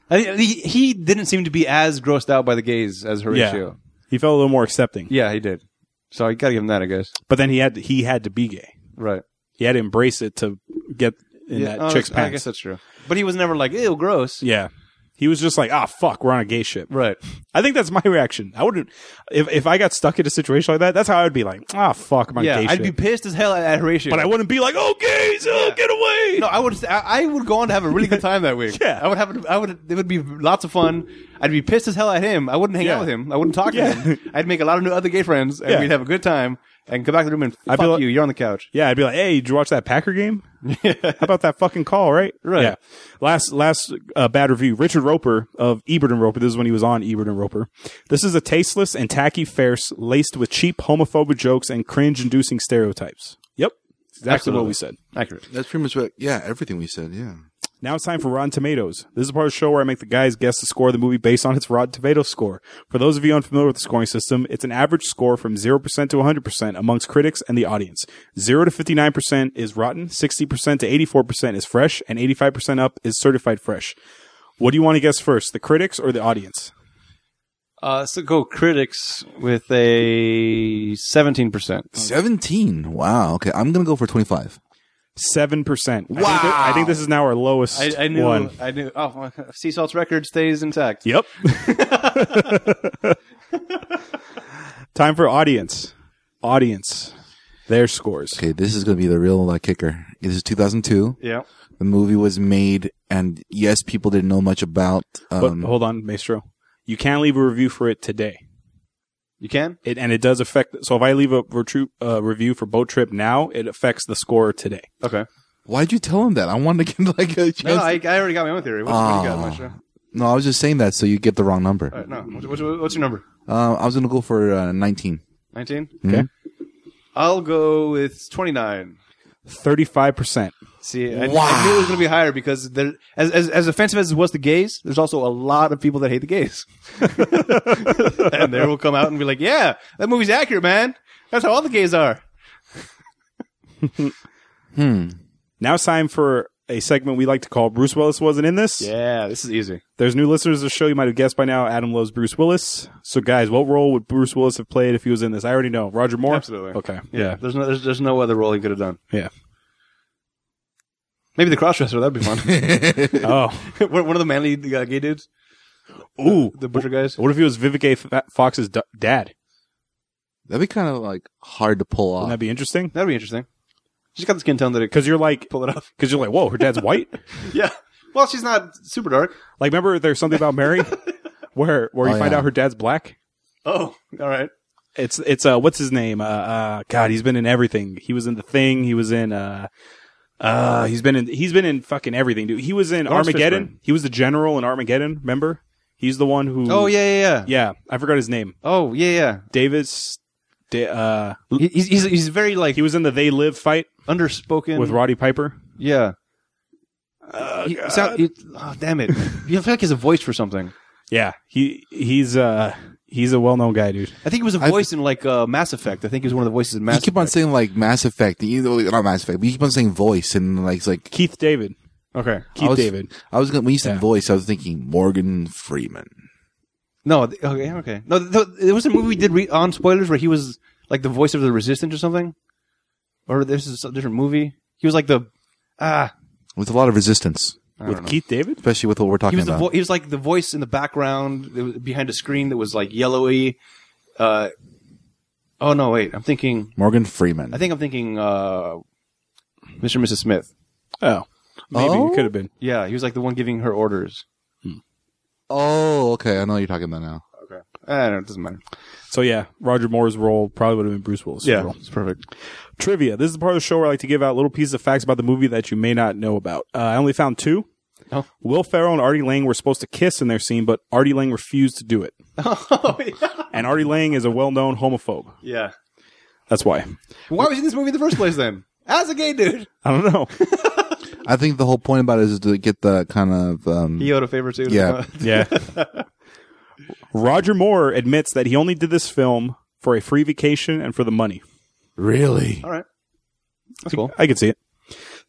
[SPEAKER 3] I, think- he, he didn't seem to be as grossed out by the gays as Horatio.
[SPEAKER 1] He felt a little more accepting,
[SPEAKER 3] Yeah, he did. So I got to give him that, I guess.
[SPEAKER 1] but then he had to, he had to be gay.
[SPEAKER 3] Right.
[SPEAKER 1] He had to embrace it to get in
[SPEAKER 3] Yeah,
[SPEAKER 1] that
[SPEAKER 3] oh,
[SPEAKER 1] chick's
[SPEAKER 3] that's-
[SPEAKER 1] pants.
[SPEAKER 3] I guess that's true. But he was never like, ew, gross.
[SPEAKER 1] yeah, he was just like, ah, fuck, we're on a gay ship.
[SPEAKER 3] Right.
[SPEAKER 1] I think that's my reaction. I wouldn't if if I got stuck in a situation like that. That's how I would be like, ah, fuck my
[SPEAKER 3] yeah,
[SPEAKER 1] gay
[SPEAKER 3] I'd
[SPEAKER 1] shit.
[SPEAKER 3] be pissed as hell at, at Horatio.
[SPEAKER 1] but I wouldn't be like, oh, gays, oh, get away.
[SPEAKER 3] No, I would. I, I would go on to have a really good time that week.
[SPEAKER 1] [laughs] Yeah.
[SPEAKER 3] I would have. I would. It would be lots of fun. I'd be pissed as hell at him. I wouldn't hang
[SPEAKER 1] Yeah.
[SPEAKER 3] out with him. I wouldn't talk
[SPEAKER 1] Yeah.
[SPEAKER 3] to him. I'd make a lot of new other gay friends, and
[SPEAKER 1] Yeah.
[SPEAKER 3] we'd have a good time. And go back to the room and
[SPEAKER 1] I'd be
[SPEAKER 3] fuck
[SPEAKER 1] like-
[SPEAKER 3] you. You're on the couch.
[SPEAKER 1] Yeah, I'd be like, hey, did you watch that Packer
[SPEAKER 3] [laughs]
[SPEAKER 1] game? How about that fucking call, right?
[SPEAKER 3] Right.
[SPEAKER 1] Yeah. Last last uh, bad review. Richard Roper of Ebert and Roper. This is when he was on Ebert and Roper. This is a tasteless and tacky farce laced with cheap homophobic jokes and cringe-inducing stereotypes. Yep, exactly what
[SPEAKER 3] Absolutely.
[SPEAKER 1] we said.
[SPEAKER 3] Accurate.
[SPEAKER 2] That's pretty much what. Yeah, everything we said. Yeah.
[SPEAKER 1] Now it's time for Rotten Tomatoes. This is part of the show where I make the guys guess the score of the movie based on its Rotten Tomatoes score. For those of you unfamiliar with the scoring system, it's an average score from 0% to 100% amongst critics and the audience. 0 to 59% is rotten, 60% to 84% is fresh, and 85% up is certified fresh. What do you want to guess first, the critics or the audience?
[SPEAKER 3] Uh, so go critics with a seventeen percent.
[SPEAKER 2] 17. Wow. Okay. I'm going to go for 25.
[SPEAKER 1] 7%. Wow. I think, thi- I think this is now our lowest
[SPEAKER 3] I, I knew.
[SPEAKER 1] one.
[SPEAKER 3] I knew. Oh, sea salt's record stays intact.
[SPEAKER 1] Yep. [laughs] Time for audience. Audience. Their scores.
[SPEAKER 2] Okay. This is going to be the real uh, kicker. This is 2002.
[SPEAKER 3] Yeah.
[SPEAKER 2] The movie was made, and yes, people didn't know much about.
[SPEAKER 1] But
[SPEAKER 2] Um,
[SPEAKER 1] hold on, Maestro. You can leave a review for it today.
[SPEAKER 3] You can.
[SPEAKER 1] It, and it does affect. So if I leave a retru- uh, review for Boat Trip now, it affects the score today.
[SPEAKER 3] Okay.
[SPEAKER 2] why'd you tell him that? I wanted to give [laughs] like a chance.
[SPEAKER 3] No, I, I already got my own theory. What, what do you got,
[SPEAKER 2] Oh.
[SPEAKER 3] Maestro?
[SPEAKER 2] No, I was just saying that so you get the wrong number.
[SPEAKER 3] All right, no. What, what, what's your number?
[SPEAKER 2] Uh, I was going to go for uh, [laughs] 19.
[SPEAKER 3] 19?
[SPEAKER 1] Okay.
[SPEAKER 3] I'll go with 29.
[SPEAKER 1] 35%.
[SPEAKER 3] See, I, I
[SPEAKER 2] Wow.
[SPEAKER 3] knew it was going to be higher because there, as, as as offensive as it was to gays, there's also a lot of people that hate the [laughs] gays, and they will come out and be like, "Yeah, that movie's accurate, man. That's how all the gays are."
[SPEAKER 1] Now it's time for a segment we like to call Bruce Willis wasn't in this.
[SPEAKER 3] Yeah, this is easy.
[SPEAKER 1] There's new listeners to the show. You might have guessed by now. Adam loves Bruce Willis. So guys, what role would Bruce Willis have played if he was in this? I already know. Roger Moore?
[SPEAKER 3] Absolutely.
[SPEAKER 1] Okay.
[SPEAKER 3] Yeah, there's no there's, there's no other role he could have done.
[SPEAKER 2] [laughs]
[SPEAKER 1] Yeah.
[SPEAKER 3] Maybe the crossdresser that'd be [laughs] fun.
[SPEAKER 1] Oh.
[SPEAKER 3] One one of the manly uh, gay dudes,
[SPEAKER 1] Ooh.
[SPEAKER 3] the butcher guys.
[SPEAKER 1] What if he was Vivica F- Fox's d- dad?
[SPEAKER 2] That'd be kind of like hard to pull off.
[SPEAKER 1] Wouldn't that be interesting?
[SPEAKER 3] That'd be interesting. She's got the skin tone that it could [laughs]
[SPEAKER 1] Because you're like,
[SPEAKER 3] pull it off.
[SPEAKER 1] because you're like, whoa, her dad's white. [laughs]
[SPEAKER 3] Yeah. Well, she's not super dark.
[SPEAKER 1] like, remember there's something about Mary where where you
[SPEAKER 2] Oh,
[SPEAKER 1] find
[SPEAKER 2] yeah.
[SPEAKER 1] out her dad's black.
[SPEAKER 3] Oh, all right.
[SPEAKER 1] It's it's uh what's his name? Uh, uh God, he's been in everything. He was in The Thing. He was in uh uh he's been in he's been in fucking everything, dude. He was in
[SPEAKER 3] Lawrence
[SPEAKER 1] Armageddon.
[SPEAKER 3] Fishburne.
[SPEAKER 1] He was the general in Armageddon. Remember? He's the one who.
[SPEAKER 3] Oh yeah, yeah, yeah.
[SPEAKER 1] yeah. I forgot his name.
[SPEAKER 3] Oh yeah, yeah.
[SPEAKER 1] Davis. Da- uh,
[SPEAKER 3] He- He's he's, he's very like
[SPEAKER 1] he was in the They Live fight
[SPEAKER 3] underspoken.
[SPEAKER 1] with Roddy Piper.
[SPEAKER 3] yeah. He- sound- he- oh, damn it! You feel like he's a voice for something.
[SPEAKER 1] Yeah, he he's uh he's a well known guy, dude.
[SPEAKER 3] I think he was a
[SPEAKER 2] I've-
[SPEAKER 3] voice in like uh, Mass Effect. I think he was one of the voices in
[SPEAKER 2] you
[SPEAKER 3] Mass.
[SPEAKER 2] keep on saying like Mass Effect, you know, not Mass Effect, but you keep on saying voice and like it's like
[SPEAKER 1] Keith David.
[SPEAKER 3] okay.
[SPEAKER 1] Keith
[SPEAKER 2] I was,
[SPEAKER 1] David.
[SPEAKER 2] I was gonna, when you said
[SPEAKER 1] Yeah.
[SPEAKER 2] voice, I was thinking Morgan Freeman.
[SPEAKER 3] No. th- Okay. Okay. No. Th- th- there was a movie we did re- on spoilers where he was like the voice of the resistance or something. Or this is a different movie. He was like the ah.
[SPEAKER 2] With a lot of resistance,
[SPEAKER 3] I don't
[SPEAKER 1] With
[SPEAKER 3] know.
[SPEAKER 1] Keith David?
[SPEAKER 2] especially with what we're
[SPEAKER 3] he
[SPEAKER 2] talking
[SPEAKER 3] was the
[SPEAKER 2] about.
[SPEAKER 3] vo- he was like the voice in the background that was behind a screen that was like yellowy. Uh, oh no, wait, I'm thinking.
[SPEAKER 2] Morgan Freeman.
[SPEAKER 3] I think I'm thinking uh, Mr. and Mrs. Smith.
[SPEAKER 1] Oh. Maybe
[SPEAKER 2] Oh?
[SPEAKER 1] it could have been.
[SPEAKER 3] Oh. Yeah, he was like the one giving her orders.
[SPEAKER 2] Oh, okay. I know you're talking about now.
[SPEAKER 3] I don't know. It doesn't matter.
[SPEAKER 1] So yeah, Roger Moore's role probably would have been Bruce Willis. role.
[SPEAKER 3] it's perfect.
[SPEAKER 1] Trivia. This is the part of the show where I like to give out little pieces of facts about the movie that you may not know about. Uh, I only found two.
[SPEAKER 3] Oh.
[SPEAKER 1] Will Ferrell and Artie Lang were supposed to kiss in their scene, but Artie Lang refused to do it.
[SPEAKER 3] [laughs] oh yeah.
[SPEAKER 1] And Artie Lang is a well-known homophobe.
[SPEAKER 3] Yeah.
[SPEAKER 1] That's why.
[SPEAKER 3] Why was he in this movie in the first place then? As a gay dude,
[SPEAKER 1] I don't
[SPEAKER 3] [laughs]
[SPEAKER 1] know.
[SPEAKER 2] I think the whole point about it is to get the kind of um,
[SPEAKER 3] he owed a favor too. [laughs]
[SPEAKER 2] Yeah.
[SPEAKER 1] yeah. Roger Moore admits that he only did this film for a free vacation and for the money.
[SPEAKER 2] really.
[SPEAKER 3] All right. That's cool.
[SPEAKER 1] I can see it.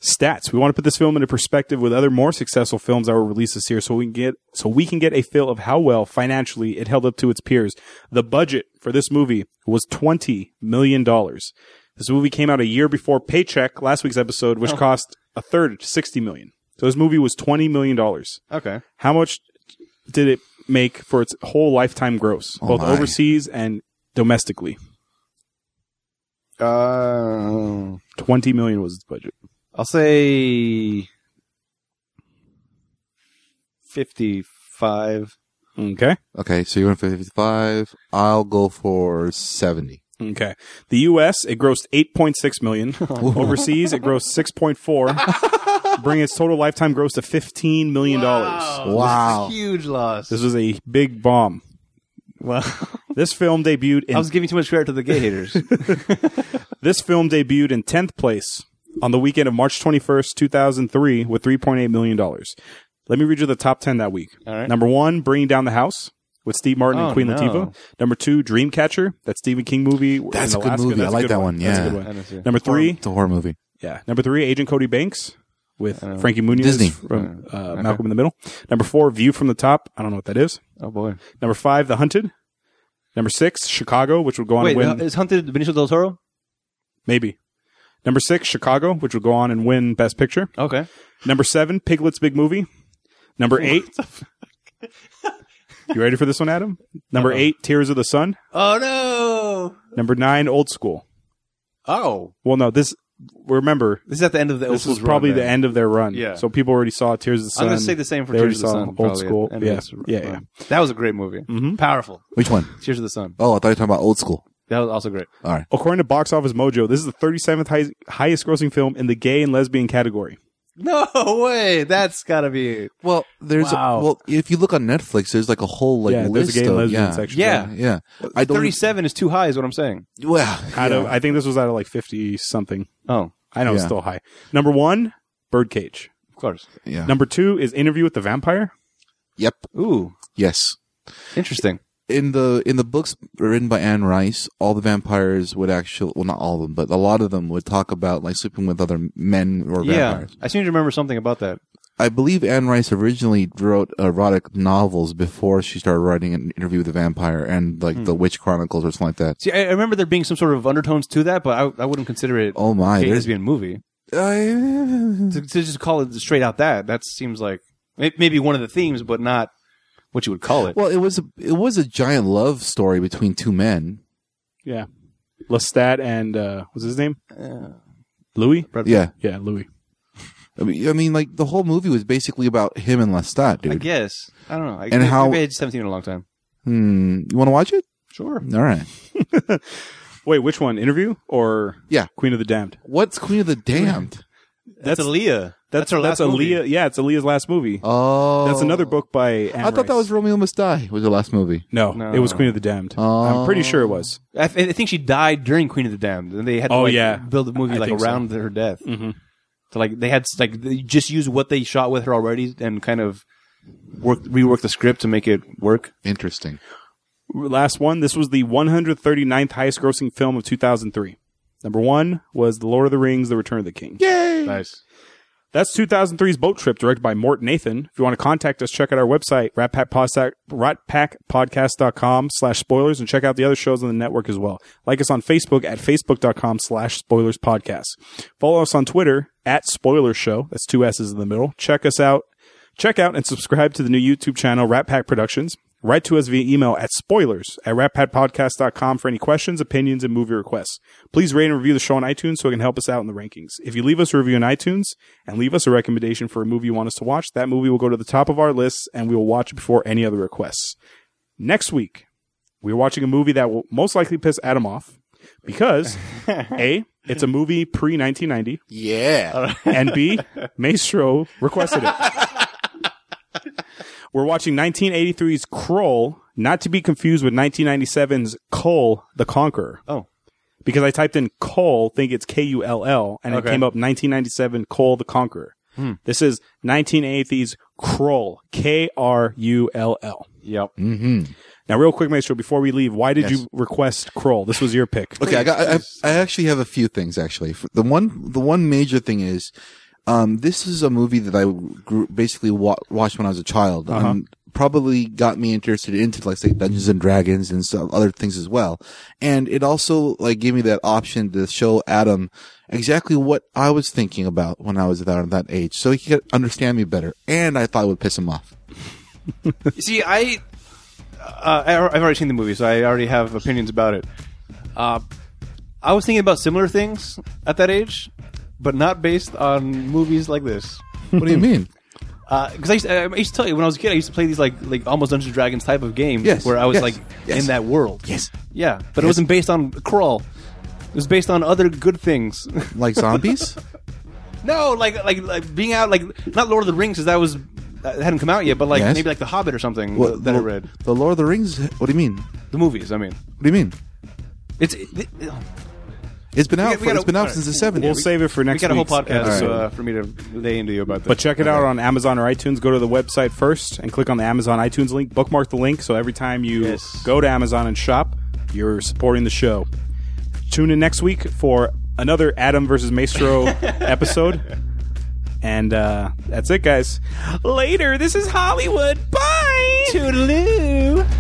[SPEAKER 1] Stats. We want to put this film into perspective with other more successful films that were released this year, so we can get so we can get a feel of how well financially it held up to its peers. The budget for this movie was twenty million dollars. This movie came out a year before Paycheck, last week's episode, which cost a third, sixty million. So this movie was twenty million dollars.
[SPEAKER 3] Okay.
[SPEAKER 1] How much did it make for its whole lifetime gross, both
[SPEAKER 2] my.
[SPEAKER 1] overseas and domestically?
[SPEAKER 3] Uh,
[SPEAKER 1] Twenty million was its budget.
[SPEAKER 3] I'll say fifty-five.
[SPEAKER 1] Okay.
[SPEAKER 2] Okay, so you went for 55. I'll go for 70.
[SPEAKER 1] Okay. The US, it grossed 8.6 million.
[SPEAKER 3] [laughs] Oh.
[SPEAKER 1] Overseas, it grossed 6.4, bringing its total lifetime gross to 15 million dollars.
[SPEAKER 2] Wow.
[SPEAKER 3] This is a huge loss.
[SPEAKER 1] This was a big bomb.
[SPEAKER 3] [laughs]
[SPEAKER 1] [laughs]
[SPEAKER 3] wow.
[SPEAKER 1] This film debuted in
[SPEAKER 3] I was giving too much credit to the
[SPEAKER 1] [laughs]
[SPEAKER 3] gay haters.
[SPEAKER 1] this film debuted in 10th place on the weekend of March 21st, 2003 with 3.8 million dollars. Let me read you the top 10 that week.
[SPEAKER 3] All right.
[SPEAKER 1] Number 1, Bringing Down the House. With Steve Martin and
[SPEAKER 3] Oh,
[SPEAKER 1] Queen
[SPEAKER 3] no.
[SPEAKER 1] Latifah. Number two, Dreamcatcher, that Stephen King movie. in
[SPEAKER 2] That's a good
[SPEAKER 1] Alaska.
[SPEAKER 2] movie. I
[SPEAKER 1] That's a
[SPEAKER 2] like
[SPEAKER 1] good
[SPEAKER 2] that one.
[SPEAKER 1] That's a
[SPEAKER 2] Yeah.
[SPEAKER 1] good
[SPEAKER 3] I don't see it.
[SPEAKER 1] Number three,
[SPEAKER 2] It's a horror movie.
[SPEAKER 1] Yeah. Number three, Agent Cody Banks with Frankie Muniz
[SPEAKER 2] Disney.
[SPEAKER 1] from uh, Malcolm in the Middle. Number four, View from the Top. I don't know what that is.
[SPEAKER 3] [laughs] oh boy.
[SPEAKER 1] Number five, The Hunted. Number six, Chicago, which would go on
[SPEAKER 3] Wait, uh,
[SPEAKER 1] and win
[SPEAKER 3] is Hunted Benicio del Toro?
[SPEAKER 1] maybe. Number six, Chicago, which would go on and win Best Picture.
[SPEAKER 3] Okay.
[SPEAKER 1] Number seven, Piglet's Big Movie. Number eight. [laughs] you ready for this one, Adam? Number eight, Tears of the Sun.
[SPEAKER 3] Oh no.
[SPEAKER 1] Number nine, Old School.
[SPEAKER 3] Oh,
[SPEAKER 1] Well, no, this remember
[SPEAKER 3] this is at the end of the.
[SPEAKER 1] this was probably the end of their run.
[SPEAKER 3] Yeah.
[SPEAKER 1] So people already saw Tears of the Sun.
[SPEAKER 3] I'm going to say the same for
[SPEAKER 1] They
[SPEAKER 3] Tears of the
[SPEAKER 1] already saw
[SPEAKER 3] Sun.
[SPEAKER 1] Old
[SPEAKER 3] probably,
[SPEAKER 1] School.
[SPEAKER 3] and it
[SPEAKER 1] Yeah.
[SPEAKER 3] was-
[SPEAKER 1] Yeah, yeah. Mm-hmm.
[SPEAKER 3] That was a great movie. Powerful.
[SPEAKER 2] Which one?
[SPEAKER 3] Tears of the Sun.
[SPEAKER 2] Oh, I thought you were talking about old school.
[SPEAKER 3] That was also great.
[SPEAKER 2] All right.
[SPEAKER 1] According to Box Office Mojo, this is the 37th high- highest grossing film in the gay and lesbian category.
[SPEAKER 3] No way. That's got to be.
[SPEAKER 2] Well, there's
[SPEAKER 3] Wow.
[SPEAKER 2] a, well, if you look on Netflix, there's like a whole like
[SPEAKER 1] yeah, there's
[SPEAKER 2] list
[SPEAKER 1] a gay
[SPEAKER 2] of
[SPEAKER 1] and lesbian
[SPEAKER 2] yeah,
[SPEAKER 1] section.
[SPEAKER 3] Yeah.
[SPEAKER 2] yeah. I don't.
[SPEAKER 3] 37 is too high, is what I'm saying.
[SPEAKER 2] well,
[SPEAKER 1] Out of, I think this was out of like 50 something.
[SPEAKER 3] Oh,
[SPEAKER 1] I know it's
[SPEAKER 2] Yeah.
[SPEAKER 1] still high. Number one, Birdcage.
[SPEAKER 3] of course.
[SPEAKER 2] yeah.
[SPEAKER 1] Number two is Interview with the Vampire.
[SPEAKER 2] Yep.
[SPEAKER 3] Ooh,
[SPEAKER 2] Yes.
[SPEAKER 3] interesting.
[SPEAKER 2] in the in the books written by Anne Rice, all the vampires would actually well not all of them, but a lot of them would talk about like sleeping with other men or
[SPEAKER 3] Yeah.
[SPEAKER 2] vampires.
[SPEAKER 3] I seem to remember something about that.
[SPEAKER 2] I believe Anne Rice originally wrote erotic novels before she started writing an interview with the vampire and like
[SPEAKER 1] Hmm.
[SPEAKER 2] the Witch Chronicles or something like that.
[SPEAKER 3] See, I, I remember there being some sort of undertones to that, but I, I wouldn't consider it
[SPEAKER 2] Oh my,
[SPEAKER 3] a gay
[SPEAKER 2] there's
[SPEAKER 3] lesbian movie.
[SPEAKER 2] I, [laughs]
[SPEAKER 3] To, to just call it straight out that, that seems like may- maybe one of the themes, but not what you would call it.
[SPEAKER 2] well, it was a, it was a giant love story between two men.
[SPEAKER 1] Yeah. Lestat and, uh, what's his name?
[SPEAKER 3] Uh,
[SPEAKER 1] Louis?
[SPEAKER 3] Brad Pitt.
[SPEAKER 2] Yeah,
[SPEAKER 1] Yeah, Louis.
[SPEAKER 2] I mean, I mean, like the whole movie was basically about him and Lestat,
[SPEAKER 3] I
[SPEAKER 2] dude.
[SPEAKER 3] guess. I don't know. I,
[SPEAKER 2] And how-
[SPEAKER 3] maybe I just haven't seen it in a long time.
[SPEAKER 2] Hmm, you want to watch it?
[SPEAKER 3] Sure.
[SPEAKER 2] All right.
[SPEAKER 1] Wait, which one? Interview or
[SPEAKER 2] Yeah.
[SPEAKER 1] Queen of the Damned?
[SPEAKER 2] What's Queen of the Damned?
[SPEAKER 3] That's, Aaliyah. That's, her last
[SPEAKER 1] That's
[SPEAKER 3] movie.
[SPEAKER 1] Aaliyah. Yeah, it's Aaliyah's last movie.
[SPEAKER 2] Oh,
[SPEAKER 1] That's another book by Anne
[SPEAKER 2] I thought that
[SPEAKER 1] Rice.
[SPEAKER 2] was Romeo Must Die was Oh. the last movie.
[SPEAKER 1] No,
[SPEAKER 3] No.
[SPEAKER 1] it was Queen of the Damned. I'm pretty sure it was.
[SPEAKER 3] I, th- I think she died during Queen of the Damned, and they had to
[SPEAKER 1] Oh,
[SPEAKER 3] like,
[SPEAKER 1] yeah.
[SPEAKER 3] build a movie
[SPEAKER 1] I
[SPEAKER 3] like
[SPEAKER 1] think so.
[SPEAKER 3] around her death. Mm-hmm. So like they had s- like they just use what they shot with her already and kind of work rework the script to make it work.
[SPEAKER 2] Interesting.
[SPEAKER 1] last one. This was the 139th highest grossing film of 2003. Number one was The Lord of the Rings, The Return of the King.
[SPEAKER 2] Yay!
[SPEAKER 3] Nice.
[SPEAKER 1] That's 2003's Boat Trip, directed by Mort Nathan. If you want to contact us, check out our website, ratpackpodcast- ratpackpodcast.com slash spoilers, and check out the other shows on the network as well. Like us on Facebook at facebook.com slash spoilers podcast. Follow us on Twitter at spoiler show. That's two S's in the middle. Check us out. Check out and subscribe to the new YouTube channel, Rat Pack Productions. Write to us via email at spoilers at ratpadpodcast.com for any questions, opinions, and movie requests. Please rate and review the show on iTunes so it can help us out in the rankings. If you leave us a review on iTunes and leave us a recommendation for a movie you want us to watch, that movie will go to the top of our list and we will watch it before any other requests. Next week, we're watching a movie that will most likely piss Adam off because A, it's a movie pre 1990,
[SPEAKER 2] Yeah.
[SPEAKER 1] and B, Maestro requested it.
[SPEAKER 3] [laughs]
[SPEAKER 1] We're watching 1983's Kroll, not to be confused with 1997's Cull the Conqueror.
[SPEAKER 3] Oh.
[SPEAKER 1] Because I typed in Cull, think it's K U L L, and
[SPEAKER 3] Okay. Hmm.
[SPEAKER 1] it came up 1997 Cull the Conqueror. This is 1983's Kroll, K R U L L.
[SPEAKER 3] Yep.
[SPEAKER 2] hmm
[SPEAKER 1] Now, real quick, Maestro, before we leave, why did
[SPEAKER 2] Yes.
[SPEAKER 1] you request Kroll? This was your pick.
[SPEAKER 2] Okay, I got. I, I actually have a few things. Actually, F- the one the one major thing is, um, this is a movie that I grew, basically wa- watched when I was a child. Um, probably got me interested into like say Dungeons and Dragons and some other things as well. And it also like gave me that option to show Adam exactly what I was thinking about when I was that that age, so he could understand me better. And I thought it would piss him off.
[SPEAKER 3] See, I, uh, I- I've already seen the movie, so I already have opinions about it. Uh, I was thinking about similar things at that age, but not based on movies like this.
[SPEAKER 2] What do you mean?
[SPEAKER 3] Because Uh, I, used to- I I used to tell you when I was a kid, I used to play these like like almost Dungeons and Dragons type of games
[SPEAKER 2] Yes,
[SPEAKER 3] where I was
[SPEAKER 2] yes,
[SPEAKER 3] like
[SPEAKER 2] yes.
[SPEAKER 3] in that world.
[SPEAKER 2] Yes.
[SPEAKER 3] Yeah, but it wasn't based on crawl. It was based on other good things. [laughs]
[SPEAKER 2] Like zombies?
[SPEAKER 3] no, like, like like being out like not Lord of the Rings because that was that hadn't come out yet, but like
[SPEAKER 2] Yes.
[SPEAKER 3] maybe like The Hobbit or something
[SPEAKER 2] Well,
[SPEAKER 3] that I
[SPEAKER 2] well,
[SPEAKER 3] read.
[SPEAKER 2] The Lord of the Rings. What do you mean? What
[SPEAKER 3] The movies, I mean.
[SPEAKER 2] do you mean?
[SPEAKER 3] It's it, it-
[SPEAKER 2] It's been out.
[SPEAKER 3] got-
[SPEAKER 2] for,
[SPEAKER 3] we gotta-
[SPEAKER 2] it's been out
[SPEAKER 3] alright.
[SPEAKER 2] since the
[SPEAKER 1] We'll
[SPEAKER 2] seventies.
[SPEAKER 1] save it for next
[SPEAKER 3] we got a whole
[SPEAKER 1] week's
[SPEAKER 3] podcast
[SPEAKER 1] episode.
[SPEAKER 3] uh, for me to lay into you about this.
[SPEAKER 1] But check it out on Amazon or iTunes. Go to the website first and click on the Amazon iTunes link. Bookmark the link so every time you
[SPEAKER 3] Yes.
[SPEAKER 1] go to Amazon and shop, you're supporting the show. Tune in next week for another Adam versus Maestro episode. And uh, that's it, guys. Later. This is Hollywood. Bye. Toodaloo.